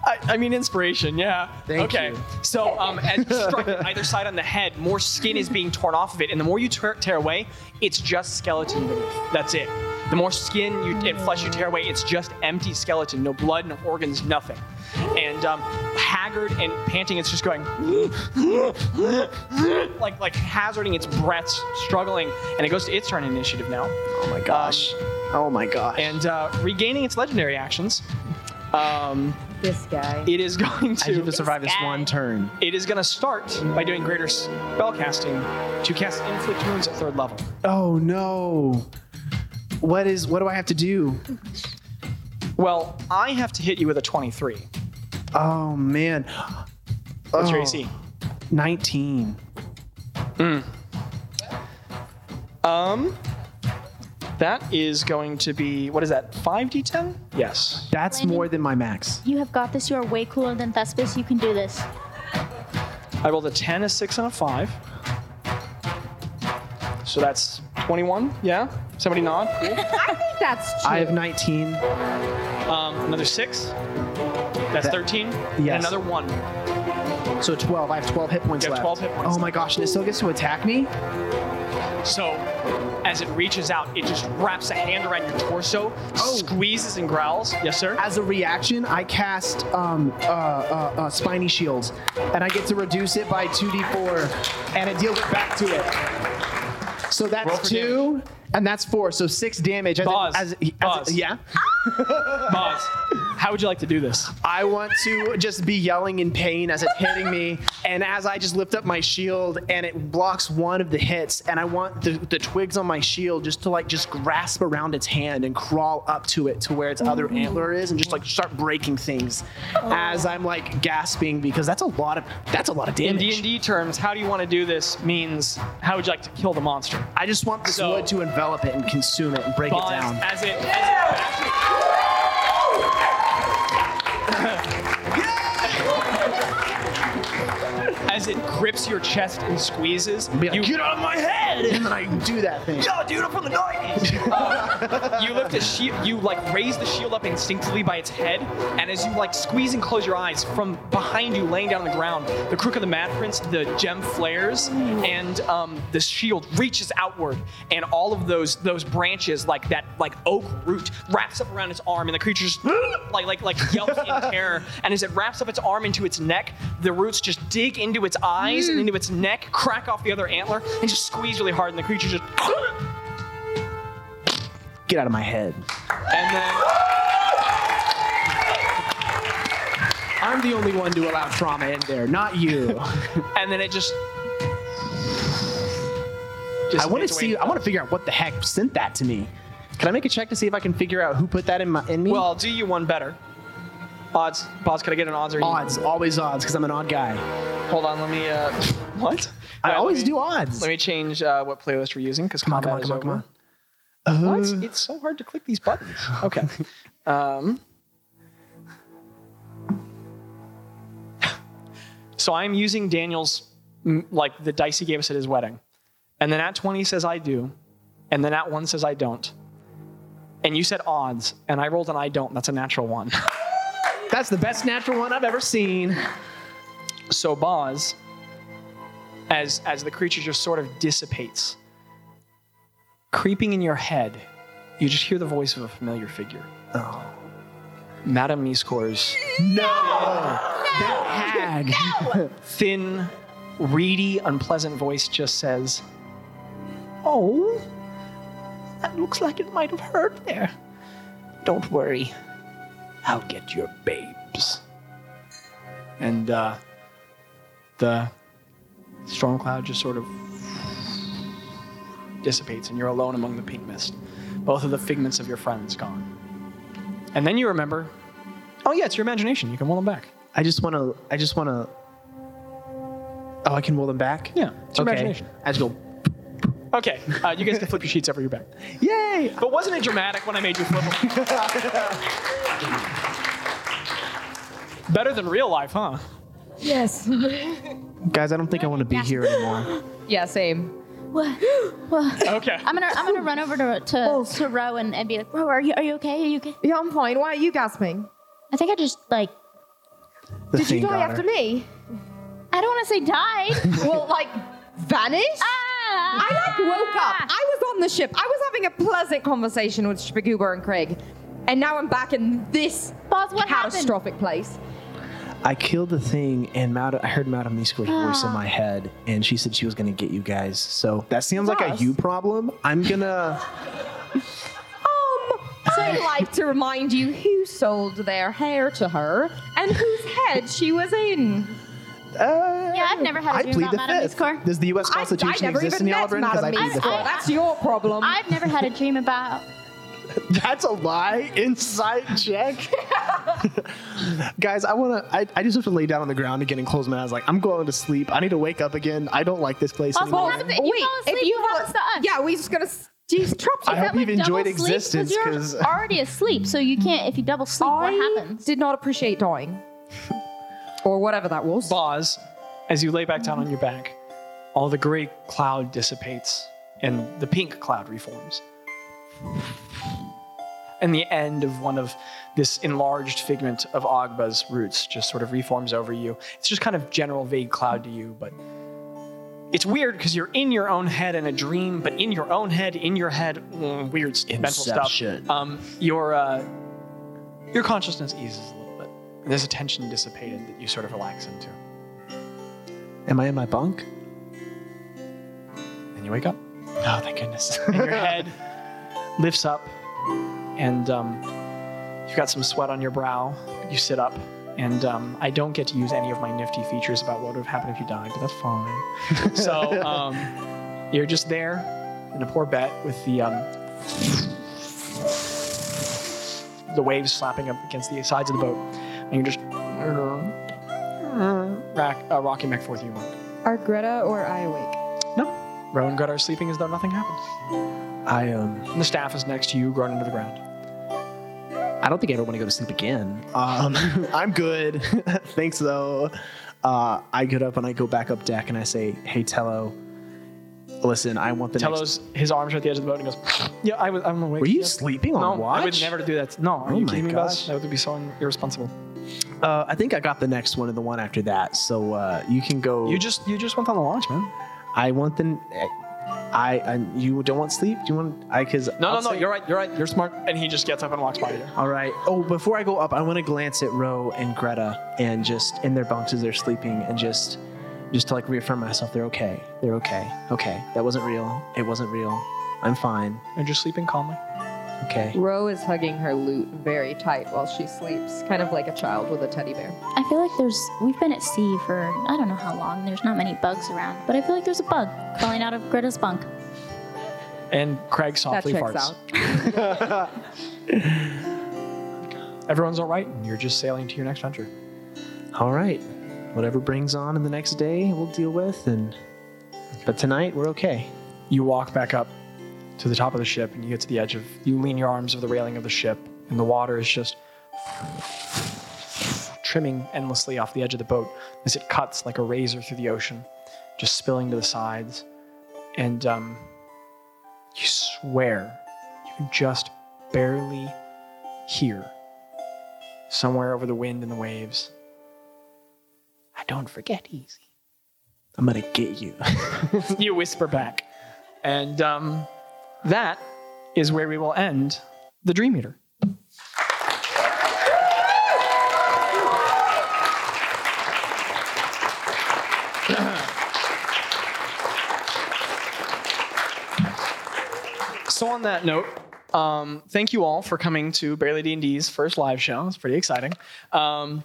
B: I, I mean, inspiration, yeah.
F: Thank
B: okay.
F: you.
B: So, um, as you strike it either side on the head, more skin is being torn off of it, and the more you tear, tear away, it's just skeleton beneath. That's it. The more skin you, and flesh you tear away, it's just empty skeleton, no blood, no organs, nothing. And um, haggard and panting, it's just going like like hazarding its breaths, struggling, and it goes to its turn initiative now.
F: oh my gosh. Oh my gosh.
B: and uh, regaining its legendary actions. Um,
E: This guy.
B: it is going
F: I need to
B: to.
F: survive this one turn.
B: It is going to start by doing greater spell casting to cast inflict wounds at third level.
F: Oh no. What is what do I have to do?
B: Well, I have to hit you with a 23.
F: Oh man.
B: What's your
F: Oh,
B: AC?
F: 19.
B: Um, that is going to be what is that? 5d10? Yes.
F: That's
C: Landon.
F: more than my max.
C: You have got this. You are way cooler than Thespis. You can do this.
B: I rolled a 10, a 6, and a 5. So that's 21. Yeah. Somebody nod. Cool.
E: That's true.
F: I have 19.
B: Um, another 6. That's
F: That-
B: 13. And
F: yes.
B: another 1.
F: So 12. I have 12 hit points
B: You have
F: left.
B: 12 hit points
F: Oh my gosh, and it still gets to attack me?
B: So, as it reaches out, it just wraps a hand around your torso,
F: Oh.
B: squeezes and growls. Yes, sir.
F: As a reaction, I cast um, uh, uh, uh, Spiny Shields, and I get to reduce it by 2d4, and it deals it back to it. So
B: Roll
F: that's
B: for
F: two, and that's four, so six damage. As it-
B: Buzz.
F: as- as-
B: Buzz.
F: yeah.
B: Boz, how would you like to do this?
F: I want to just be yelling in pain as it's hitting me, and as I just lift up my shield, and it blocks one of the hits, and I want the, the twigs on my shield just to like just grasp around its hand and crawl up to it to where its other
B: Oh.
F: antler is, and just like start breaking things as I'm like gasping because that's a lot of that's a lot of
B: In
F: damage.
B: D&D terms, how do you want to do this means how would you like to kill the monster?
F: I just want this
B: So-
F: wood to envelop it and consume it and break
B: Boz,
F: it down.
B: as it... As it grips your chest and squeezes,
F: Be like,
B: you,
F: "Get out of my head! And then I do that thing.
B: you lift a shield, you like raise the shield up instinctively by its head, and as you like squeeze and close your eyes, from behind you, laying down on the ground, the crook of the Mad Prince, the gem flares, and um, the shield reaches outward, and all of those those branches, like that like oak root, wraps up around its arm, and the creature just like like like yelps in terror, and as it wraps up its arm into its neck, the roots just dig into its eyes and into its neck, crack off the other antler, and just squeeze really hard, and the creature just
F: Get out of my head.
B: and then.
F: I'm the only one to allow trauma in there, not you.
B: and then it just.
F: I want to see. I want to figure out what the heck sent that to me. Can I make a check to see if I can figure out who put that in my in me?
B: Well, I'll do you one better. Odds, boss. Can I get an odds or even?
F: odds, always odds, because I'm an odd guy.
B: Hold on, let me. Uh, what?
F: I
B: Alright,
F: always
B: let me-
F: do odds.
B: Let me change uh, what playlist we're using because
F: come on, come on, come on, come on.
B: What? It's so hard to click these buttons. Okay. um, so I'm using Daniel's, m- like the dice he gave us at his wedding. And then at 20 says I do. And then at 1 says I don't. And you said odds. And I rolled an I don't. That's a natural one.
F: That's the best natural one I've ever seen.
B: So Boz, as as the creature just sort of dissipates, creeping in your head, you just hear the voice of a familiar figure. Oh. Madame Miscor's
F: Hag.
B: thin, reedy, unpleasant voice just says, Oh, that looks like it might have hurt there. Don't worry. I'll get your babes. And uh, the storm cloud just sort of dissipates, and you're alone among the pink mist. Both of the figments of your friends gone. And then you remember oh, yeah, it's your imagination. You can roll them back.
F: I just want to. I just want to. Oh, I can roll them back.
B: Yeah, it's your
F: okay.
B: imagination.
F: I just go.
B: Okay, uh, you guys can flip your sheets over your back.
F: Yay!
B: But wasn't it dramatic when I made you flip them? Better than real life, huh?
L: Yes.
F: Guys, I don't think I want to be here anymore.
L: Yeah, same.
C: What? what?
B: Okay.
C: I'm gonna I'm gonna run over to to, to Row and, and be like, Row, are you are you okay? Are you okay?
E: yeah, I'm fine. Why are you gasping?
C: I think I just like
F: The
E: Did you
F: thing
E: die
F: got
E: after
F: her.
E: me?
C: I don't want to say died.
E: well, like vanished.
C: ah!
E: I like woke up.
J: Ah!
E: I was on the ship. I was having a pleasant conversation with Spagoober and Craig, and now I'm back in this
C: Boss, what happened?
E: catastrophic place.
F: I killed the thing, and Mad- I heard Madame Miscor's voice
C: Ah.
F: in my head, and she said she was gonna get you guys. So that sounds like a
E: Us.
F: you problem. I'm gonna.
E: Um, I'd like to remind you who sold their hair to her and whose head she was in.
F: Uh,
C: Yeah, I've never had a
F: I
C: dream
F: plead
C: about
F: the
C: Madame
F: fifth.
C: Miscor.
F: Does the U.S.
E: I, I
F: Constitution
E: never
F: exist
E: even
F: in the
E: met
F: Albert?
E: Madame
F: I plead the
E: Miscor.
F: fifth.
E: That's your problem.
C: I've never had a dream about
F: That's a lie. Inside check. Guys, I wanna. I, I just have to lay down on the ground again and close my eyes. Like I'm going to sleep. I need to wake up again. I don't like this place
C: Also,
F: anymore.
C: what happens if you fall asleep? what happens to us?
E: Yeah, we just gonna. s- Jeez, Trump.
F: I
C: Is that
F: hope you've
C: like double
F: enjoyed
C: sleep? 'Cause
F: existence because
C: you're already asleep, so you can't. If you double sleep, what happens?
E: did not appreciate dying, or whatever that was.
A: Pause. As you lay back down on your back, all the gray cloud dissipates and the pink cloud reforms. And the end of one of this enlarged figment of Ogba's roots just sort of reforms over you. It's just kind of general vague cloud to you, but it's weird because you're in your own head in a dream, but in your own head, in your head, mm, weird s- mental
F: Inception.
A: stuff. Um, your uh, your consciousness eases a little bit. There's a tension dissipated that you sort of relax into.
F: am I in my bunk?
A: And you wake up. Oh, thank goodness. And your head lifts up, and um, you've got some sweat on your brow. You sit up, and um, I don't get to use any of my nifty features about what would have happened if you died, but that's fine. so um, you're just there in a poor bet with the um, the waves slapping up against the sides of the boat, and you're just rack, uh, rocking back and forth in your bunk.
E: Are Greta or I awake?
A: No, Rowan and Greta are sleeping as though nothing happened.
F: I um.
A: And the staff is next to you, grown into the ground.
F: I don't think I ever want to go to sleep again. Um, I'm good. Thanks though. Uh, I get up and I go back up deck and I say, "Hey, Tello, listen, I want the next."
A: Tello's his arms are at the edge of the boat and he goes, Yeah, I was, I'm awake.
F: Were you
A: yes."
F: sleeping on
A: No,
F: watch?
A: I would never do that. No, are
F: Oh
A: you
F: my
A: kidding me,
F: gosh.
A: Buzz? That would be so irresponsible.
F: Uh, I think I got the next one and the one after that. So uh, you can go.
A: You just you just went on the launch, man.
F: I want the. I, I you don't want sleep? Do you want? I because
A: right, you're right, you're smart. And he just gets up and walks by you.
F: All right. Oh, before I go up, I want to glance at Ro and Greta and just in their bunks as they're sleeping and just just to like reaffirm myself they're okay. They're okay. Okay. That wasn't real. It wasn't real. I'm fine.
A: And just sleeping calmly.
F: Okay.
E: Ro is hugging her lute very tight while she sleeps, kind of like a child with a teddy bear.
C: I feel like there's we've been at sea for I don't know how long. There's not many bugs around, but I feel like there's a bug crawling out of Greta's bunk.
A: And Craig softly
E: that
A: farts.
E: checks out.
A: Everyone's all right, and you're just sailing to your next venture.
F: All right. Whatever brings on in the next day, we'll deal with and but tonight we're okay.
A: You walk back up to the top of the ship and you get to the edge of you lean your arms over the railing of the ship and the water is just trimming endlessly off the edge of the boat as it cuts like a razor through the ocean, just spilling to the sides. And um, you swear you can just barely hear somewhere over the wind and the waves. I don't forget easy
F: I'm gonna get you.
A: you whisper back. And um, that is where we will end the Dream Eater. so on that note, um, thank you all for coming to Barely D&D's first live show. It's pretty exciting. Um,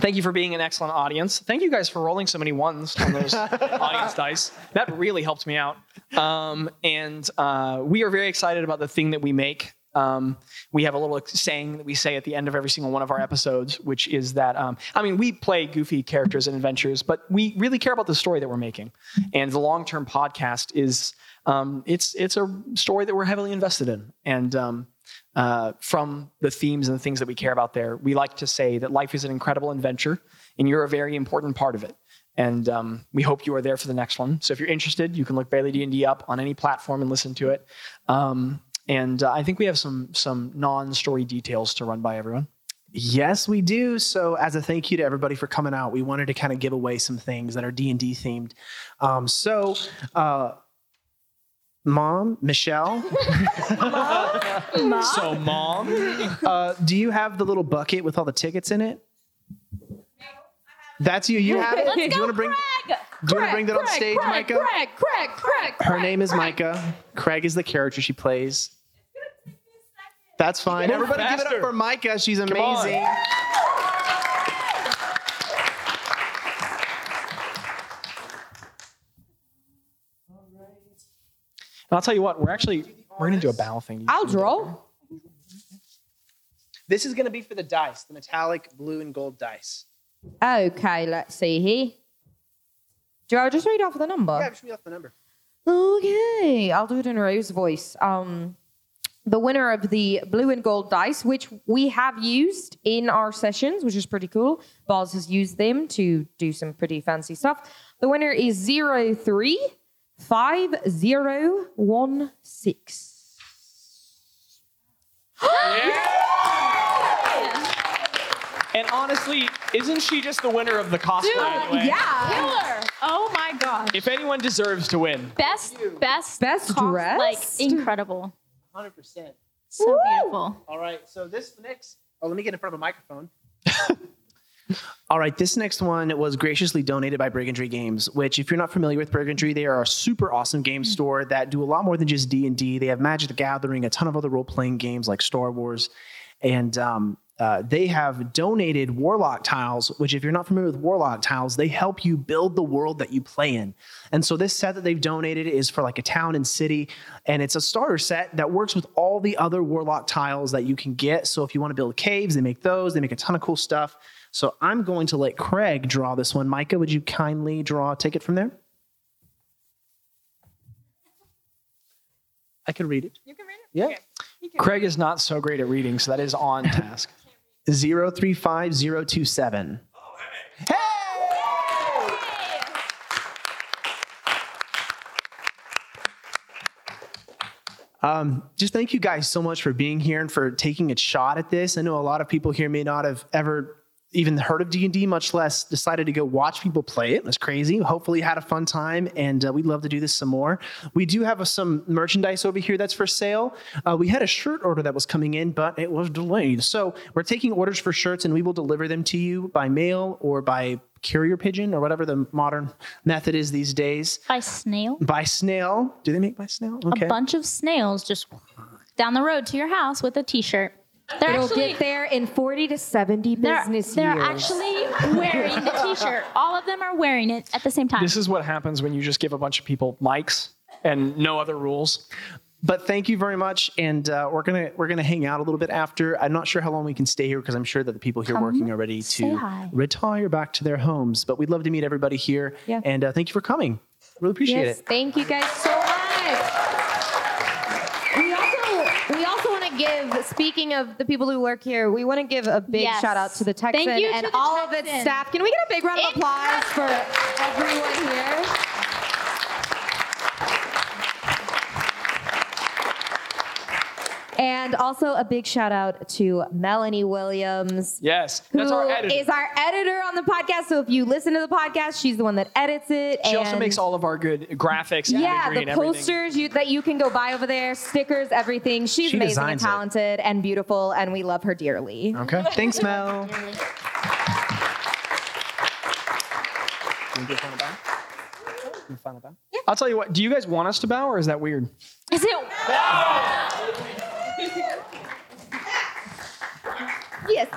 A: Thank you for being an excellent audience. Thank you guys for rolling so many ones on those audience dice. That really helped me out. Um, and uh, we are very excited about the thing that we make. Um, we have a little saying that we say at the end of every single one of our episodes, which is that um, I mean, we play goofy characters and adventures, but we really care about the story that we're making. And the long term podcast is um, it's it's a story that we're heavily invested in. And um, uh, from the themes and the things that we care about there. We like to say that life is an incredible adventure, and you're a very important part of it. And um, we hope you are there for the next one. So if you're interested, you can look Bailey D and D up on any platform and listen to it. Um, and uh, I think we have some some non-story details to run by everyone.
F: Yes, we do. So, as a thank you to everybody for coming out, we wanted to kind of give away some things that are D and D themed. Um, so, uh, Mom Michelle,
A: So mom,
F: uh, do you have the little bucket with all the tickets in it? That's you. You have it. do you want to bring? Do you want to bring that on stage, Micah?
E: Craig, Craig, Craig.
F: Her name is Micah. Craig is the character she plays. That's fine.
A: Move
F: Everybody give it
A: faster.
F: up for Micah. She's
A: on.
F: amazing.
A: and I'll tell you what, we're actually we're gonna do a battle thing.
E: I'll draw.
F: This is going to be for the dice, the metallic blue and gold dice.
E: Okay, let's see here. Do I just read off the number?
F: Yeah, just read off the number.
E: Okay, I'll do it in Ray's voice. Um, the winner of the blue and gold dice, which we have used in our sessions, which is pretty cool. Balls has used them to do some pretty fancy stuff. The winner is zero three five zero one six.
A: And honestly, isn't she just the winner of the cosplay? anyway?
E: Yeah,
D: Killer. Oh my gosh.
A: If anyone deserves to win,
C: Best, best,
E: Best
C: cos-
E: dressed?
C: like incredible,
F: 100%.
C: so beautiful.
F: All right, so this next. Oh, let me get in front of a microphone. All right, this next one was graciously donated by Brigandry Games, which, if you're not familiar with Brigandry, they are a super awesome game store that do a lot more than just D and D. They have Magic the Gathering, a ton of other role-playing games like Star Wars, and um, uh, they have donated Warlock tiles. Which, if you're not familiar with Warlock tiles, they help you build the world that you play in. And so, this set that they've donated is for like a town and city, and it's a starter set that works with all the other Warlock tiles that you can get. So, if you want to build caves, they make those. They make a ton of cool stuff. So I'm going to let Craig draw this one. Micah, would you kindly draw, take it from there? I can read it. You can read it? Yeah.
A: Craig is not so great at reading, so that is on task.
F: Zero three five zero two seven. Um, just thank you guys so much for being here and for taking a shot at this. I know a lot of people here may not have ever even heard of D&D, much less decided to go watch people play it. It was crazy. Hopefully you had a fun time and uh, we'd love to do this some more. We do have uh, some merchandise over here that's for sale. Uh, we had a shirt order that was coming in, but it was delayed. So we're taking orders for shirts and we will deliver them to you by mail or by carrier pigeon or whatever the modern method is these days.
C: By snail,
F: By snail. Do they make by snail? Okay.
C: a bunch of snails just down the road to your house with a T-shirt. They're
E: it'll
C: actually
E: get there in forty to seventy
C: they're,
E: business
C: they're
E: years.
C: actually wearing the T-shirt. All of them are wearing it at the same time.
A: This is what happens when you just give a bunch of people mics and no other rules.
F: but thank you very much and uh, we're gonna we're gonna hang out a little bit after i'm not sure how long we can stay here because i'm sure that the people here working are ready
C: say
F: to
C: hi.
F: retire back to their homes but we'd love to meet everybody here
E: Yeah.
F: and uh, thank you for coming really appreciate
E: yes,
F: it
E: Thank you guys so much. We also we also want to give. Speaking of the people who work here, we want to give a big
C: Yes.
E: shout out to the
C: Thank
E: Texan
C: you to
E: and
C: the
E: all of its
C: Texan.
E: staff. Can we get a big round of
C: In
E: applause for everyone here? And also a big shout out to Melanie Williams.
A: Yes,
E: who
A: that's our
E: is
A: editor.
E: our editor on the podcast. So if you listen to the podcast, she's the one that edits it.
A: She also
E: and-
A: makes all of our good graphics and
E: yeah,
A: imagery
E: the
A: and everything.
E: posters you, that you can go buy over there, stickers, everything. She's
F: She
E: amazing and
F: designs it.
E: talented and beautiful, and we love her dearly.
F: okay thanks mel Can we do a final bow? Can we final bow?
A: I'll tell you what. Do you guys want us to bow, or is that weird?
C: Is it?
E: Yes.